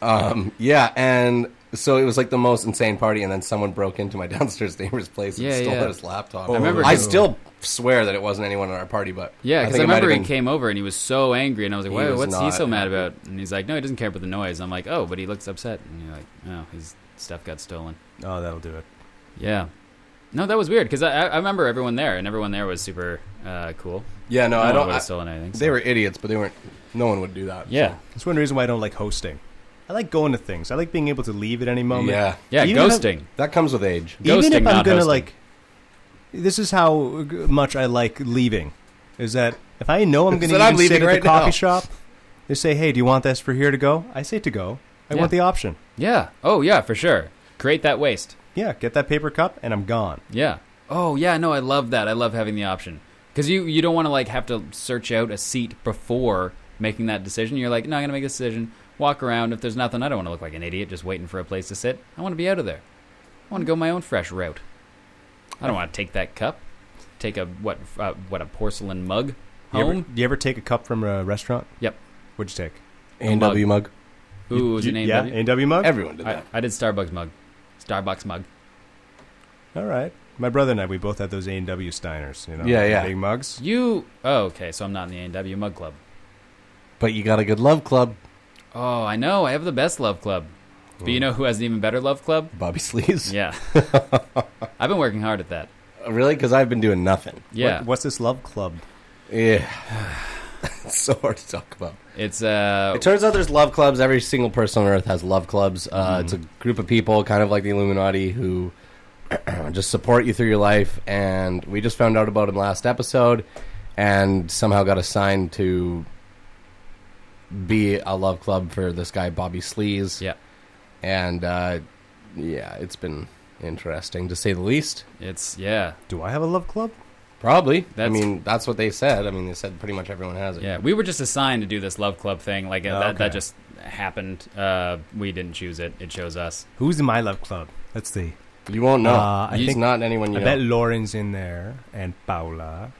[SPEAKER 2] um, yeah, and so it was like the most insane party. And then someone broke into my <laughs> downstairs neighbor's place and
[SPEAKER 1] Yeah,
[SPEAKER 2] stole
[SPEAKER 1] yeah.
[SPEAKER 2] his laptop.
[SPEAKER 1] I remember-
[SPEAKER 2] I still swear that it wasn't anyone at our party, but
[SPEAKER 1] Yeah, because I,
[SPEAKER 2] think it might have
[SPEAKER 1] remember he
[SPEAKER 2] been-
[SPEAKER 1] came over and he was so angry, and I was like,
[SPEAKER 2] He
[SPEAKER 1] "Why?
[SPEAKER 2] was
[SPEAKER 1] What's he
[SPEAKER 2] not
[SPEAKER 1] so mad
[SPEAKER 2] happy.
[SPEAKER 1] about?" And he's like, "No, he doesn't care about the noise." I'm like, "Oh, but he looks upset." And you're like, "Oh, his stuff got stolen."
[SPEAKER 6] Oh, that'll do it.
[SPEAKER 1] Yeah. No, that was weird because I, I I remember everyone there, and everyone there was super uh, cool.
[SPEAKER 2] Yeah, no,
[SPEAKER 1] No
[SPEAKER 2] I
[SPEAKER 1] one
[SPEAKER 2] don't.
[SPEAKER 1] would
[SPEAKER 2] I,
[SPEAKER 1] have stolen anything. so-
[SPEAKER 2] they were idiots, but they weren't. No one would do that.
[SPEAKER 1] Yeah.
[SPEAKER 6] That's one reason why I don't like hosting. I like going to things. I like being able to leave at any moment.
[SPEAKER 2] Yeah.
[SPEAKER 1] Yeah,
[SPEAKER 6] Even if-
[SPEAKER 1] ghosting.
[SPEAKER 2] That comes with age.
[SPEAKER 6] even
[SPEAKER 1] Ghosting,
[SPEAKER 6] if I'm
[SPEAKER 1] not
[SPEAKER 6] gonna
[SPEAKER 1] hosting.
[SPEAKER 6] like, this is how g- much I like leaving. Is that if I know
[SPEAKER 2] <laughs>
[SPEAKER 6] I'm
[SPEAKER 2] Is
[SPEAKER 6] going
[SPEAKER 2] that I'm
[SPEAKER 6] to sit
[SPEAKER 2] leaving
[SPEAKER 6] at
[SPEAKER 2] right
[SPEAKER 6] the coffee
[SPEAKER 2] now.
[SPEAKER 6] shop, they say, "Hey, do you want this for here to go?" I say to go. I
[SPEAKER 1] Yeah.
[SPEAKER 6] want the option.
[SPEAKER 1] Yeah. Oh, yeah, for sure. Create that waste.
[SPEAKER 6] Yeah, get that paper cup, and I'm gone.
[SPEAKER 1] Yeah. Oh, yeah. No, I love that. I love having the option because you you don't want to like have to search out a seat before making that decision. You're like, no, I'm gonna make a decision. Walk around. If there's nothing, I don't want to look like an idiot just waiting for a place to sit. I want to be out of there. I want to go my own fresh route. I don't want to take that cup. Take a what? Uh, what a porcelain mug
[SPEAKER 6] You ever-
[SPEAKER 1] home.
[SPEAKER 6] do you ever take a cup from a restaurant?
[SPEAKER 1] Yep.
[SPEAKER 6] What'd you take?
[SPEAKER 2] A&W mug.
[SPEAKER 1] Ooh, was it
[SPEAKER 2] You-
[SPEAKER 1] an
[SPEAKER 2] yeah,
[SPEAKER 1] A&W?
[SPEAKER 6] A&W mug?
[SPEAKER 2] Everyone did
[SPEAKER 1] I, I did Starbucks mug. Starbucks mug.
[SPEAKER 6] All right. My brother and I, we both had those A and W Steiners. You know,
[SPEAKER 1] Yeah, yeah.
[SPEAKER 6] Big mugs.
[SPEAKER 1] You oh okay, so I'm not in the A and W Mug Club.
[SPEAKER 2] But you got a good love club.
[SPEAKER 1] Oh, I know. I have the best love club. But you know who has an even better love club?
[SPEAKER 2] Bobby Sleeves. <laughs>
[SPEAKER 1] Yeah. I've been working hard at that.
[SPEAKER 2] Really? Because I've been doing nothing.
[SPEAKER 1] Yeah.
[SPEAKER 6] What- what's this
[SPEAKER 1] <sighs>
[SPEAKER 6] love club?
[SPEAKER 2] Yeah. it's so hard to talk about.
[SPEAKER 1] It's uh.
[SPEAKER 2] It turns out there's love clubs. Every single person on earth has love clubs.
[SPEAKER 1] Hmm.
[SPEAKER 2] Uh, It's a group of people, kind of like the Illuminati, who <clears throat> just support you through your life. And we just found out about him last episode, and somehow got assigned to be a love club for this guy Bobby Sleaze.
[SPEAKER 1] Yeah,
[SPEAKER 2] and uh, yeah, it's been interesting to say the least.
[SPEAKER 1] It's yeah.
[SPEAKER 6] Do I have a love club?
[SPEAKER 2] Probably. I
[SPEAKER 1] That's-
[SPEAKER 2] mean, that's what they said. I mean, they said pretty much everyone has it.
[SPEAKER 1] Yeah, we were just assigned to do this love club thing. Like uh,
[SPEAKER 2] Oh,
[SPEAKER 1] that, that
[SPEAKER 2] okay.
[SPEAKER 1] just happened. Uh, we didn't choose it. It chose us.
[SPEAKER 6] Who's in my love club? Let's see.
[SPEAKER 2] You won't know.
[SPEAKER 6] Uh, I
[SPEAKER 2] It's
[SPEAKER 6] think,
[SPEAKER 2] not anyone you
[SPEAKER 6] I bet
[SPEAKER 2] know.
[SPEAKER 6] Lauren's in there, and Paula,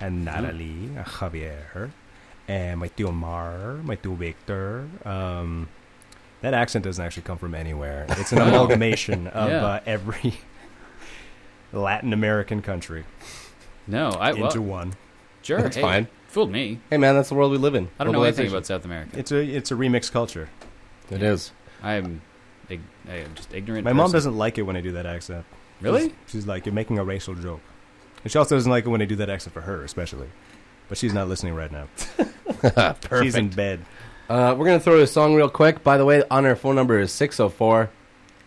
[SPEAKER 1] Hmm?
[SPEAKER 6] and Natalie, and Javier, and my tio Mar, my tio Victor. Um, that accent doesn't actually come from anywhere.
[SPEAKER 1] <laughs>
[SPEAKER 6] It's an
[SPEAKER 4] Wow.
[SPEAKER 6] amalgamation of
[SPEAKER 4] Yeah.
[SPEAKER 6] uh, every <laughs> Latin American country.
[SPEAKER 1] No, I well,
[SPEAKER 6] into one.
[SPEAKER 1] Sure, hey, Fooled me.
[SPEAKER 2] Hey man, that's the world we live in.
[SPEAKER 1] I don't know anything about South America.
[SPEAKER 6] It's a it's a remix culture.
[SPEAKER 2] It is.
[SPEAKER 1] I'm, ig- I am just ignorant.
[SPEAKER 6] My mom
[SPEAKER 1] person.
[SPEAKER 6] doesn't like it when I do that accent.
[SPEAKER 1] Really?
[SPEAKER 6] She's, she's like, you're making a racial joke. And she also doesn't like it when I do that accent for her, especially. But she's not listening
[SPEAKER 1] <laughs>
[SPEAKER 6] right now. She's in
[SPEAKER 2] <laughs> Perfect.
[SPEAKER 6] bed.
[SPEAKER 2] Uh, we're going to throw to a song real quick. By the way, on our phone number is 604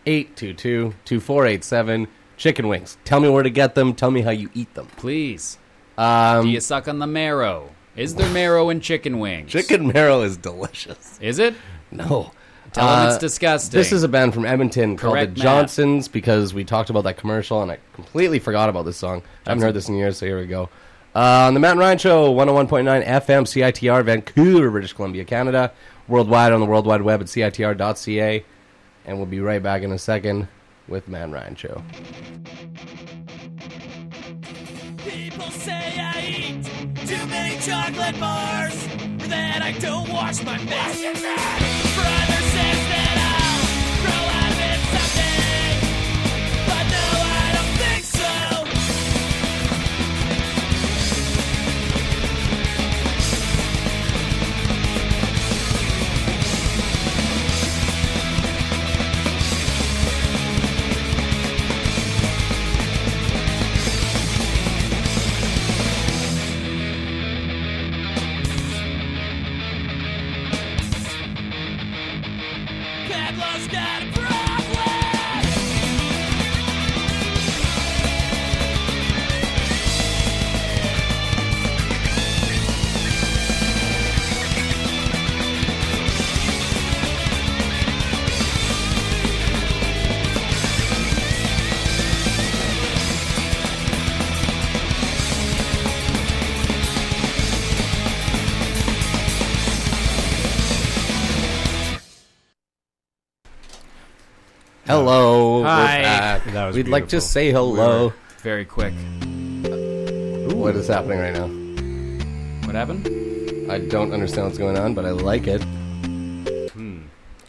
[SPEAKER 2] 822 2487. Chicken wings. Tell me where to get them. Tell me how you eat them.
[SPEAKER 1] Please.
[SPEAKER 2] Um,
[SPEAKER 1] Do you suck on the marrow? Is there marrow in chicken wings?
[SPEAKER 2] Chicken marrow is delicious.
[SPEAKER 1] Is it?
[SPEAKER 2] No.
[SPEAKER 1] Tell them it's
[SPEAKER 2] Uh,
[SPEAKER 1] disgusting.
[SPEAKER 2] This is a band from Edmonton
[SPEAKER 1] Correct
[SPEAKER 2] called the
[SPEAKER 1] math.
[SPEAKER 2] Johnsons because we talked about that commercial and I completely forgot about this song. I haven't
[SPEAKER 1] That's-
[SPEAKER 2] heard this in years, so here we go. Uh, on the Matt and Ryan Show, 101.9 FM, CITR, Vancouver, British Columbia, Canada. Worldwide on the World Wide Web at CITR.ca. And we'll be right back in a second with Matt and Ryan Show.
[SPEAKER 3] People say I eat too many chocolate bars, or that I don't wash my face. Brother says that I'll grow out of it someday, but no, I don't think so. Pablo's got a problem.
[SPEAKER 2] Hello. we're
[SPEAKER 1] Hi.
[SPEAKER 2] back.
[SPEAKER 1] That was
[SPEAKER 2] We'd like to
[SPEAKER 1] beautiful.
[SPEAKER 2] say hello.
[SPEAKER 1] Very quick.
[SPEAKER 2] What is happening right now?
[SPEAKER 1] What happened?
[SPEAKER 2] I don't understand what's going on, but I like it.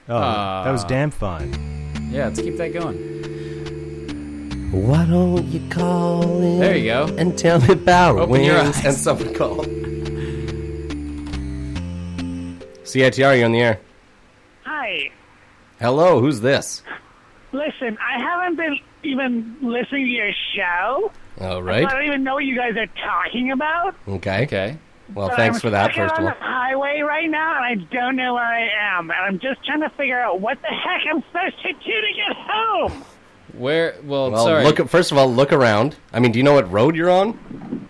[SPEAKER 6] Oh,
[SPEAKER 1] Ah.
[SPEAKER 6] that was
[SPEAKER 2] Uh,
[SPEAKER 6] damn fun.
[SPEAKER 1] Yeah, let's keep that going.
[SPEAKER 2] Why don't you call in?
[SPEAKER 1] There you go.
[SPEAKER 2] And tell me about
[SPEAKER 1] Open your
[SPEAKER 2] wings
[SPEAKER 12] <sighs>
[SPEAKER 1] eyes.
[SPEAKER 2] and something called. CITR, you're on the air.
[SPEAKER 13] Hi.
[SPEAKER 2] Hello, who's this?
[SPEAKER 13] Listen, I haven't been even listening to your show.
[SPEAKER 2] All
[SPEAKER 13] I
[SPEAKER 2] right.
[SPEAKER 13] don't even know what you guys are talking about.
[SPEAKER 2] Okay.
[SPEAKER 1] Okay.
[SPEAKER 2] Well,
[SPEAKER 13] but
[SPEAKER 2] thanks
[SPEAKER 13] I'm
[SPEAKER 2] for that,
[SPEAKER 13] stuck out
[SPEAKER 2] first of all.
[SPEAKER 13] on the highway right now, and I don't know where I am, and I'm just trying to figure out what the heck I'm supposed to do to get home.
[SPEAKER 1] Where? Well,
[SPEAKER 2] Well,
[SPEAKER 1] Oh, sorry.
[SPEAKER 2] look. First of all, look around. I mean, do you know what road you're on?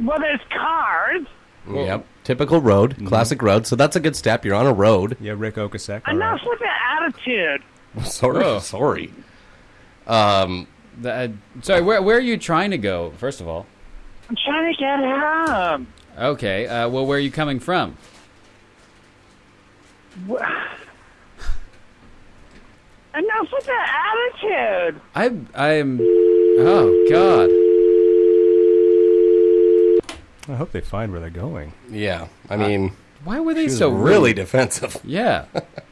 [SPEAKER 13] Well, there's cars.
[SPEAKER 2] yep. Typical road, classic road. So that's a good step. You're on a road.
[SPEAKER 6] Mm-hmm. Yeah, Rick Okasek.
[SPEAKER 13] Enough with the attitude.
[SPEAKER 2] <laughs> sorry.
[SPEAKER 1] Whoa.
[SPEAKER 2] Sorry. Oh. Um.
[SPEAKER 1] Oh. The, uh, sorry. Where? Where are you trying to go? First of all.
[SPEAKER 13] I'm trying to get home.
[SPEAKER 1] Okay. Uh, well, where are you coming from?
[SPEAKER 13] Enough with the attitude.
[SPEAKER 1] I. I'm. Oh God.
[SPEAKER 6] I hope they find where they're going.
[SPEAKER 2] Yeah. I mean,
[SPEAKER 1] Why were they
[SPEAKER 2] She was
[SPEAKER 1] Uh, so
[SPEAKER 2] really
[SPEAKER 1] rude?
[SPEAKER 2] defensive.
[SPEAKER 1] <laughs> Yeah.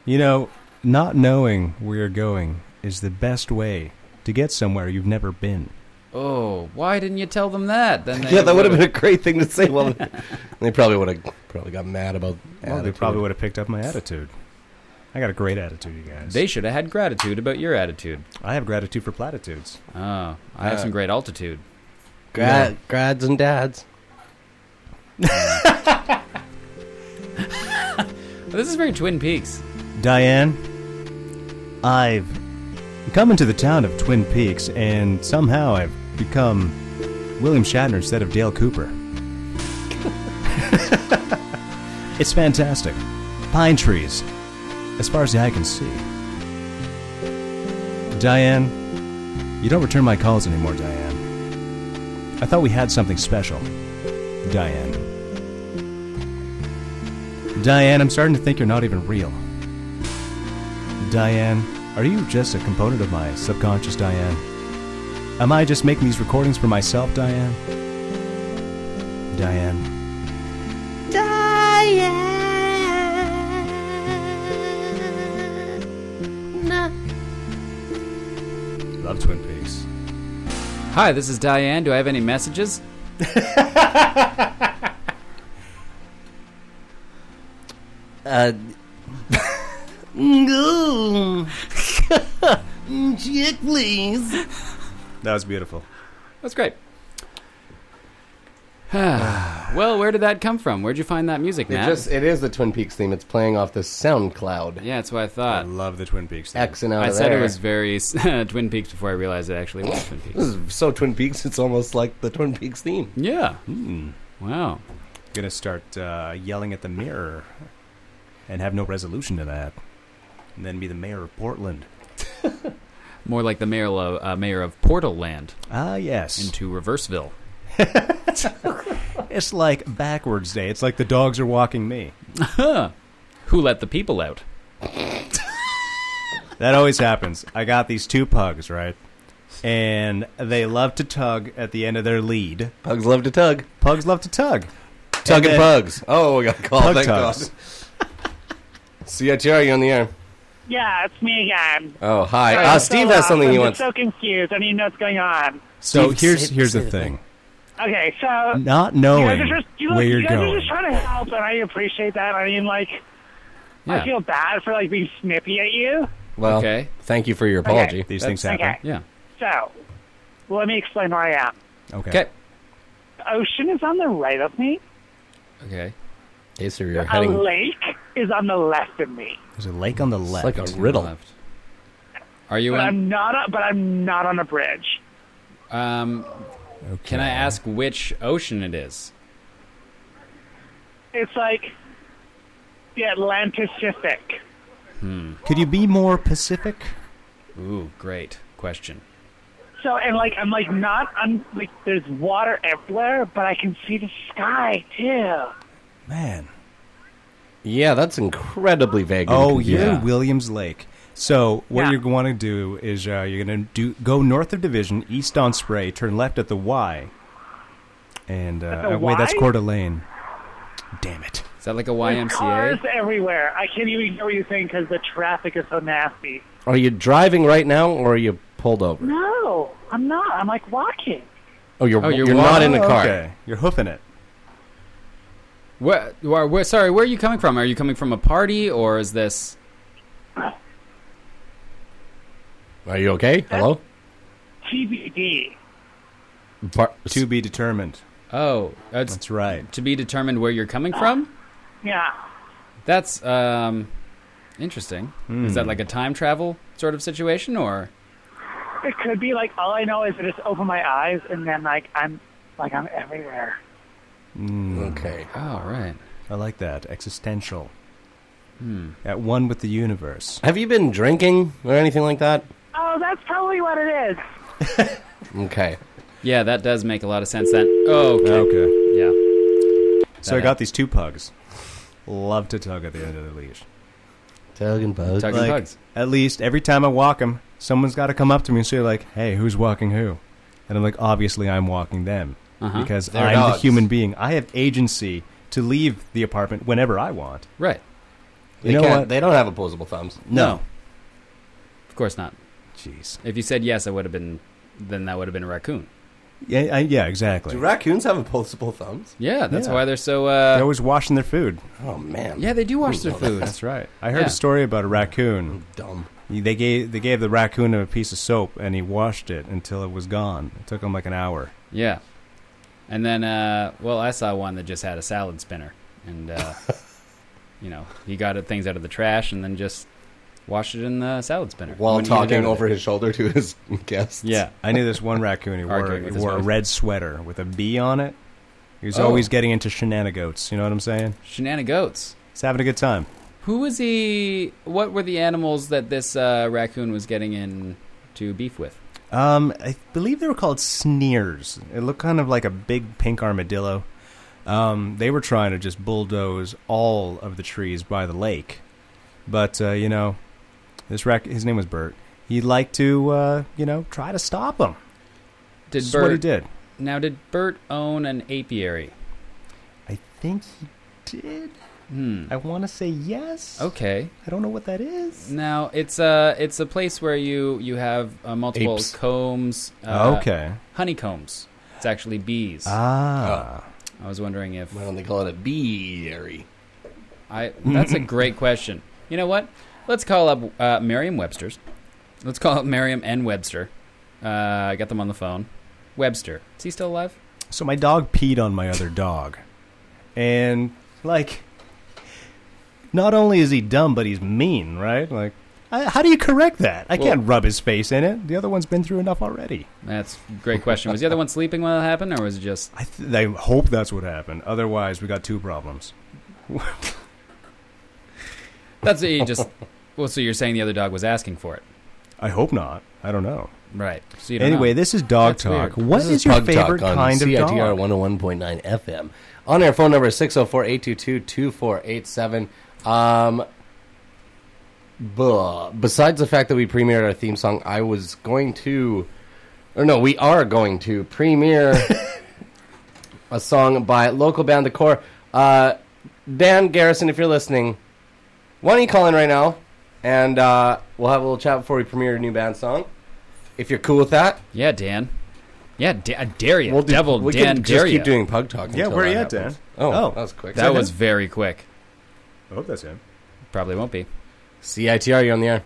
[SPEAKER 6] You know, not knowing where you're going is the best way to get somewhere you've never been.
[SPEAKER 1] Oh, why didn't you tell them that? Then they
[SPEAKER 2] yeah, that would have
[SPEAKER 1] would've-
[SPEAKER 2] been a great thing to
[SPEAKER 1] <laughs>
[SPEAKER 2] say. Well, they probably would have probably got mad about.
[SPEAKER 6] Well, Oh, they
[SPEAKER 2] attitude.
[SPEAKER 6] probably would have picked up my attitude. I got a great attitude, you guys.
[SPEAKER 1] They should have had gratitude about your attitude.
[SPEAKER 6] I have gratitude for platitudes.
[SPEAKER 1] Oh, I have
[SPEAKER 6] Uh,
[SPEAKER 1] some great altitude.
[SPEAKER 2] Gra- grads and dads.
[SPEAKER 1] This is very Twin Peaks.
[SPEAKER 6] Diane, I've come into the town of Twin Peaks, and somehow I've become William Shatner instead of Dale Cooper. <laughs> it's fantastic. Pine trees, as far as the eye can see. Diane, you don't return my calls anymore, Diane. I thought we had something special. Diane. Diane, I'm starting to think you're not even real. Diane, are you just a component of my subconscious, Diane? Am I just making these recordings for myself, Diane? Diane, love Twin Peaks.
[SPEAKER 1] Hi, this is Diane. Do I have any messages?
[SPEAKER 2] Uh,
[SPEAKER 5] No. Chick, please.
[SPEAKER 6] That was beautiful.
[SPEAKER 1] That's great. well, where did that come from? Where'd you find that music,
[SPEAKER 2] It
[SPEAKER 1] Matt?
[SPEAKER 2] Ah, just it is the Twin Peaks theme. It's playing off the SoundCloud.
[SPEAKER 1] Yeah, that's what I thought. I
[SPEAKER 6] love the Twin Peaks.
[SPEAKER 2] X and out
[SPEAKER 1] I
[SPEAKER 2] of
[SPEAKER 1] said
[SPEAKER 2] there.
[SPEAKER 1] it was very <laughs> Twin Peaks before I realized it actually was Twin Peaks.
[SPEAKER 2] This is so Twin Peaks. It's almost like the Twin Peaks theme. <laughs>
[SPEAKER 1] Yeah. Wow.
[SPEAKER 6] Hmm. Gonna start uh, yelling at the mirror and have no resolution to that. And then be the mayor of Portland.
[SPEAKER 1] More like the mayor of, uh, mayor of Portal Land.
[SPEAKER 6] Ah, yes.
[SPEAKER 1] Into Reverseville.
[SPEAKER 6] It's like backwards day. It's like the dogs are walking me.
[SPEAKER 1] Who let the people out?
[SPEAKER 6] That always happens. I got these two pugs, right? And they love to tug at the end of their lead.
[SPEAKER 2] Pugs love to tug.
[SPEAKER 6] Pugs love to tug.
[SPEAKER 2] Tug and
[SPEAKER 6] then-
[SPEAKER 2] pugs. Oh, we got a call.
[SPEAKER 6] Pug
[SPEAKER 2] Thank
[SPEAKER 6] tugs.
[SPEAKER 2] <laughs> God. CITR, you on the air?
[SPEAKER 13] Yeah, it's me again.
[SPEAKER 2] Oh, hi.
[SPEAKER 13] Sorry,
[SPEAKER 2] Uh,
[SPEAKER 13] I'm
[SPEAKER 2] Steve
[SPEAKER 13] so
[SPEAKER 2] has something
[SPEAKER 13] lost.
[SPEAKER 2] he
[SPEAKER 13] I'm
[SPEAKER 2] wants.
[SPEAKER 13] just so confused. I don't even know what's going on.
[SPEAKER 6] So
[SPEAKER 2] Steve,
[SPEAKER 6] here's
[SPEAKER 2] say-
[SPEAKER 6] here's
[SPEAKER 2] say
[SPEAKER 6] the
[SPEAKER 2] the
[SPEAKER 6] thing.
[SPEAKER 13] Okay, so
[SPEAKER 6] Not
[SPEAKER 13] you
[SPEAKER 6] knowing
[SPEAKER 13] guys are just, you,
[SPEAKER 6] where
[SPEAKER 13] you
[SPEAKER 6] you're
[SPEAKER 13] guys
[SPEAKER 6] going.
[SPEAKER 13] are just trying to help, and I appreciate that. I mean, like,
[SPEAKER 6] Yeah.
[SPEAKER 13] I feel bad for like being snippy at you.
[SPEAKER 2] Well, thank you for your
[SPEAKER 13] Okay.
[SPEAKER 2] apology.
[SPEAKER 6] These things happen.
[SPEAKER 13] Okay.
[SPEAKER 1] Yeah.
[SPEAKER 13] So, let me explain where I am.
[SPEAKER 6] Okay.
[SPEAKER 13] The ocean is on the right of me.
[SPEAKER 1] Okay.
[SPEAKER 2] Hey, sir, you're
[SPEAKER 13] A
[SPEAKER 2] heading.
[SPEAKER 13] lake is on the left of me.
[SPEAKER 6] There's a lake on the
[SPEAKER 2] It's
[SPEAKER 6] left.
[SPEAKER 2] like a riddle.
[SPEAKER 1] Are you
[SPEAKER 13] but
[SPEAKER 1] on?
[SPEAKER 13] I'm not. A, but I'm not on a bridge.
[SPEAKER 1] Um, Can I ask which ocean it is?
[SPEAKER 13] It's like the Atlantic Pacific.
[SPEAKER 1] Hmm.
[SPEAKER 6] Could you be more Pacific?
[SPEAKER 1] Ooh, great question.
[SPEAKER 13] So, and like, I'm like not. I'm like, there's water everywhere, but I can see the sky too.
[SPEAKER 6] Man.
[SPEAKER 2] Yeah, that's incredibly vague. and
[SPEAKER 6] Oh,
[SPEAKER 2] confusing.
[SPEAKER 6] you're in Williams Lake. So what
[SPEAKER 13] Yeah.
[SPEAKER 6] you're going to do is uh, you're going to do go north of Division, east on Spray, turn left at the Y. And uh,
[SPEAKER 13] the
[SPEAKER 6] uh, wait, that's
[SPEAKER 13] Y?
[SPEAKER 6] Coeur d'Alene. Damn it.
[SPEAKER 1] Is that like a
[SPEAKER 13] There's cars everywhere. I can't even hear what you're saying because the traffic is so nasty.
[SPEAKER 2] Are you driving right now, or are you pulled over?
[SPEAKER 13] No, I'm not. I'm like walking.
[SPEAKER 2] Oh, you're
[SPEAKER 1] Oh, you're
[SPEAKER 2] you're, not
[SPEAKER 1] walking.
[SPEAKER 2] in a
[SPEAKER 1] Oh,
[SPEAKER 2] car.
[SPEAKER 1] okay.
[SPEAKER 6] You're hoofing it.
[SPEAKER 1] Where, where, where? Sorry, where are you coming from? Are you coming from a party or is this?
[SPEAKER 2] Are you okay? Hello.
[SPEAKER 13] TBD.
[SPEAKER 6] to be determined.
[SPEAKER 1] Oh, it's,
[SPEAKER 6] that's right.
[SPEAKER 1] To be determined where you're coming from.
[SPEAKER 13] Yeah.
[SPEAKER 1] That's um, interesting. Is that
[SPEAKER 6] Hmm.
[SPEAKER 1] like a time travel sort of situation or?
[SPEAKER 13] It could be like all I know is I just open my eyes and then like I'm like I'm everywhere.
[SPEAKER 2] Okay.
[SPEAKER 1] All right.
[SPEAKER 6] Mm. I like that. Existential. At one with the universe.
[SPEAKER 2] Hmm. Have you been drinking or anything like that?
[SPEAKER 13] Oh, that's probably what it is.
[SPEAKER 2] Okay.
[SPEAKER 1] Yeah, that does make a lot of sense. Then. Oh, okay.
[SPEAKER 6] Okay.
[SPEAKER 1] Yeah.
[SPEAKER 6] So I got these two pugs. Love to tug at the end of the leash.
[SPEAKER 2] Tug and pugs.
[SPEAKER 1] Tug and
[SPEAKER 6] Like,
[SPEAKER 1] pugs.
[SPEAKER 6] At least every time I walk them, someone's got to come up to me and say like, "Hey, who's walking who?" And I'm like, "Obviously, I'm walking them
[SPEAKER 1] Uh-huh.
[SPEAKER 6] because
[SPEAKER 1] They're
[SPEAKER 6] I'm
[SPEAKER 1] dogs.
[SPEAKER 6] the human being. I have agency to leave the apartment whenever I want.
[SPEAKER 1] Right.
[SPEAKER 6] You
[SPEAKER 2] They
[SPEAKER 6] know
[SPEAKER 2] can't-
[SPEAKER 6] what?
[SPEAKER 2] They don't have opposable thumbs.
[SPEAKER 6] No.
[SPEAKER 1] Of course not.
[SPEAKER 6] Jeez.
[SPEAKER 1] If you said yes, I would have been. Then that would have been a raccoon.
[SPEAKER 6] Yeah, I, yeah, exactly.
[SPEAKER 2] Do raccoons have opposable thumbs?
[SPEAKER 1] Yeah, that's
[SPEAKER 6] Yeah.
[SPEAKER 1] why they're so. Uh,
[SPEAKER 6] They're always washing their food.
[SPEAKER 2] Oh man.
[SPEAKER 1] Yeah, they do wash their food.
[SPEAKER 6] That's right. I heard
[SPEAKER 1] Yeah.
[SPEAKER 6] a story about a raccoon.
[SPEAKER 2] Dumb.
[SPEAKER 6] They gave they gave the raccoon a piece of soap and he washed it until it was gone. It took him like an hour.
[SPEAKER 1] Yeah. And then, uh, well, I saw one that just had a salad spinner, and
[SPEAKER 6] <laughs>
[SPEAKER 1] uh, you know, he got things out of the trash and then just washed it in the salad spinner
[SPEAKER 2] While
[SPEAKER 1] Wouldn't eat it out
[SPEAKER 2] talking
[SPEAKER 1] of it.
[SPEAKER 2] over his shoulder to his <laughs> guests.
[SPEAKER 1] Yeah.
[SPEAKER 6] I knew this one raccoon. He wore,
[SPEAKER 1] Arguing
[SPEAKER 6] he
[SPEAKER 1] with his
[SPEAKER 6] wore a
[SPEAKER 1] wife.
[SPEAKER 6] red sweater with a bee on it. He was
[SPEAKER 1] Oh.
[SPEAKER 6] always getting into shenanigans. You know what I'm saying?
[SPEAKER 1] Shenanigans.
[SPEAKER 6] He's having a good time.
[SPEAKER 1] Who was he? What were the animals that this uh, raccoon was getting in to beef with?
[SPEAKER 6] Um, I believe they were called sneers. It looked kind of like a big pink armadillo. Um, they were trying to just bulldoze all of the trees by the lake, but uh, you know, this rac- his name was Bert. He liked to uh, you know try to stop them.
[SPEAKER 1] Did
[SPEAKER 6] This is
[SPEAKER 1] Bert,
[SPEAKER 6] what he did.
[SPEAKER 1] Now, did Bert own an apiary?
[SPEAKER 6] I think he did. I want to say yes.
[SPEAKER 1] Hmm. Okay.
[SPEAKER 6] I don't know what that is.
[SPEAKER 1] Now it's a it's a place where you you have uh, multiple
[SPEAKER 6] Apes.
[SPEAKER 1] combs. Uh,
[SPEAKER 6] Okay.
[SPEAKER 1] Honeycombs. It's actually bees.
[SPEAKER 6] Ah.
[SPEAKER 1] I was wondering if
[SPEAKER 2] why don't they call it a bee
[SPEAKER 1] I that's
[SPEAKER 6] Mm.
[SPEAKER 1] a great question. You know what? Let's call up uh, Merriam-Webster's. Let's call up Merriam and Webster. Uh, I got them on the phone. Webster, is he still alive?
[SPEAKER 6] So my dog peed on my other dog. And like not only is he dumb, but he's mean, right? Like I, how do you correct that? I
[SPEAKER 1] Well-
[SPEAKER 6] can't rub his face in it. The other one's been through enough already.
[SPEAKER 1] That's a great question. Was the
[SPEAKER 6] <laughs>
[SPEAKER 1] other one sleeping when that happened, or was it just?
[SPEAKER 6] I th- I hope that's what happened. Otherwise, we got two problems.
[SPEAKER 1] <laughs> That's you just. Well, so you're saying the other dog was asking for it,
[SPEAKER 6] I hope not. I don't know.
[SPEAKER 1] right? So you don't
[SPEAKER 6] Anyway,
[SPEAKER 1] know.
[SPEAKER 6] this is dog
[SPEAKER 1] That's
[SPEAKER 6] talk.
[SPEAKER 1] weird.
[SPEAKER 6] What
[SPEAKER 2] This
[SPEAKER 6] is your
[SPEAKER 2] Pug
[SPEAKER 6] favorite
[SPEAKER 2] Talk on
[SPEAKER 6] kind of dog?
[SPEAKER 2] CITR 101.9 FM. On air phone number is 604 822 2487. Um, buh. Besides the fact that we premiered our theme song, I was going to, or no, we are going to premiere
[SPEAKER 6] <laughs>
[SPEAKER 2] a song by local band The Core. Uh, Dan Garrison, if you're listening, why don't you call in right now and uh, we'll have a little chat before we premiere a new band song. If you're cool with that.
[SPEAKER 1] Yeah, Dan. Yeah, da- I dare you.
[SPEAKER 2] We'll do-
[SPEAKER 1] Devil
[SPEAKER 2] we
[SPEAKER 1] Dan
[SPEAKER 2] can just
[SPEAKER 1] dare
[SPEAKER 2] keep
[SPEAKER 1] ya.
[SPEAKER 2] doing pug talk Yeah, until where that you at, happens. Dan? Oh, that was quick. Is
[SPEAKER 1] That
[SPEAKER 2] that
[SPEAKER 1] was
[SPEAKER 2] him?
[SPEAKER 1] very quick.
[SPEAKER 6] I hope that's him.
[SPEAKER 1] Probably won't be.
[SPEAKER 2] CITR, you're on the air.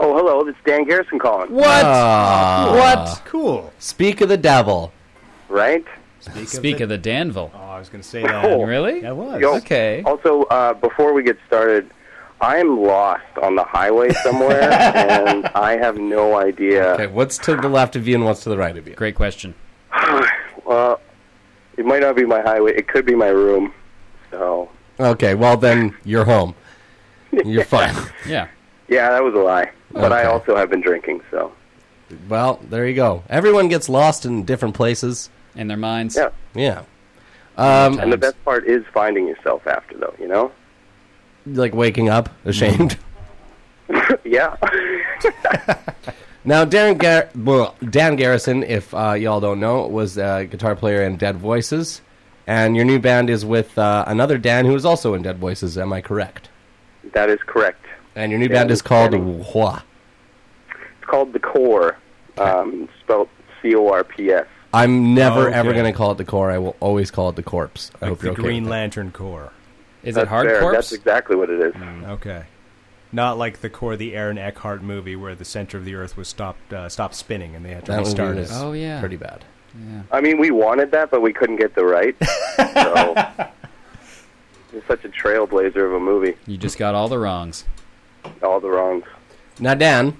[SPEAKER 12] Oh, hello. This is Dan Garrison calling.
[SPEAKER 2] Ah.
[SPEAKER 1] What?
[SPEAKER 6] Cool.
[SPEAKER 2] Speak of the devil.
[SPEAKER 12] Right?
[SPEAKER 1] Speak, of, the, Danville.
[SPEAKER 6] Oh, I was going to say
[SPEAKER 12] that. Cool.
[SPEAKER 1] Really?
[SPEAKER 6] That was.
[SPEAKER 12] Yo,
[SPEAKER 1] Okay.
[SPEAKER 12] Also, uh, before we get started, I'm lost on the highway
[SPEAKER 2] <laughs>
[SPEAKER 12] somewhere, and I have no idea.
[SPEAKER 2] Okay, what's to the left of you and what's to the right of you?
[SPEAKER 1] Great question.
[SPEAKER 12] Well, it might not be my highway. It could be my room. So,
[SPEAKER 2] Okay, well then you're home. You're
[SPEAKER 12] <laughs>
[SPEAKER 2] fine.
[SPEAKER 1] yeah.
[SPEAKER 12] Yeah, that was a lie. But I also have been drinking, so.
[SPEAKER 2] Well, there you go. Everyone gets lost in different places.
[SPEAKER 1] In their minds.
[SPEAKER 12] Yeah.
[SPEAKER 2] Yeah. Um,
[SPEAKER 12] and the best part is finding yourself after, though, you know? <clears throat>
[SPEAKER 2] like waking up ashamed.
[SPEAKER 12] yeah.
[SPEAKER 2] Now, Darren Gar- well, Dan Garrison, if uh, y'all don't know, was a guitar player in Dead Voices, and your new band is with uh, another Dan who is also in Dead Voices. Am I correct?
[SPEAKER 12] That is correct.
[SPEAKER 2] And your new
[SPEAKER 12] Dan
[SPEAKER 2] band is
[SPEAKER 12] is
[SPEAKER 2] called Hua.
[SPEAKER 12] It's called The Core, um, spelled C O R P S.
[SPEAKER 2] I'm never
[SPEAKER 12] Okay.
[SPEAKER 2] ever going to call it the core. I will always call it the corpse. I hope
[SPEAKER 6] Oh, the
[SPEAKER 2] you're okay.
[SPEAKER 6] Green
[SPEAKER 2] with
[SPEAKER 6] Lantern Corps.
[SPEAKER 1] Is
[SPEAKER 12] That's fair. That's exactly what it is.
[SPEAKER 2] Mm,
[SPEAKER 6] Okay. Not like the core of the Aaron Eckhart movie where the center of the earth was stopped uh, stopped spinning and they had to
[SPEAKER 2] That would be
[SPEAKER 6] restart it.
[SPEAKER 2] this Oh, yeah. pretty bad.
[SPEAKER 1] Yeah.
[SPEAKER 12] I mean, we wanted that, but we couldn't get the right. So
[SPEAKER 2] <laughs>
[SPEAKER 12] it's such a trailblazer of a movie.
[SPEAKER 1] You just got all the wrongs.
[SPEAKER 12] All the wrongs.
[SPEAKER 2] it. Now, Dan,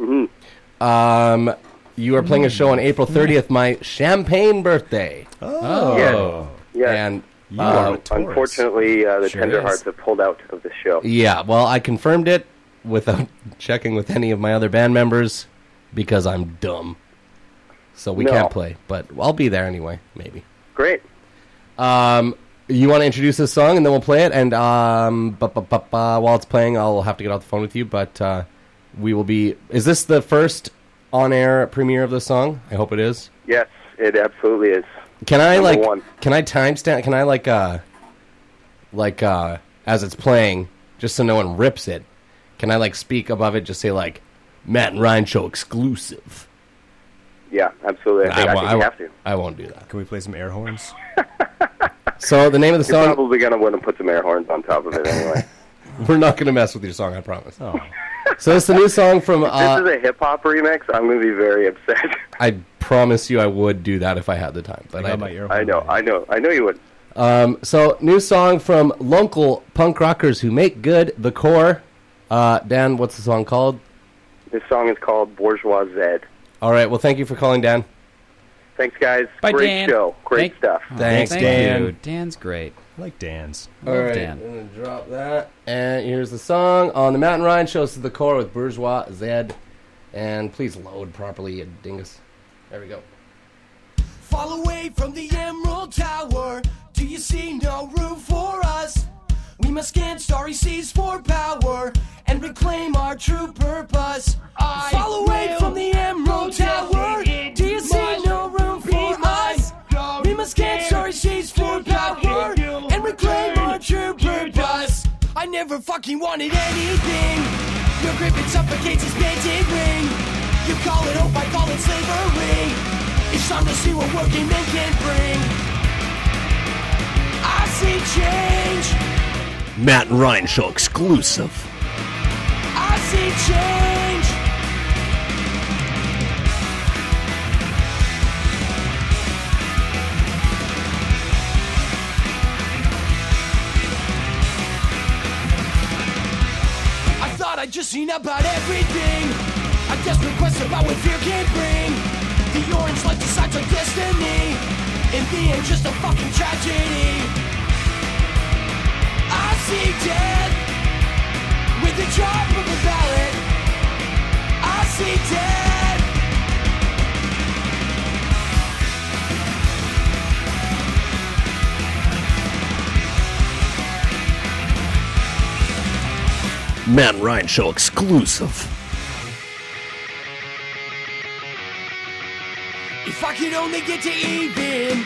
[SPEAKER 12] Mm-hmm.
[SPEAKER 2] um, you are playing a show on April 30th, my champagne birthday.
[SPEAKER 12] Oh. Yes. Yes.
[SPEAKER 2] And
[SPEAKER 12] You
[SPEAKER 2] uh,
[SPEAKER 12] unfortunately, uh, the
[SPEAKER 2] Sure
[SPEAKER 12] tender
[SPEAKER 2] is.
[SPEAKER 12] hearts have pulled out of the show.
[SPEAKER 2] Yeah, well, I confirmed it without <laughs> checking with any of my other band members because I'm
[SPEAKER 13] Um,
[SPEAKER 2] dumb. So we
[SPEAKER 12] No.
[SPEAKER 2] can't play, but I'll be there anyway, maybe.
[SPEAKER 12] Great.
[SPEAKER 2] Um, you want to introduce this song and then we'll play it. And um, bu- bu- bu- bu- while it's playing, I'll have to get off the phone with you. But uh, we will be. Is this the first on air premiere of this song? I hope it is.
[SPEAKER 12] Yes, it absolutely is.
[SPEAKER 2] Can I
[SPEAKER 12] Number
[SPEAKER 2] like?
[SPEAKER 12] one.
[SPEAKER 2] Can I timestamp? Can I like? uh Like uh as it's playing, just so no one rips it. Can I like speak above it? Just say like, Matt and Ryan show exclusive.
[SPEAKER 12] Yeah, absolutely. I think I,
[SPEAKER 2] won't-
[SPEAKER 12] think
[SPEAKER 2] won't-
[SPEAKER 12] you have to.
[SPEAKER 2] I won't do that.
[SPEAKER 6] Can we play some air horns?
[SPEAKER 2] so the name of the
[SPEAKER 12] You're
[SPEAKER 2] song.
[SPEAKER 12] probably going to want to put some air horns on top of
[SPEAKER 6] <laughs>
[SPEAKER 12] it anyway.
[SPEAKER 2] We're not gonna mess with your song. I promise. Oh. So it's the new song
[SPEAKER 12] <laughs>
[SPEAKER 2] from.
[SPEAKER 12] if
[SPEAKER 2] Uh,
[SPEAKER 12] this is a hip hop remix, I'm going to be very upset. <laughs>
[SPEAKER 2] I promise you, I would do that if I had the time. But I, don't.
[SPEAKER 12] I know, I know, I know you would.
[SPEAKER 2] Um, so, new song from local punk rockers who make good the core. Uh, Dan, what's the song called?
[SPEAKER 12] This song is called Bourgeois Zed.
[SPEAKER 2] All right. Well, thank you for calling, Dan.
[SPEAKER 12] Thanks, guys.
[SPEAKER 2] Bye,
[SPEAKER 12] Great
[SPEAKER 2] Dan.
[SPEAKER 12] show. Great
[SPEAKER 2] Thank-
[SPEAKER 12] stuff.
[SPEAKER 2] Oh, Thanks, thank Dan. you.
[SPEAKER 1] Dan's great.
[SPEAKER 6] I like Dan's.
[SPEAKER 2] All right. I'm gonna drop that. And here's the song on the Mountain Ryan shows to the core with Bourgeois Zed. And please load properly, you dingus. There we go.
[SPEAKER 5] Fall away from the Emerald Tower. Do you see no room for us? We must scan starry seas for power and reclaim our true purpose. I Fall away from the Emerald Tower. Do you see no room for us? We must scan starry seas for power and reclaim our true purpose. I never fucking wanted anything. Your grip it suffocates its painted ring. You call it hope, I call it slavery. It's time to see what working men can bring. I see change.
[SPEAKER 2] Matt and Ryan show exclusive.
[SPEAKER 5] I see change. I thought I'd just seen about everything. A desperate quest about what fear can bring. The orange light decides our destiny. In the end, just a fucking tragedy. I see death with the drop of a ballad. I see death.
[SPEAKER 2] Matt and Ryan show exclusive.
[SPEAKER 5] If I could only get to even.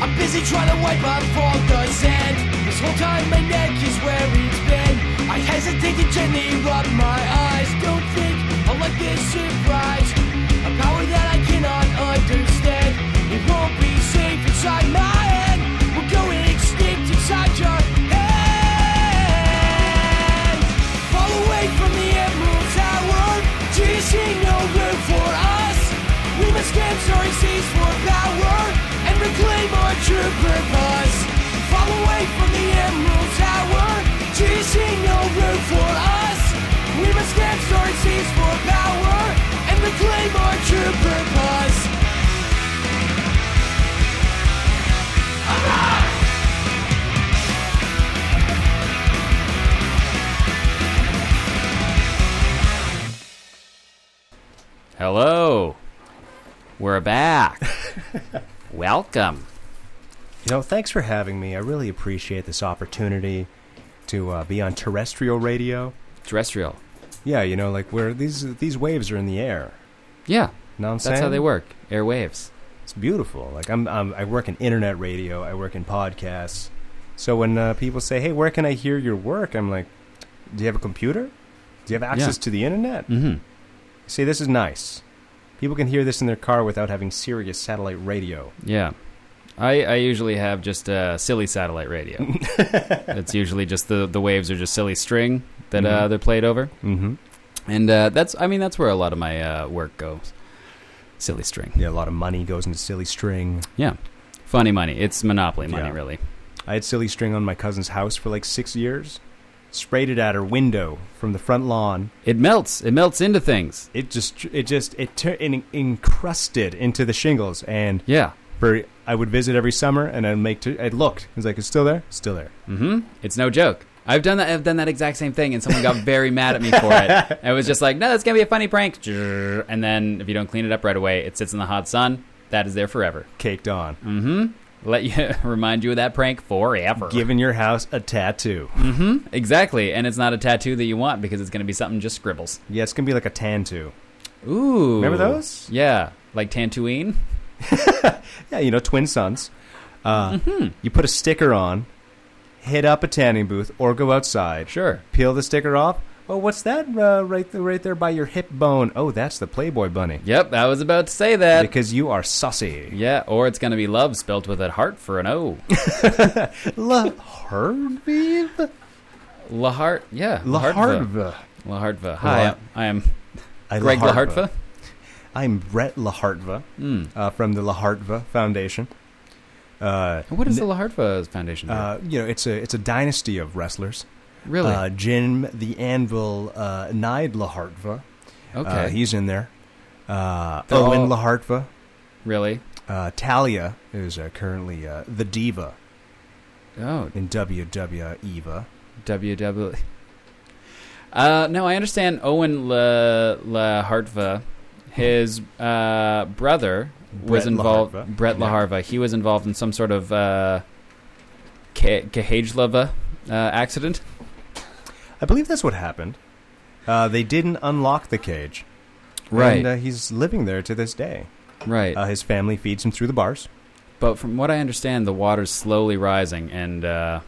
[SPEAKER 5] I'm busy trying to wipe up all the sand. This whole time my neck is where it's been. I hesitate to gently rub my eyes. Don't think I'll let this surprise. A power that I cannot understand. It won't be safe inside my head. We're going extinct inside your head. Fall away from the Emerald Tower. Do you see no room for us? We must get sorry seas for power and reclaim our true purpose. Fall away from the Emerald Tower. Do you see no room for us? We must get sorry seas for power and reclaim our true purpose.
[SPEAKER 1] Hello. We're back. Welcome.
[SPEAKER 6] You know, thanks for having me. I really appreciate this opportunity to uh, be on terrestrial radio.
[SPEAKER 1] Terrestrial.
[SPEAKER 6] Yeah, you know, like where these these waves are in the air.
[SPEAKER 1] Yeah,
[SPEAKER 6] know what I'm
[SPEAKER 1] that's
[SPEAKER 6] saying?
[SPEAKER 1] how they work. Airwaves.
[SPEAKER 6] It's beautiful. Like I'm, I'm I work in internet radio. I work in podcasts. So when uh, people say, "Hey, where can I hear your work?" I'm like, "Do you have a computer? Do you have access
[SPEAKER 1] Yeah.
[SPEAKER 6] to the internet?"
[SPEAKER 1] Mhm.
[SPEAKER 6] See, this is nice. People can hear this in their car without having serious satellite radio.
[SPEAKER 1] Yeah. I, I usually have just uh, silly satellite
[SPEAKER 6] <laughs>
[SPEAKER 1] radio. it's usually just the, the waves are just silly string that uh,
[SPEAKER 6] Mhm.
[SPEAKER 1] they're played over.
[SPEAKER 6] Mm-hmm.
[SPEAKER 1] And uh, that's, I mean, that's where a lot of my uh, work goes. Silly string.
[SPEAKER 6] Yeah, a lot of money goes into silly string.
[SPEAKER 1] Yeah. Funny money. It's Monopoly money,
[SPEAKER 6] Yeah.
[SPEAKER 1] really.
[SPEAKER 6] I had silly string on my cousin's house for like six years. Sprayed it at her window from the front lawn.
[SPEAKER 1] It melts. It melts into things.
[SPEAKER 6] It just, it just, it, tur it encrusted into the shingles. And
[SPEAKER 1] yeah,
[SPEAKER 6] for I would visit every summer and I'd make. T- I'd looked. It's like it's still there, still there.
[SPEAKER 1] Mm-hmm. It's no joke. I've done that. I've done that exact same thing, and someone got very mad at me for
[SPEAKER 6] <laughs>
[SPEAKER 1] it. I was just like, "No, that's gonna be a funny prank." And then if you don't clean it up right away, it sits in the hot sun. That is there forever,
[SPEAKER 6] caked on.
[SPEAKER 1] Mm-hmm. Let you <laughs> remind you of that prank forever.
[SPEAKER 6] Giving your house a tattoo.
[SPEAKER 1] Mm-hmm. Exactly, and it's not a tattoo that you want because it's gonna be something just scribbles.
[SPEAKER 6] Yeah, it's gonna be like a tan too.
[SPEAKER 1] Ooh,
[SPEAKER 6] Remember those?
[SPEAKER 1] Yeah, like Tantooine.
[SPEAKER 6] <laughs> yeah, you know, twin sons. Uh,
[SPEAKER 1] Mm-hmm.
[SPEAKER 6] You put a sticker on, hit up a tanning booth, or go outside.
[SPEAKER 1] Sure.
[SPEAKER 6] Peel the sticker off. Oh, what's that uh, right there, right there by your hip bone? Oh, that's the Playboy bunny.
[SPEAKER 1] Yep, I was about to say that
[SPEAKER 6] because you are saucy.
[SPEAKER 1] Yeah, or it's gonna be love spelt with a heart for an
[SPEAKER 6] <laughs>
[SPEAKER 1] O.
[SPEAKER 6] Love Hardvive?
[SPEAKER 1] Lahart, yeah,
[SPEAKER 6] Lahartva.
[SPEAKER 1] Lahartva. Hi,
[SPEAKER 6] La-
[SPEAKER 1] I am
[SPEAKER 6] I
[SPEAKER 1] Greg Lahartva.
[SPEAKER 6] I'm Brett Lahartva
[SPEAKER 1] Mm.
[SPEAKER 6] uh, from the Lahartva Foundation. Uh,
[SPEAKER 1] What is
[SPEAKER 6] n-
[SPEAKER 1] the Lahartva Foundation? do?
[SPEAKER 6] Uh, you know, it's a it's a dynasty of wrestlers.
[SPEAKER 1] Really?
[SPEAKER 6] uh, Jim the Anvil uh, Nide Lahartva. uh,
[SPEAKER 1] Okay.
[SPEAKER 6] he's in there. Uh,
[SPEAKER 1] They're
[SPEAKER 6] Owen
[SPEAKER 1] all-
[SPEAKER 6] Lahartva.
[SPEAKER 1] Really?
[SPEAKER 6] Uh, Talia is uh, currently uh, the diva.
[SPEAKER 1] Oh,
[SPEAKER 6] in E WWE Eva.
[SPEAKER 1] WWE. Uh, no, I understand Owen La Lahartva, his uh, brother was
[SPEAKER 6] Brett
[SPEAKER 1] involved.
[SPEAKER 6] Lahartva.
[SPEAKER 1] Brett Laharva. He was involved in some sort of uh, ca- Cahajlava uh, accident.
[SPEAKER 6] I believe that's what happened. Uh, they didn't unlock the cage.
[SPEAKER 1] Right.
[SPEAKER 6] And uh, he's living there to this day.
[SPEAKER 1] Right.
[SPEAKER 6] Uh, his family feeds him through the bars.
[SPEAKER 1] But from what I understand, the water's slowly rising, and uh,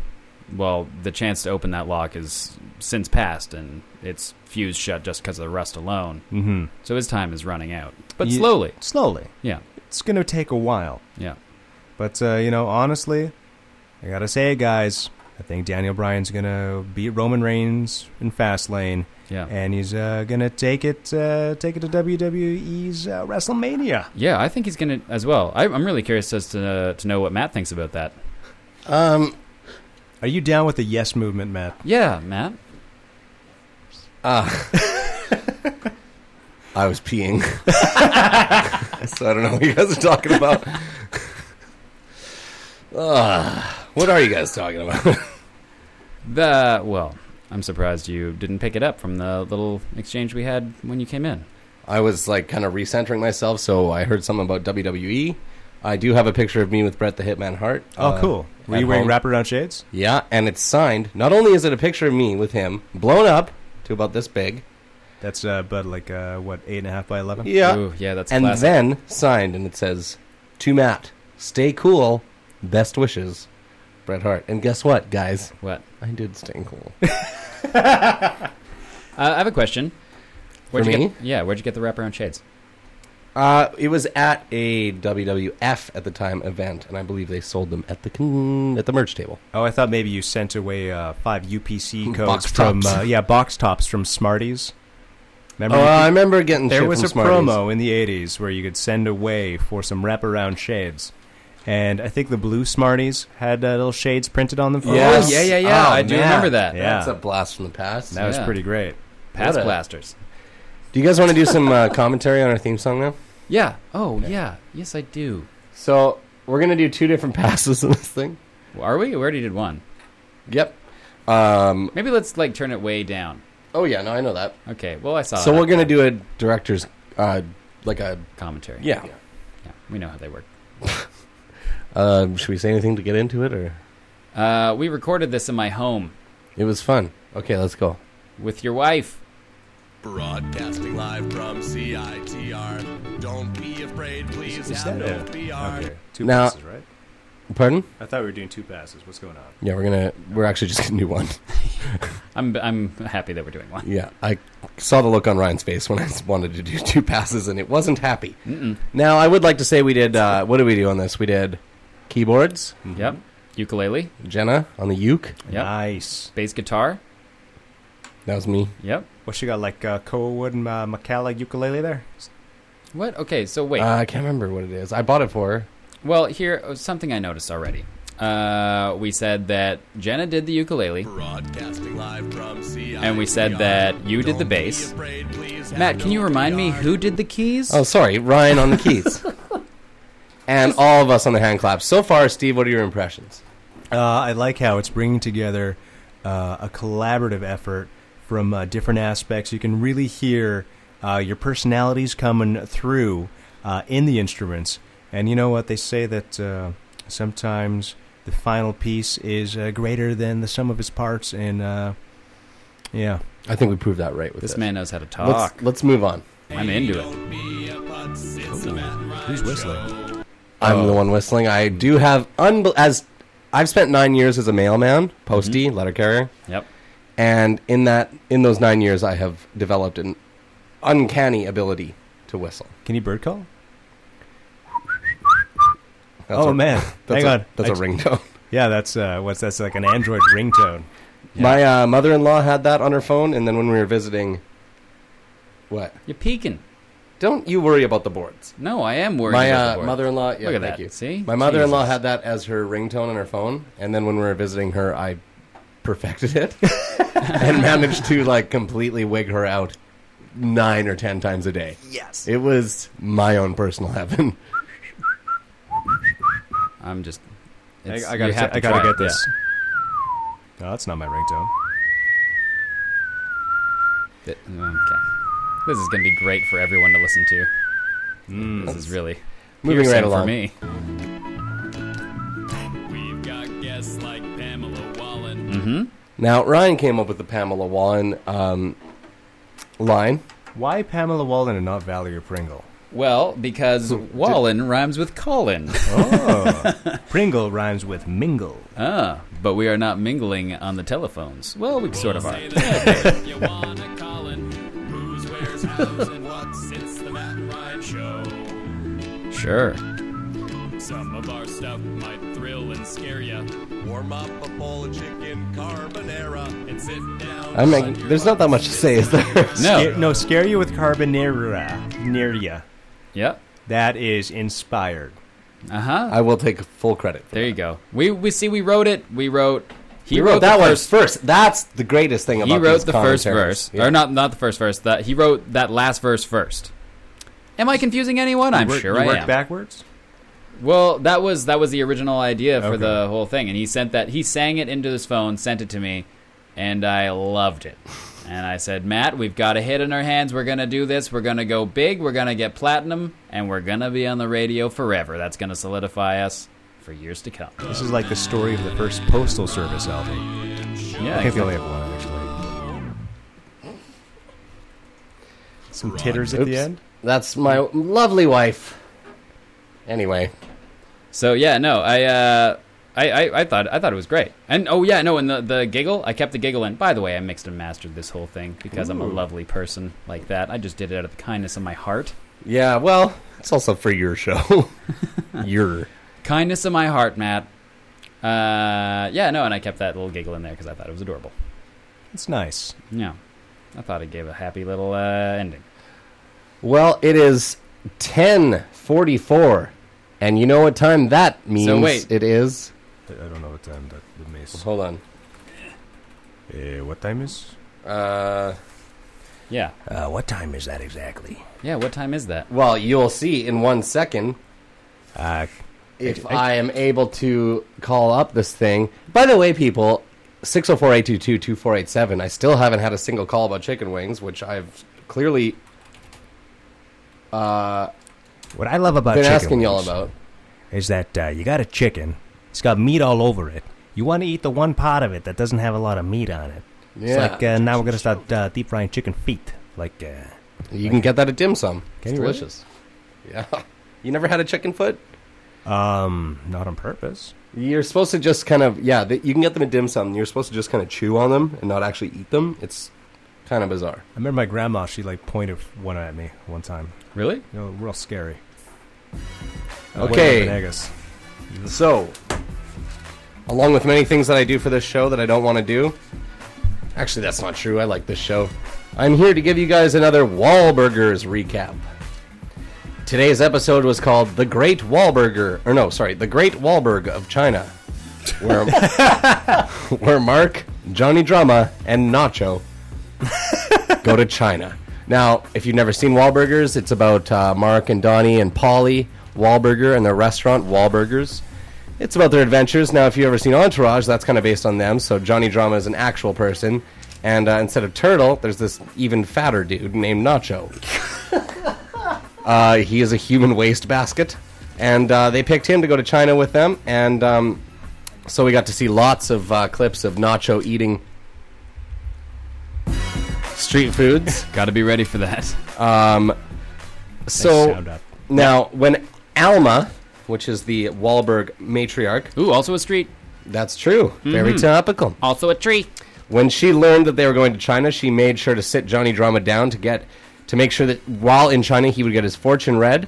[SPEAKER 1] well, the chance to open that lock is since passed, and it's fused shut just because of the rust alone.
[SPEAKER 6] Mm-hmm.
[SPEAKER 1] So his time is running out, but
[SPEAKER 6] Ye-
[SPEAKER 1] slowly.
[SPEAKER 6] Slowly.
[SPEAKER 1] Yeah.
[SPEAKER 6] It's going to take a while.
[SPEAKER 1] Yeah.
[SPEAKER 6] But, uh, you know, honestly, I got to say, guys, I think Daniel Bryan's going to beat Roman Reigns in Fastlane.
[SPEAKER 1] Yeah.
[SPEAKER 6] And he's uh, going to take it uh, take it to WWE's uh, WrestleMania.
[SPEAKER 1] Yeah, I think he's gonna as well. I, I'm really curious as to uh, to know what Matt thinks about that.
[SPEAKER 2] Um,
[SPEAKER 6] Are you down with the yes movement, Matt?
[SPEAKER 1] Yeah, Matt.
[SPEAKER 2] Ah. <laughs> <laughs> I was peeing. <laughs> so I don't know what you guys are talking about. <laughs> Ah, what are you guys talking about?
[SPEAKER 1] <laughs> The well, I'm surprised you didn't pick it up from the little exchange we had when you came in.
[SPEAKER 2] I was like kind of recentering myself, so I heard something about WWE. I do have a picture of me with Brett the Hitman Hart.
[SPEAKER 6] Oh,
[SPEAKER 2] uh,
[SPEAKER 6] cool. Were
[SPEAKER 2] at
[SPEAKER 6] you wearing
[SPEAKER 2] home.
[SPEAKER 6] wraparound shades?
[SPEAKER 2] Yeah, and it's signed. Not only is it a picture of me with him, blown up to about this big.
[SPEAKER 6] That's uh, but like uh, what eight and a half by eleven.
[SPEAKER 2] Yeah,
[SPEAKER 1] yeah, that's
[SPEAKER 2] and
[SPEAKER 1] classic.
[SPEAKER 2] then signed, and it says to Matt, "Stay cool, best wishes, Bret Hart." And guess what, guys?
[SPEAKER 1] What?
[SPEAKER 2] I did stay cool.
[SPEAKER 1] Uh, I have a question. Where'd
[SPEAKER 2] For
[SPEAKER 1] you
[SPEAKER 2] me?
[SPEAKER 1] Get, yeah, where'd you get <laughs> the wraparound shades?
[SPEAKER 2] Uh, it was at a WWF at the time event, and I believe they sold them at the con- at the merch table.
[SPEAKER 6] Oh, I thought maybe you sent away uh, five UPC codes
[SPEAKER 2] Box
[SPEAKER 6] from
[SPEAKER 2] tops.
[SPEAKER 6] uh, yeah box tops from Smarties.
[SPEAKER 2] Oh, <laughs>
[SPEAKER 6] you
[SPEAKER 2] I remember getting
[SPEAKER 6] There
[SPEAKER 2] shit
[SPEAKER 6] was
[SPEAKER 2] from
[SPEAKER 6] a
[SPEAKER 2] Smarties.
[SPEAKER 6] promo in the '80s where you could send away for some wraparound shades, and I think the blue Smarties had uh, little shades printed on them. For
[SPEAKER 2] Yes. Oh,
[SPEAKER 6] us. Oh,
[SPEAKER 2] Yeah, yeah, yeah.
[SPEAKER 1] I do remember that.
[SPEAKER 6] Yeah,
[SPEAKER 2] That's a blast from the past.
[SPEAKER 6] that was pretty great.
[SPEAKER 1] Pass
[SPEAKER 2] What a-
[SPEAKER 1] blasters.
[SPEAKER 2] Do you guys want to do some uh, commentary on our theme song
[SPEAKER 6] <laughs>
[SPEAKER 2] now?
[SPEAKER 1] Yeah. Oh, yeah. Yes, I do.
[SPEAKER 2] So we're gonna do two different <laughs> passes in this thing.
[SPEAKER 1] Well, are we? We already did one.
[SPEAKER 2] Yep. Um,
[SPEAKER 1] Maybe let's like turn it way down.
[SPEAKER 2] oh yeah, no, I know that.
[SPEAKER 1] Okay. Well, I saw.
[SPEAKER 2] So
[SPEAKER 1] that.
[SPEAKER 2] we're gonna do a director's, uh, like a
[SPEAKER 1] commentary.
[SPEAKER 2] yeah.
[SPEAKER 1] Yeah, we know how they
[SPEAKER 2] <laughs>
[SPEAKER 1] work.
[SPEAKER 2] Um, should we say anything to get into it, or
[SPEAKER 1] Uh, we recorded this in my home
[SPEAKER 2] it was fun? Okay, let's go.
[SPEAKER 1] with your wife.
[SPEAKER 4] Broadcasting live from CITR. Don't be afraid, please
[SPEAKER 6] Is
[SPEAKER 4] have
[SPEAKER 6] that
[SPEAKER 4] no
[SPEAKER 6] it?
[SPEAKER 4] PR.
[SPEAKER 6] Okay, two
[SPEAKER 2] Now-
[SPEAKER 6] passes, right?
[SPEAKER 2] Pardon?
[SPEAKER 6] I thought we were doing two passes. What's going on?
[SPEAKER 2] Yeah, we're gonna. We're actually just gonna do one.
[SPEAKER 1] I'm I'm happy that we're doing one.
[SPEAKER 2] Yeah, I saw the look on Ryan's face when I <laughs> wanted to do two passes, and it wasn't happy. Now, I would like to say we did. Uh, what did we do on this? We did keyboards,
[SPEAKER 1] Mm-hmm. Yep. Ukulele.
[SPEAKER 2] Jenna on the uke.
[SPEAKER 1] Yep.
[SPEAKER 6] Nice.
[SPEAKER 1] Bass guitar.
[SPEAKER 2] That was me.
[SPEAKER 1] Yep.
[SPEAKER 6] What you got? Like uh, Coa and uh, Macala ukulele there?
[SPEAKER 1] What? Okay. So Oh, wait.
[SPEAKER 2] Uh, I can't remember what it is. I bought it for her.
[SPEAKER 1] well, here uh, something I noticed already. Uh, we said that Jenna did the ukulele,
[SPEAKER 4] Broadcasting live from CITR.
[SPEAKER 1] and we said that you did the
[SPEAKER 4] Don't be
[SPEAKER 1] bass.
[SPEAKER 4] afraid, please have
[SPEAKER 1] Matt, can
[SPEAKER 4] no
[SPEAKER 1] you remind me
[SPEAKER 4] PR.
[SPEAKER 1] who did the keys?
[SPEAKER 2] Oh, sorry, Ryan on
[SPEAKER 1] <laughs>
[SPEAKER 2] the keys, and all of us on the hand claps. So far, Steve, what are your impressions?
[SPEAKER 6] Uh, I like how it's bringing together uh, a collaborative effort from uh, different aspects. You can really hear uh, your personalities coming through uh, in the instruments. And you know what? They say that uh, sometimes the final piece is uh, greater than the sum of its parts. And uh, yeah,
[SPEAKER 2] I think we proved that right with
[SPEAKER 1] This
[SPEAKER 2] this.
[SPEAKER 1] man knows how to talk.
[SPEAKER 2] Let's, let's move on.
[SPEAKER 1] I'm into it. Who's whistling?
[SPEAKER 2] I'm
[SPEAKER 6] Oh.
[SPEAKER 2] the one whistling. I do have unbel- as I've spent nine years as a mailman, postie,
[SPEAKER 6] Mm-hmm.
[SPEAKER 2] letter carrier.
[SPEAKER 1] Yep.
[SPEAKER 2] And in that, in those nine years, I have developed an uncanny ability to whistle.
[SPEAKER 6] Can you bird call?
[SPEAKER 2] That's
[SPEAKER 6] oh
[SPEAKER 2] a-
[SPEAKER 6] man,
[SPEAKER 2] <laughs> that's
[SPEAKER 6] hang
[SPEAKER 2] a-
[SPEAKER 6] on.
[SPEAKER 2] that's a
[SPEAKER 6] a
[SPEAKER 2] ringtone.
[SPEAKER 6] Yeah, that's uh, what's that's like an Android ringtone.
[SPEAKER 2] My uh, mother-in-law had that on her phone, and then when we were visiting, what?
[SPEAKER 1] You're peeking.
[SPEAKER 2] Don't you worry about the boards.
[SPEAKER 1] No, Oh, I am worried.
[SPEAKER 2] my
[SPEAKER 1] about
[SPEAKER 2] uh,
[SPEAKER 1] the board.
[SPEAKER 2] mother-in-law. Yeah,
[SPEAKER 1] Look at
[SPEAKER 2] thank
[SPEAKER 1] that.
[SPEAKER 2] you.
[SPEAKER 1] See,
[SPEAKER 2] my mother-in-law
[SPEAKER 1] Jesus.
[SPEAKER 2] had that as her ringtone on her phone, and then when we were visiting her, I perfected
[SPEAKER 1] <laughs>
[SPEAKER 2] it and managed to like completely wig her out nine or ten times a day.
[SPEAKER 6] Yes,
[SPEAKER 2] it was my own personal heaven.
[SPEAKER 1] I'm just.
[SPEAKER 6] I,
[SPEAKER 1] it's-
[SPEAKER 6] I
[SPEAKER 1] you
[SPEAKER 6] gotta,
[SPEAKER 1] have
[SPEAKER 6] t-
[SPEAKER 1] to
[SPEAKER 6] I gotta
[SPEAKER 1] try it,
[SPEAKER 6] get this. No, that's not my ringtone.
[SPEAKER 1] Th- Okay. This is going to be great for everyone to listen to.
[SPEAKER 6] Mm.
[SPEAKER 1] This is really
[SPEAKER 2] Moving right
[SPEAKER 1] piercing for
[SPEAKER 2] along.
[SPEAKER 1] me.
[SPEAKER 4] We've got guests like Pamela Wallen.
[SPEAKER 2] Mm-hmm. Now Ryan came up with the Pamela Wallen um, line.
[SPEAKER 6] Why Pamela Wallen and not Valerie
[SPEAKER 1] <laughs>
[SPEAKER 6] Pringle?
[SPEAKER 1] Well, because Wallen rhymes with Colin. <laughs>
[SPEAKER 6] Oh, Pringle rhymes with mingle.
[SPEAKER 1] Ah, but we are not mingling on the telephones. Well, we sort of are. <laughs>
[SPEAKER 4] You wanna call in? Who's where's hows and what's? It's the Matt and Ryan Show.
[SPEAKER 1] sure.
[SPEAKER 4] Some of our stuff might thrill and scare ya. Warm up a bowl of chicken carbonara and sit down.
[SPEAKER 2] I'm like, there's not that much to say, is there?
[SPEAKER 6] Scare, no, scare you with carbonara near ya.
[SPEAKER 1] Yep.
[SPEAKER 6] That is inspired.
[SPEAKER 1] Uh huh.
[SPEAKER 2] <laughs> I will take full credit.
[SPEAKER 1] There you go. We we see we wrote it. We wrote. He
[SPEAKER 2] You wrote,
[SPEAKER 1] the
[SPEAKER 2] that one
[SPEAKER 1] first-
[SPEAKER 2] first. That's the greatest thing about
[SPEAKER 1] He wrote
[SPEAKER 2] these
[SPEAKER 1] the first
[SPEAKER 2] commentaries.
[SPEAKER 1] verse,
[SPEAKER 2] Yeah.
[SPEAKER 1] or not not the first verse. That he wrote that last verse first. Am I confusing anyone? I'm
[SPEAKER 6] You work-
[SPEAKER 1] sure
[SPEAKER 6] you
[SPEAKER 1] I
[SPEAKER 6] work
[SPEAKER 1] am.
[SPEAKER 6] backwards.
[SPEAKER 1] Well, that was that was the original idea for
[SPEAKER 6] Okay.
[SPEAKER 1] the whole thing, and he sent that he sang it into his phone, sent it to me, and I loved it. And I said, Matt, we've got a hit in our hands. We're gonna do this. We're gonna go big. We're gonna get platinum, and we're gonna be on the radio forever. That's gonna solidify us for years to come.
[SPEAKER 6] This is like the story of the first Postal Service album.
[SPEAKER 1] Yeah,
[SPEAKER 6] I think they
[SPEAKER 1] exactly.
[SPEAKER 6] only have one actually. Some titters at the
[SPEAKER 2] Oops.
[SPEAKER 6] end.
[SPEAKER 2] That's my lovely wife. Anyway,
[SPEAKER 1] So yeah, no, I, uh, I, I, I thought I thought it was great, and oh yeah, no, and the the giggle, I kept the giggle in. By the way, I mixed and mastered this whole thing because I'm a
[SPEAKER 2] Ooh.
[SPEAKER 1] lovely person like that. I just did it out of the kindness of my heart.
[SPEAKER 2] yeah, well, it's also for your <laughs> show. your.
[SPEAKER 1] Kindness of my heart, Matt. Uh, yeah, no, and I kept that little giggle in there because I thought it was adorable.
[SPEAKER 6] It's nice.
[SPEAKER 1] Yeah, I thought it gave a happy little uh, ending.
[SPEAKER 2] Well, it is 10:44, and you know what time that means?
[SPEAKER 1] wait.
[SPEAKER 2] it is.
[SPEAKER 6] I don't know what time that the mace.
[SPEAKER 2] Hold on.
[SPEAKER 6] Uh, what time is?
[SPEAKER 2] Uh,
[SPEAKER 1] yeah.
[SPEAKER 6] Uh, what time is that exactly?
[SPEAKER 1] Yeah, what time is that?
[SPEAKER 2] Well, you'll see in one second
[SPEAKER 6] Uh,
[SPEAKER 2] if I, am able to call up this thing. By the way, people, 604-822-2487, I still haven't had a single call about chicken wings, which I've clearly uh,
[SPEAKER 6] what I love about
[SPEAKER 2] been
[SPEAKER 6] chicken
[SPEAKER 2] asking y'all
[SPEAKER 6] wings
[SPEAKER 2] about.
[SPEAKER 6] is that uh, you got a chicken. It's got meat all over it. You want to eat the one part of it that doesn't have a lot of meat on it. It's
[SPEAKER 2] Yeah.
[SPEAKER 6] like uh, now we're gonna start uh, deep frying chicken feet. Like uh,
[SPEAKER 2] You can get that at dim sum.
[SPEAKER 6] Can
[SPEAKER 2] it's
[SPEAKER 6] you really?
[SPEAKER 2] delicious. Yeah. <laughs> You never had a chicken foot?
[SPEAKER 6] um, not on purpose.
[SPEAKER 2] You're supposed to just kind of yeah. Th- you can get them at dim sum. You're supposed to just kind of chew on them and not actually eat them. It's kind of bizarre.
[SPEAKER 6] I remember my grandma. She like pointed one at me one time.
[SPEAKER 1] Really?
[SPEAKER 6] You know, real scary. Uh,
[SPEAKER 2] Okay.
[SPEAKER 6] Wait, Venegas.
[SPEAKER 2] So, along with many things that I do for this show that I don't want to do, actually that's not true. I like this show. I'm here to give you guys another Wahlburgers recap. Today's episode was called "The Great Wahlburger," or no, sorry, "The Great Wahlberg of China," where <laughs> where Mark, Johnny Drama, and Nacho go to China. Now, if you've never seen Wahlburgers, it's about uh, Mark and Donnie and Polly Wahlburger and their restaurant Wahlburgers. It's about their adventures. Now, if you've ever seen Entourage, that's kind of based on them. So Johnny Drama is an actual person, and uh, instead of Turtle, there's this even fatter dude named Nacho. Uh, he is a human waste basket, and uh, they picked him to go to China with them. And um, so we got to see lots of uh, clips of Nacho eating street
[SPEAKER 1] <laughs>
[SPEAKER 2] foods.
[SPEAKER 1] Got to be ready for that.
[SPEAKER 2] Um, so
[SPEAKER 1] sound up.
[SPEAKER 2] now when Alma, which is the Wahlberg matriarch,
[SPEAKER 1] ooh, also a street.
[SPEAKER 2] That's true. Very
[SPEAKER 1] Mhm.
[SPEAKER 2] topical.
[SPEAKER 1] Also a tree.
[SPEAKER 2] When she learned that they were going to China, she made sure to sit Johnny Drama down to get to make sure that while in China he would get his fortune read.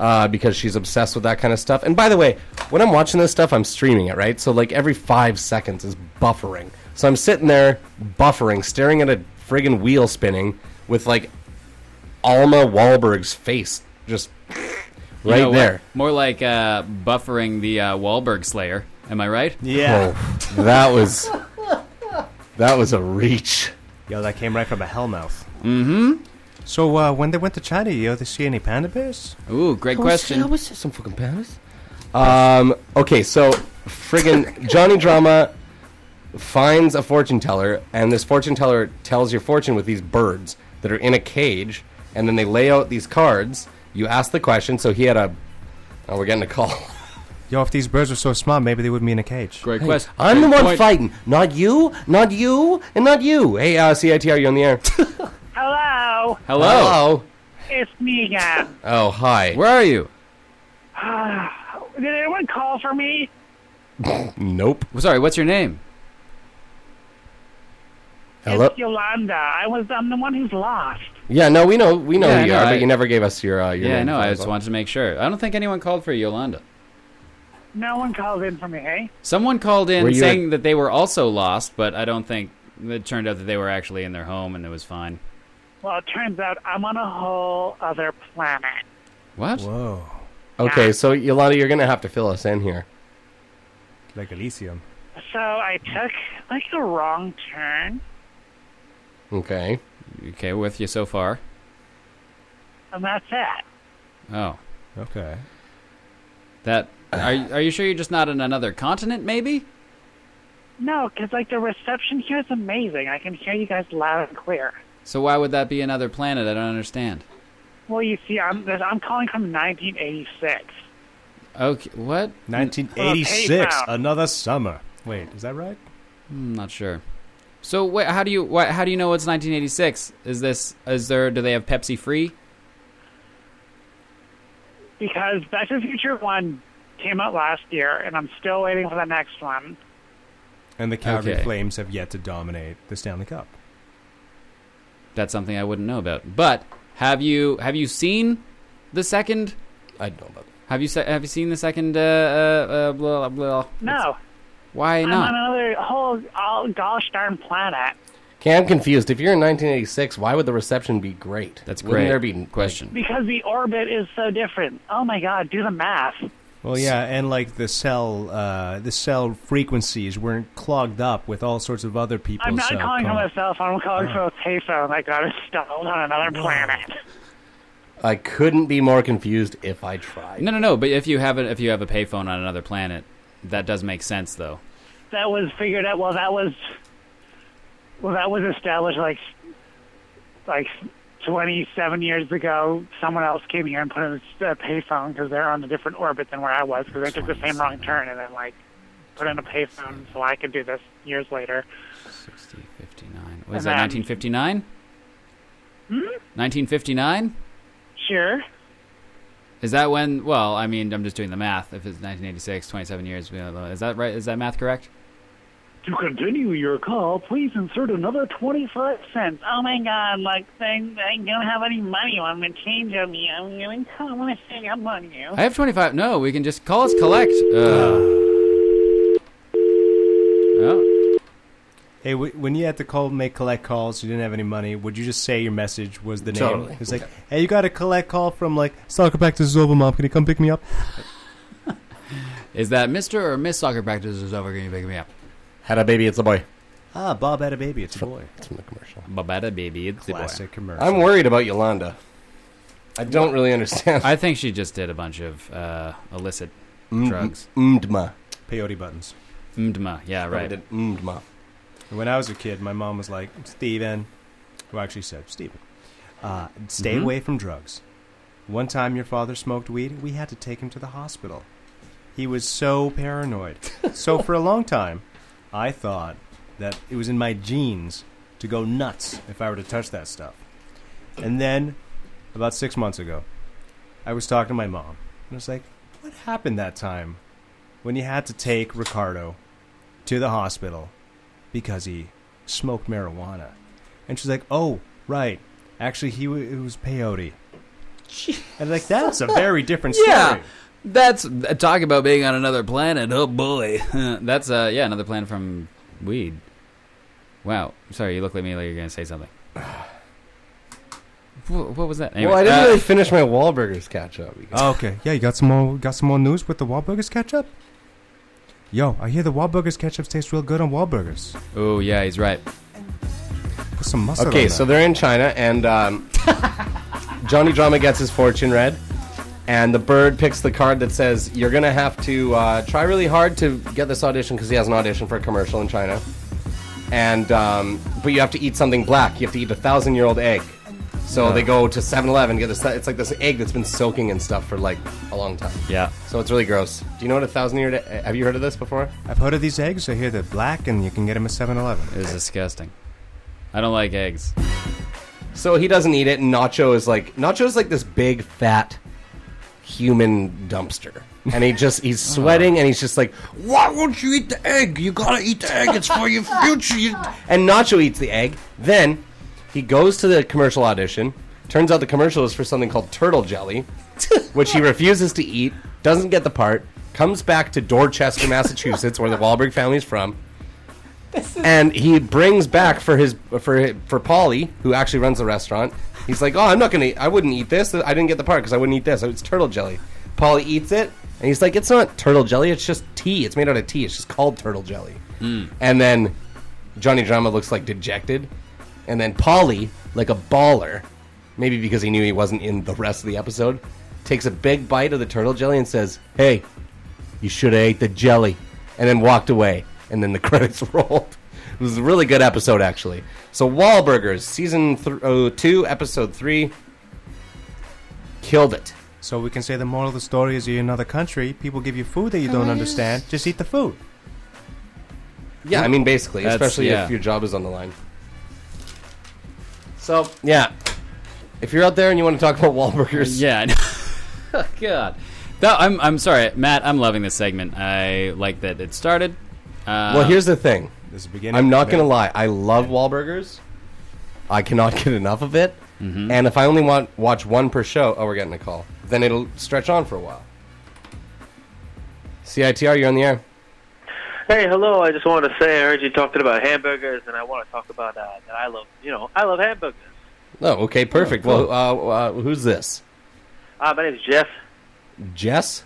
[SPEAKER 2] Uh, because she's obsessed with that kind of stuff. And by the way, when I'm watching this stuff, I'm streaming it, right? So like every five seconds is buffering. So I'm sitting there buffering, staring at a friggin' wheel spinning with like Alma Wahlberg's face just
[SPEAKER 1] You
[SPEAKER 2] right
[SPEAKER 1] know what?
[SPEAKER 2] there.
[SPEAKER 1] More like uh, buffering the uh, Wahlberg Slayer. Am I right?
[SPEAKER 2] Oh, that was that was a reach.
[SPEAKER 6] Yo, that came right from a hellmouth.
[SPEAKER 1] Mm-hmm.
[SPEAKER 6] So uh, when they went to China, yo, they see any panda bears?
[SPEAKER 1] Ooh, great
[SPEAKER 2] I wish- I wish there's some fucking pandas. Um, okay, so friggin' Johnny Drama finds a fortune teller, and this fortune teller tells your fortune with these birds that are in a cage, and then they lay out these cards. You ask the question, so he had a. Oh, we're getting a call.
[SPEAKER 6] Yo, if these birds were so smart, maybe they would be in a cage.
[SPEAKER 1] Great
[SPEAKER 2] Hey, I'm the one fighting, not you, not you, and not you. Hey, uh, CITR, you
[SPEAKER 1] <laughs>
[SPEAKER 2] on the air?
[SPEAKER 13] Hello.
[SPEAKER 2] Hello.
[SPEAKER 13] It's me again. <sighs>
[SPEAKER 2] Oh, hi. Where are you?
[SPEAKER 13] Did anyone call for me?
[SPEAKER 2] Oh. Nope.
[SPEAKER 1] Sorry, what's your name?
[SPEAKER 2] Hello.
[SPEAKER 13] It's Yolanda. I was I'm the one who's lost.
[SPEAKER 2] Yeah, no, we know, we know
[SPEAKER 1] Yeah,
[SPEAKER 2] who you
[SPEAKER 1] no,
[SPEAKER 2] are,
[SPEAKER 1] I-
[SPEAKER 2] but you never gave us your. Uh, your
[SPEAKER 1] yeah, I
[SPEAKER 2] name
[SPEAKER 1] know.
[SPEAKER 2] for
[SPEAKER 1] I
[SPEAKER 2] us.
[SPEAKER 1] just wanted to make sure. I don't think anyone called for Yolanda.
[SPEAKER 13] No one called in for me, eh?
[SPEAKER 1] Someone called
[SPEAKER 2] Were
[SPEAKER 1] in
[SPEAKER 2] you
[SPEAKER 1] saying that they were also lost, but I don't think it turned out that they were actually in their home and it was fine.
[SPEAKER 13] Well, it turns out I'm on a whole other planet.
[SPEAKER 1] What?
[SPEAKER 6] Whoa.
[SPEAKER 2] Okay, so Yolanda, you're gonna have to fill us in here.
[SPEAKER 6] Like Elysium.
[SPEAKER 13] So I took like a wrong turn.
[SPEAKER 2] Okay.
[SPEAKER 1] Okay, with you so far.
[SPEAKER 13] And that's it.
[SPEAKER 1] Oh.
[SPEAKER 6] Okay.
[SPEAKER 1] That are you- are you sure you're just not in another continent? Maybe.
[SPEAKER 13] No, because like the reception here is amazing. I can hear you guys loud and clear.
[SPEAKER 1] So why would that be another planet? I don't understand.
[SPEAKER 13] Well, you see, I'm I'm calling from 1986.
[SPEAKER 1] Okay, what?
[SPEAKER 6] 1986,
[SPEAKER 13] Well, PayPal.
[SPEAKER 6] another summer. Wait, is that right?
[SPEAKER 1] I'm Hmm, not sure. So wait, how do you why, how do you know it's 1986? Is this is there do they have Pepsi free?
[SPEAKER 13] Because Back to the Future One came out last year, and I'm still waiting for the next one.
[SPEAKER 6] And the Calgary
[SPEAKER 1] Okay.
[SPEAKER 6] Flames have yet to dominate the Stanley Cup.
[SPEAKER 1] That's something I wouldn't know about. But have you have you seen the second?
[SPEAKER 2] I know about. That.
[SPEAKER 1] Have you se- have you seen the second? Uh, uh, uh, blah, blah, blah.
[SPEAKER 13] No,
[SPEAKER 1] Why
[SPEAKER 13] I'm
[SPEAKER 1] not?
[SPEAKER 13] on another whole all gosh darn planet
[SPEAKER 2] Okay, I'm confused. If you're in 1986, why would the reception be great?
[SPEAKER 1] That's
[SPEAKER 2] Wouldn't
[SPEAKER 1] great.
[SPEAKER 2] there be
[SPEAKER 1] question?
[SPEAKER 13] because the orbit is so different. Oh my God, do the math.
[SPEAKER 6] Well, yeah, and like the cell, uh, the cell frequencies weren't clogged up with all sorts of other people's.
[SPEAKER 13] I'm not
[SPEAKER 6] uh,
[SPEAKER 13] calling from
[SPEAKER 6] calls.
[SPEAKER 13] a cell phone. I'm
[SPEAKER 1] Oh.
[SPEAKER 13] calling from a payphone. I got installed on another planet.
[SPEAKER 2] I couldn't be more confused if I tried.
[SPEAKER 1] No, no, no. But if you have a, if you have a payphone on another planet, that does make sense though.
[SPEAKER 13] That was figured out. Well, that was well, that was established like like 27 years ago. Someone else came here and put in a payphone because they're on a different orbit than where I was because they took the same wrong turn and then like put in a payphone so I could do this years later.
[SPEAKER 1] 60, 59. Was
[SPEAKER 13] And
[SPEAKER 1] that
[SPEAKER 13] then- Hmm?
[SPEAKER 1] 1959? 1959?
[SPEAKER 13] Sure.
[SPEAKER 1] Is that when? Well, I mean, I'm just doing the math. If it's 1986, 27 years. blah, blah, blah. Is that right? Is that math correct?
[SPEAKER 13] To continue your call, please insert another 25 cents. Oh my god, like, I, I don't have any money on my change on me. I'm going to I'm gonna hang up on you.
[SPEAKER 1] I have 25. No, we can just call us collect. Uh, oh.
[SPEAKER 6] Hey, w- when you had to call, make collect calls, you didn't have any money. Would you just say your message was the
[SPEAKER 2] Totally.
[SPEAKER 6] name? It's like, hey, you got a collect call from like soccer back to Zova Mom. Can you come pick me up?
[SPEAKER 1] Is that Mr. or Miss Soccer Practice is over? Can you pick me up?
[SPEAKER 2] Had a baby, it's a boy.
[SPEAKER 6] Ah, Bob had a baby. It's a boy.
[SPEAKER 2] It's from the commercial.
[SPEAKER 1] Babada baby, it's the boy.
[SPEAKER 6] Classic commercial.
[SPEAKER 2] I'm worried about Yolanda. I don't really understand.
[SPEAKER 1] I think she just did a bunch of uh, illicit
[SPEAKER 2] Mm-
[SPEAKER 1] drugs.
[SPEAKER 2] Mdma.
[SPEAKER 6] Mm-hmm. Peyote buttons.
[SPEAKER 1] Mdma, yeah,
[SPEAKER 2] Probably
[SPEAKER 1] right.
[SPEAKER 2] did Mdma.
[SPEAKER 6] And When I was a kid, my mom was like, Steven, who actually said, Steven, uh, stay
[SPEAKER 1] Mhm.
[SPEAKER 6] away from drugs. One time your father smoked weed, we had to take him to the hospital. He was so paranoid. so for a long time, I thought that it was in my genes to go nuts if I were to touch that stuff. And then, about six months ago, I was talking to my mom. And I was like, what happened that time when you had to take Ricardo to the hospital because he smoked marijuana? And she's like, oh, right. Actually, he w- it was peyote. And like, that's a very different story.
[SPEAKER 1] <laughs> Yeah. That's uh, talk about being on another planet. Oh boy, <laughs> that's uh yeah another planet from weed. Wow, sorry, you look at me like you're gonna say something. Wh- What was that? Anyway,
[SPEAKER 2] well, I didn't
[SPEAKER 1] uh,
[SPEAKER 2] really finish my Wahlburgers catch up.
[SPEAKER 6] Oh, okay. Yeah, you got some more got some more news with the Wahlburgers ketchup? Yo, I hear the Wahlburgers ketchup tastes real good on Wahlburgers.
[SPEAKER 1] Oh yeah, he's right.
[SPEAKER 6] Put some mustard
[SPEAKER 2] Okay,
[SPEAKER 6] on
[SPEAKER 2] so they're in China, and um, Johnny Drama gets his fortune read, and the bird picks the card that says, You're going to have to uh, try really hard to get this audition because he has an audition for a commercial in China. And, um, but you have to eat something black. You have to eat a thousand year old egg. So
[SPEAKER 1] Oh.
[SPEAKER 2] they go to 7 Eleven, get this, it's like this egg that's been soaking in stuff for like a long time.
[SPEAKER 1] Yeah.
[SPEAKER 2] So it's really gross. Do you know what a thousand year old Have you heard of this before?
[SPEAKER 6] I've heard of these eggs. I hear they're black and you can get them at 7 Eleven.
[SPEAKER 1] It was disgusting. I don't like eggs.
[SPEAKER 2] So he doesn't eat it, and Nacho is like Nacho is like this big fat human dumpster, and he just
[SPEAKER 1] <laughs>
[SPEAKER 2] he's
[SPEAKER 1] Uh-huh.
[SPEAKER 2] sweating, and he's just like, Why won't you eat the egg? You gotta eat the egg. It's for
[SPEAKER 12] <laughs>
[SPEAKER 2] your future. You... and Nacho eats the egg. Then he goes to the commercial audition. Turns out the commercial is for something called turtle jelly, which he refuses to eat. Doesn't get the part. Comes back to Dorchester, Massachusetts, where the Wahlberg family's from and he brings back for his for for Polly, who actually runs the restaurant. He's like, "Oh, I'm not gonna. I wouldn't eat this. I didn't get the part because I wouldn't eat this. It's turtle jelly." Polly eats it, and he's like, "It's not turtle jelly. It's just tea. It's made out of tea. It's just called turtle jelly." And then Johnny Drama looks like dejected, and then Polly, like a baller, maybe because he knew he wasn't in the rest of the episode, takes a big bite of the turtle jelly and says, "Hey, you should have ate the jelly," and then walked away. And then the <laughs> credits rolled. It was a really good episode, actually. So Wahlburgers, season th- oh, two, episode three, killed it.
[SPEAKER 6] So we can say the moral of the story is you're in another country, people give you food that you don't understand, just eat the food.
[SPEAKER 2] Yeah, I mean, basically,
[SPEAKER 6] That's-
[SPEAKER 2] especially
[SPEAKER 6] yeah.
[SPEAKER 2] if your job is on the line. So yeah, if you're out there and you want to talk about Wahlburgers,
[SPEAKER 1] yeah, I know. <laughs> Oh, God. No, I'm I'm sorry, Matt. I'm loving this segment. I like that it started. Uh,
[SPEAKER 2] well, here's the thing.
[SPEAKER 6] This is the beginning.
[SPEAKER 2] I'm not gonna lie. I love Wahlburgers. I cannot <laughs> get enough of it.
[SPEAKER 6] Mm-hmm.
[SPEAKER 2] And if I only want watch one per show, oh, we're getting a call. Then it'll stretch on for a while. CITR, you're on the air.
[SPEAKER 12] Hey, hello. I just wanted to say I heard you talking about hamburgers, and I want to talk about uh, that I love, you know, I love hamburgers.
[SPEAKER 2] Oh, okay, perfect.
[SPEAKER 12] cool.
[SPEAKER 2] Well, uh, uh, who's this?
[SPEAKER 12] Uh, my name's Jeff.
[SPEAKER 2] Jess.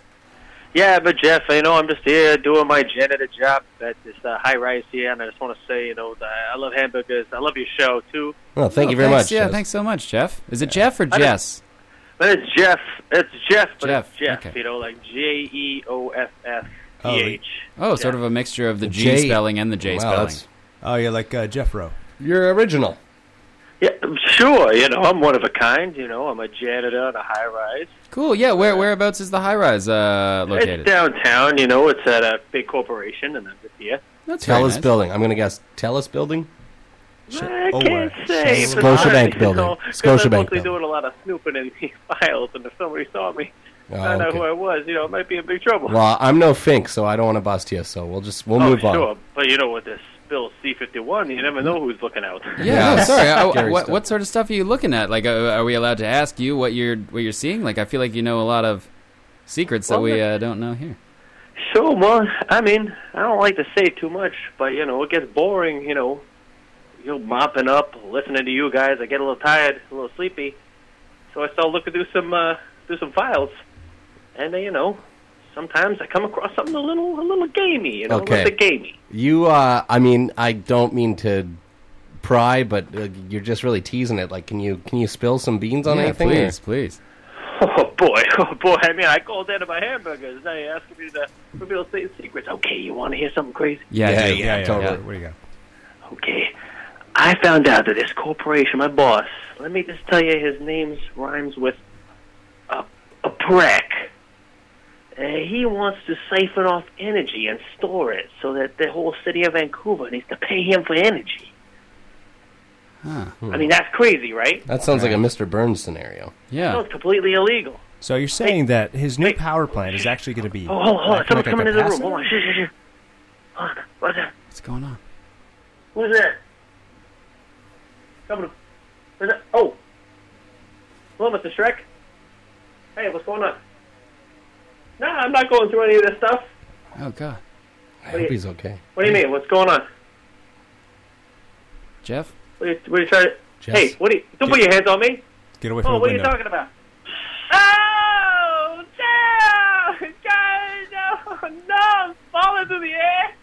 [SPEAKER 12] Yeah, but Jeff, you know, I'm just here doing my janitor job at this uh, high rise here, and I just want to say, you know, that I love hamburgers. I love your show, too.
[SPEAKER 2] Well, thank
[SPEAKER 1] Oh,
[SPEAKER 2] you very
[SPEAKER 1] thanks,
[SPEAKER 2] much.
[SPEAKER 1] Yeah,
[SPEAKER 2] Jess.
[SPEAKER 1] thanks so much, Jeff. Is it Jeff or
[SPEAKER 12] I don't-
[SPEAKER 1] Jess?
[SPEAKER 12] But it's Jeff. It's Jeff, but
[SPEAKER 1] Jeff,
[SPEAKER 12] it's Jeff,
[SPEAKER 1] okay.
[SPEAKER 12] you know, like J E O F F E
[SPEAKER 1] Oh,
[SPEAKER 12] H.
[SPEAKER 1] Oh, sort of a mixture of the G
[SPEAKER 6] J-
[SPEAKER 1] spelling and the J
[SPEAKER 6] Wow,
[SPEAKER 1] spelling.
[SPEAKER 6] that's- Oh, you're like uh, Jeffro.
[SPEAKER 2] You're original.
[SPEAKER 12] Yeah, sure, you know, I'm one of a kind, you know, I'm a janitor at a high rise.
[SPEAKER 1] Cool. Yeah. Where whereabouts is the high rise uh, located?
[SPEAKER 12] It's downtown, you know, it's at a big corporation, and I'm just here.
[SPEAKER 1] That's
[SPEAKER 2] Telus Building. I'm going to guess Telus Building.
[SPEAKER 12] I can't say.
[SPEAKER 2] oh, uh, Scotiabank
[SPEAKER 12] but honestly, you
[SPEAKER 2] building.
[SPEAKER 12] know, 'cause
[SPEAKER 2] Scotiabank
[SPEAKER 12] I'm mostly
[SPEAKER 2] building.
[SPEAKER 12] doing a lot of snooping in <laughs> these files, and if somebody saw me,
[SPEAKER 2] Oh,
[SPEAKER 12] found out
[SPEAKER 2] okay.
[SPEAKER 12] who I was, you know, it might be in big trouble.
[SPEAKER 2] Well, I'm no Fink, so I don't want to bust you. So we'll just we'll
[SPEAKER 12] oh,
[SPEAKER 2] move
[SPEAKER 12] sure,
[SPEAKER 2] on.
[SPEAKER 12] but you know, with this Bill C-51, you never know who's looking out.
[SPEAKER 1] Yeah, no, sorry. I,
[SPEAKER 2] <laughs> Scary
[SPEAKER 1] what,
[SPEAKER 2] stuff.
[SPEAKER 1] what sort of stuff are you looking at? Like, uh, are we allowed to ask you what you're what you're seeing? Like, I feel like you know a lot of secrets that
[SPEAKER 12] Well,
[SPEAKER 1] we
[SPEAKER 12] the-
[SPEAKER 1] uh, don't know here.
[SPEAKER 12] Sure, well, I mean, I don't like to say too much, but you know, it gets boring. You know, you know, mopping up, listening to you guys. I get a little tired, a little sleepy, so I start looking through some uh, through some files, and uh, you know, sometimes I come across something a little a little gamey. You know,
[SPEAKER 2] Okay.
[SPEAKER 12] a little gamey.
[SPEAKER 2] You, uh, I mean, I don't mean to pry, but uh, you're just really teasing it. Like, can you can you spill some beans on
[SPEAKER 1] Yeah,
[SPEAKER 2] anything?
[SPEAKER 1] please, please.
[SPEAKER 12] Oh boy, <laughs> oh boy! I mean, I called in to my hamburgers. Now you're asking me to reveal state secrets. Oh, Okay, you want to hear something crazy?
[SPEAKER 1] Yeah,
[SPEAKER 2] yeah,
[SPEAKER 1] I do.
[SPEAKER 2] yeah,
[SPEAKER 1] Yeah, yeah,
[SPEAKER 2] totally.
[SPEAKER 1] yeah.
[SPEAKER 6] What do you got?
[SPEAKER 12] Okay. I found out that this corporation, my boss, let me just tell you, his name's rhymes with a, a prick. Uh, he wants to siphon off energy and store it so that the whole city of Vancouver needs to pay him for energy.
[SPEAKER 1] Hmm.
[SPEAKER 14] I mean, that's crazy, right?
[SPEAKER 2] That sounds like a Mr. Burns scenario.
[SPEAKER 14] No, it's completely illegal.
[SPEAKER 6] So you're saying that his new power plant is actually going to be.
[SPEAKER 14] Oh, hold on, hold on.
[SPEAKER 6] like-
[SPEAKER 14] Someone's
[SPEAKER 6] like a
[SPEAKER 14] coming into the room.
[SPEAKER 6] capacitor?
[SPEAKER 14] Hold on. Shh, shh, shh. Hold on. What's that?
[SPEAKER 1] What's going on?
[SPEAKER 14] What is that? Coming. What's that? Oh. Hello, Mr. Shrek. Hey, what's going on? Nah, I'm not going through any of this stuff.
[SPEAKER 1] Oh God,
[SPEAKER 2] I hope he's okay.
[SPEAKER 14] What do you mean? What's going on?
[SPEAKER 1] Jeff.
[SPEAKER 14] What are you, what are you trying to... Hey, what do you... Don't put your hands on me.
[SPEAKER 6] Get
[SPEAKER 14] Oh,
[SPEAKER 6] away from
[SPEAKER 14] what
[SPEAKER 6] the
[SPEAKER 14] are you
[SPEAKER 6] window.
[SPEAKER 14] talking about?
[SPEAKER 3] Oh, no! God, no! No! I'm falling through the air!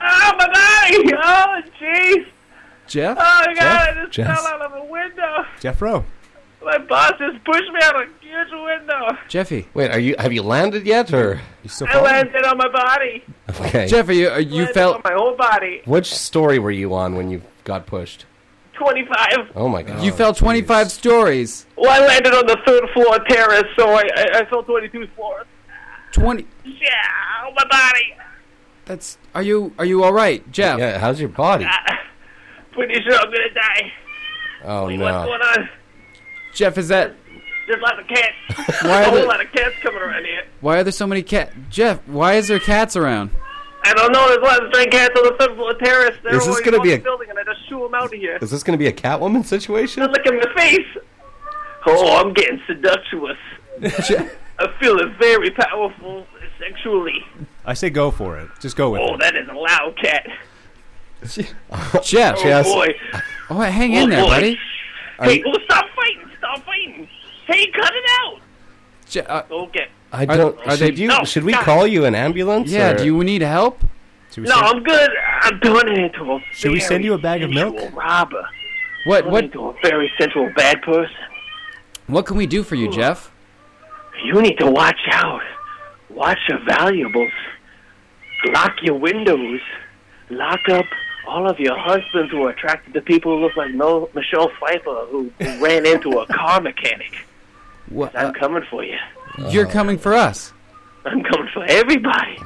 [SPEAKER 14] Ah,
[SPEAKER 3] Oh, my body! Oh, jeez! Oh,
[SPEAKER 6] Jeff?
[SPEAKER 3] God, I
[SPEAKER 6] Jeff?
[SPEAKER 3] just
[SPEAKER 6] Jeff?
[SPEAKER 3] fell out of a window!
[SPEAKER 6] Jeffro.
[SPEAKER 3] My boss just pushed me out of a huge window!
[SPEAKER 1] Jeffy.
[SPEAKER 2] Wait, are you? Have you landed yet, or?
[SPEAKER 6] You still
[SPEAKER 3] I landed on my body!
[SPEAKER 2] Okay.
[SPEAKER 1] Jeff, are you? Are you
[SPEAKER 3] landed
[SPEAKER 1] felt?
[SPEAKER 3] on my whole body!
[SPEAKER 2] Which story were you on when you got pushed?
[SPEAKER 3] 25!
[SPEAKER 2] Oh my god.
[SPEAKER 1] You fell twenty-five stories.
[SPEAKER 14] Well, I landed on the third floor terrace, so I, I, I fell 22 floors.
[SPEAKER 1] Twenty.
[SPEAKER 14] Yeah, oh, my body.
[SPEAKER 1] That's. Are you? Are you all right, Jeff? Ah.
[SPEAKER 2] Yeah. How's your body?
[SPEAKER 14] Pretty sure I'm gonna die.
[SPEAKER 2] Oh
[SPEAKER 14] What's
[SPEAKER 2] no.
[SPEAKER 14] going on?
[SPEAKER 1] Jeff, is that?
[SPEAKER 14] There's a lot
[SPEAKER 2] <laughs>
[SPEAKER 14] of cats.
[SPEAKER 1] Why
[SPEAKER 14] There's a
[SPEAKER 1] are
[SPEAKER 14] whole
[SPEAKER 1] the-
[SPEAKER 14] lot of cats coming around here.
[SPEAKER 1] Why are there so many cat? Jeff, why is there cats around?
[SPEAKER 14] I don't know. There's a lot of stray cats on the third floor terrace. They're
[SPEAKER 2] Is this
[SPEAKER 14] always
[SPEAKER 2] gonna
[SPEAKER 14] on
[SPEAKER 2] be
[SPEAKER 14] the
[SPEAKER 2] a-
[SPEAKER 14] building, and I just shoo them out of here.
[SPEAKER 2] Is this going to be a Catwoman situation?
[SPEAKER 14] Look in the face. Oh, I'm getting
[SPEAKER 1] <laughs>
[SPEAKER 14] seductuous. I'm feeling very powerful sexually.
[SPEAKER 6] I say go for it. Just go with
[SPEAKER 14] Oh,
[SPEAKER 6] it.
[SPEAKER 14] that is a loud cat.
[SPEAKER 1] Jeff.
[SPEAKER 2] <laughs>
[SPEAKER 14] Oh boy.
[SPEAKER 1] Oh, hang
[SPEAKER 14] Oh,
[SPEAKER 1] in there,
[SPEAKER 14] boy.
[SPEAKER 1] buddy.
[SPEAKER 14] Hey, oh, stop fighting! Stop fighting! Hey, cut it out!
[SPEAKER 1] Je- uh,
[SPEAKER 14] okay.
[SPEAKER 2] I don't.
[SPEAKER 1] are
[SPEAKER 2] should
[SPEAKER 1] they-
[SPEAKER 2] you?
[SPEAKER 1] No,
[SPEAKER 2] should we
[SPEAKER 1] God.
[SPEAKER 2] call you an ambulance?
[SPEAKER 1] Yeah.
[SPEAKER 2] or-
[SPEAKER 1] Do you need help?
[SPEAKER 14] No, I'm good. I'm turning into a
[SPEAKER 1] Should we send you a
[SPEAKER 14] bag of milk? Robber.
[SPEAKER 1] What?
[SPEAKER 14] What? Into a very sensual bad person.
[SPEAKER 1] What can we do for you, Jeff?
[SPEAKER 14] You need to watch out. Watch your valuables. Lock your windows. Lock up all of your husbands who are attracted to people who look like Mel- Michelle Pfeiffer, who who ran into a car mechanic.
[SPEAKER 1] What? uh,
[SPEAKER 14] I'm coming for you.
[SPEAKER 2] Uh,
[SPEAKER 1] You're coming for
[SPEAKER 2] <laughs>
[SPEAKER 1] us.
[SPEAKER 14] I'm coming for everybody.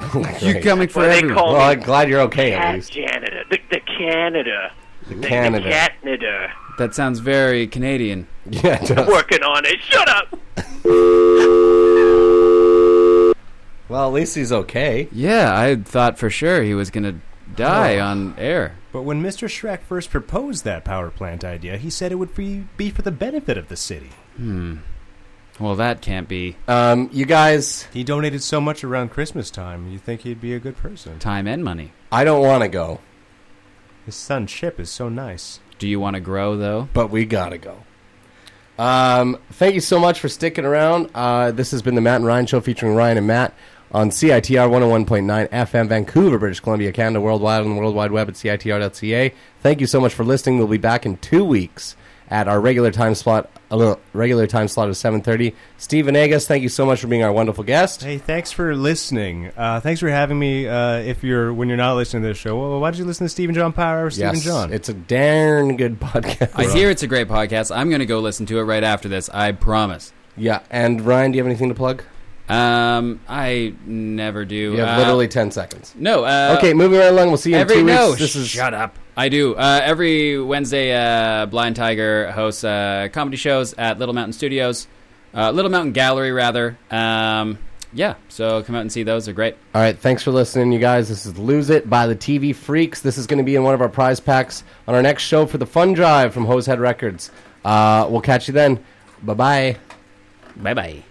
[SPEAKER 1] You're coming for
[SPEAKER 14] Well, they
[SPEAKER 1] everyone.
[SPEAKER 14] call Well, me- I'm
[SPEAKER 2] glad you're okay
[SPEAKER 14] cat janitor. The, the Canada. The, the
[SPEAKER 1] Canada.
[SPEAKER 14] catnitor.
[SPEAKER 1] That sounds very Canadian.
[SPEAKER 2] <laughs> Yeah,
[SPEAKER 14] I'm working on it. Shut up.
[SPEAKER 2] Well, at least he's okay. Oh.
[SPEAKER 1] Yeah, I thought for sure he was gonna die on air.
[SPEAKER 6] But when Mr. Shrek first proposed that power plant idea, he said it would be, be for the benefit of the city.
[SPEAKER 1] Hmm. Well, that can't be.
[SPEAKER 2] Um, you guys.
[SPEAKER 6] He donated so much around Christmas time. You think he'd be a good person?
[SPEAKER 1] Time and money.
[SPEAKER 2] I don't want to go.
[SPEAKER 6] His son Chip is so nice.
[SPEAKER 1] Do you want to grow though?
[SPEAKER 2] But we gotta go. Um, thank you so much for sticking around. Uh, this has been the Matt and Ryan Show featuring Ryan and Matt on CITR 101.9 FM, Vancouver, British Columbia, Canada, worldwide on the World Wide Web at CITR.ca. Thank you so much for listening. We'll be back in two weeks at our regular time slot, a little regular time slot of 7.30. Stephen Agus, thank you so much for being our wonderful guest.
[SPEAKER 6] Hey, thanks for listening. Uh, thanks for having me. Uh, if you're when you're not listening to this show, well, why did you listen to Stephen John Power or Stephen
[SPEAKER 1] Yes,
[SPEAKER 6] John?
[SPEAKER 2] It's a darn good podcast.
[SPEAKER 1] I hear it's a great podcast. I'm gonna go listen to it right after this. I promise.
[SPEAKER 2] Yeah, and Ryan, do you have anything to plug?
[SPEAKER 1] Um, I never do.
[SPEAKER 2] You have
[SPEAKER 1] Uh,
[SPEAKER 2] literally 10 seconds.
[SPEAKER 1] No. Uh,
[SPEAKER 2] okay, moving right along. We'll see you
[SPEAKER 1] every
[SPEAKER 2] in two
[SPEAKER 1] no,
[SPEAKER 2] weeks. This is
[SPEAKER 1] shut up. I do. Uh, every Wednesday, uh, Blind Tiger hosts uh, comedy shows at Little Mountain Studios, uh, Little Mountain Gallery, rather. Um, yeah, so come out and see those. They're great.
[SPEAKER 2] All right, thanks for listening, you guys. This is Lose It by the TV Freaks. This is going to be in one of our prize packs on our next show for the Fun Drive from Hosehead Records. Uh, we'll catch you then. Bye bye.
[SPEAKER 1] Bye bye.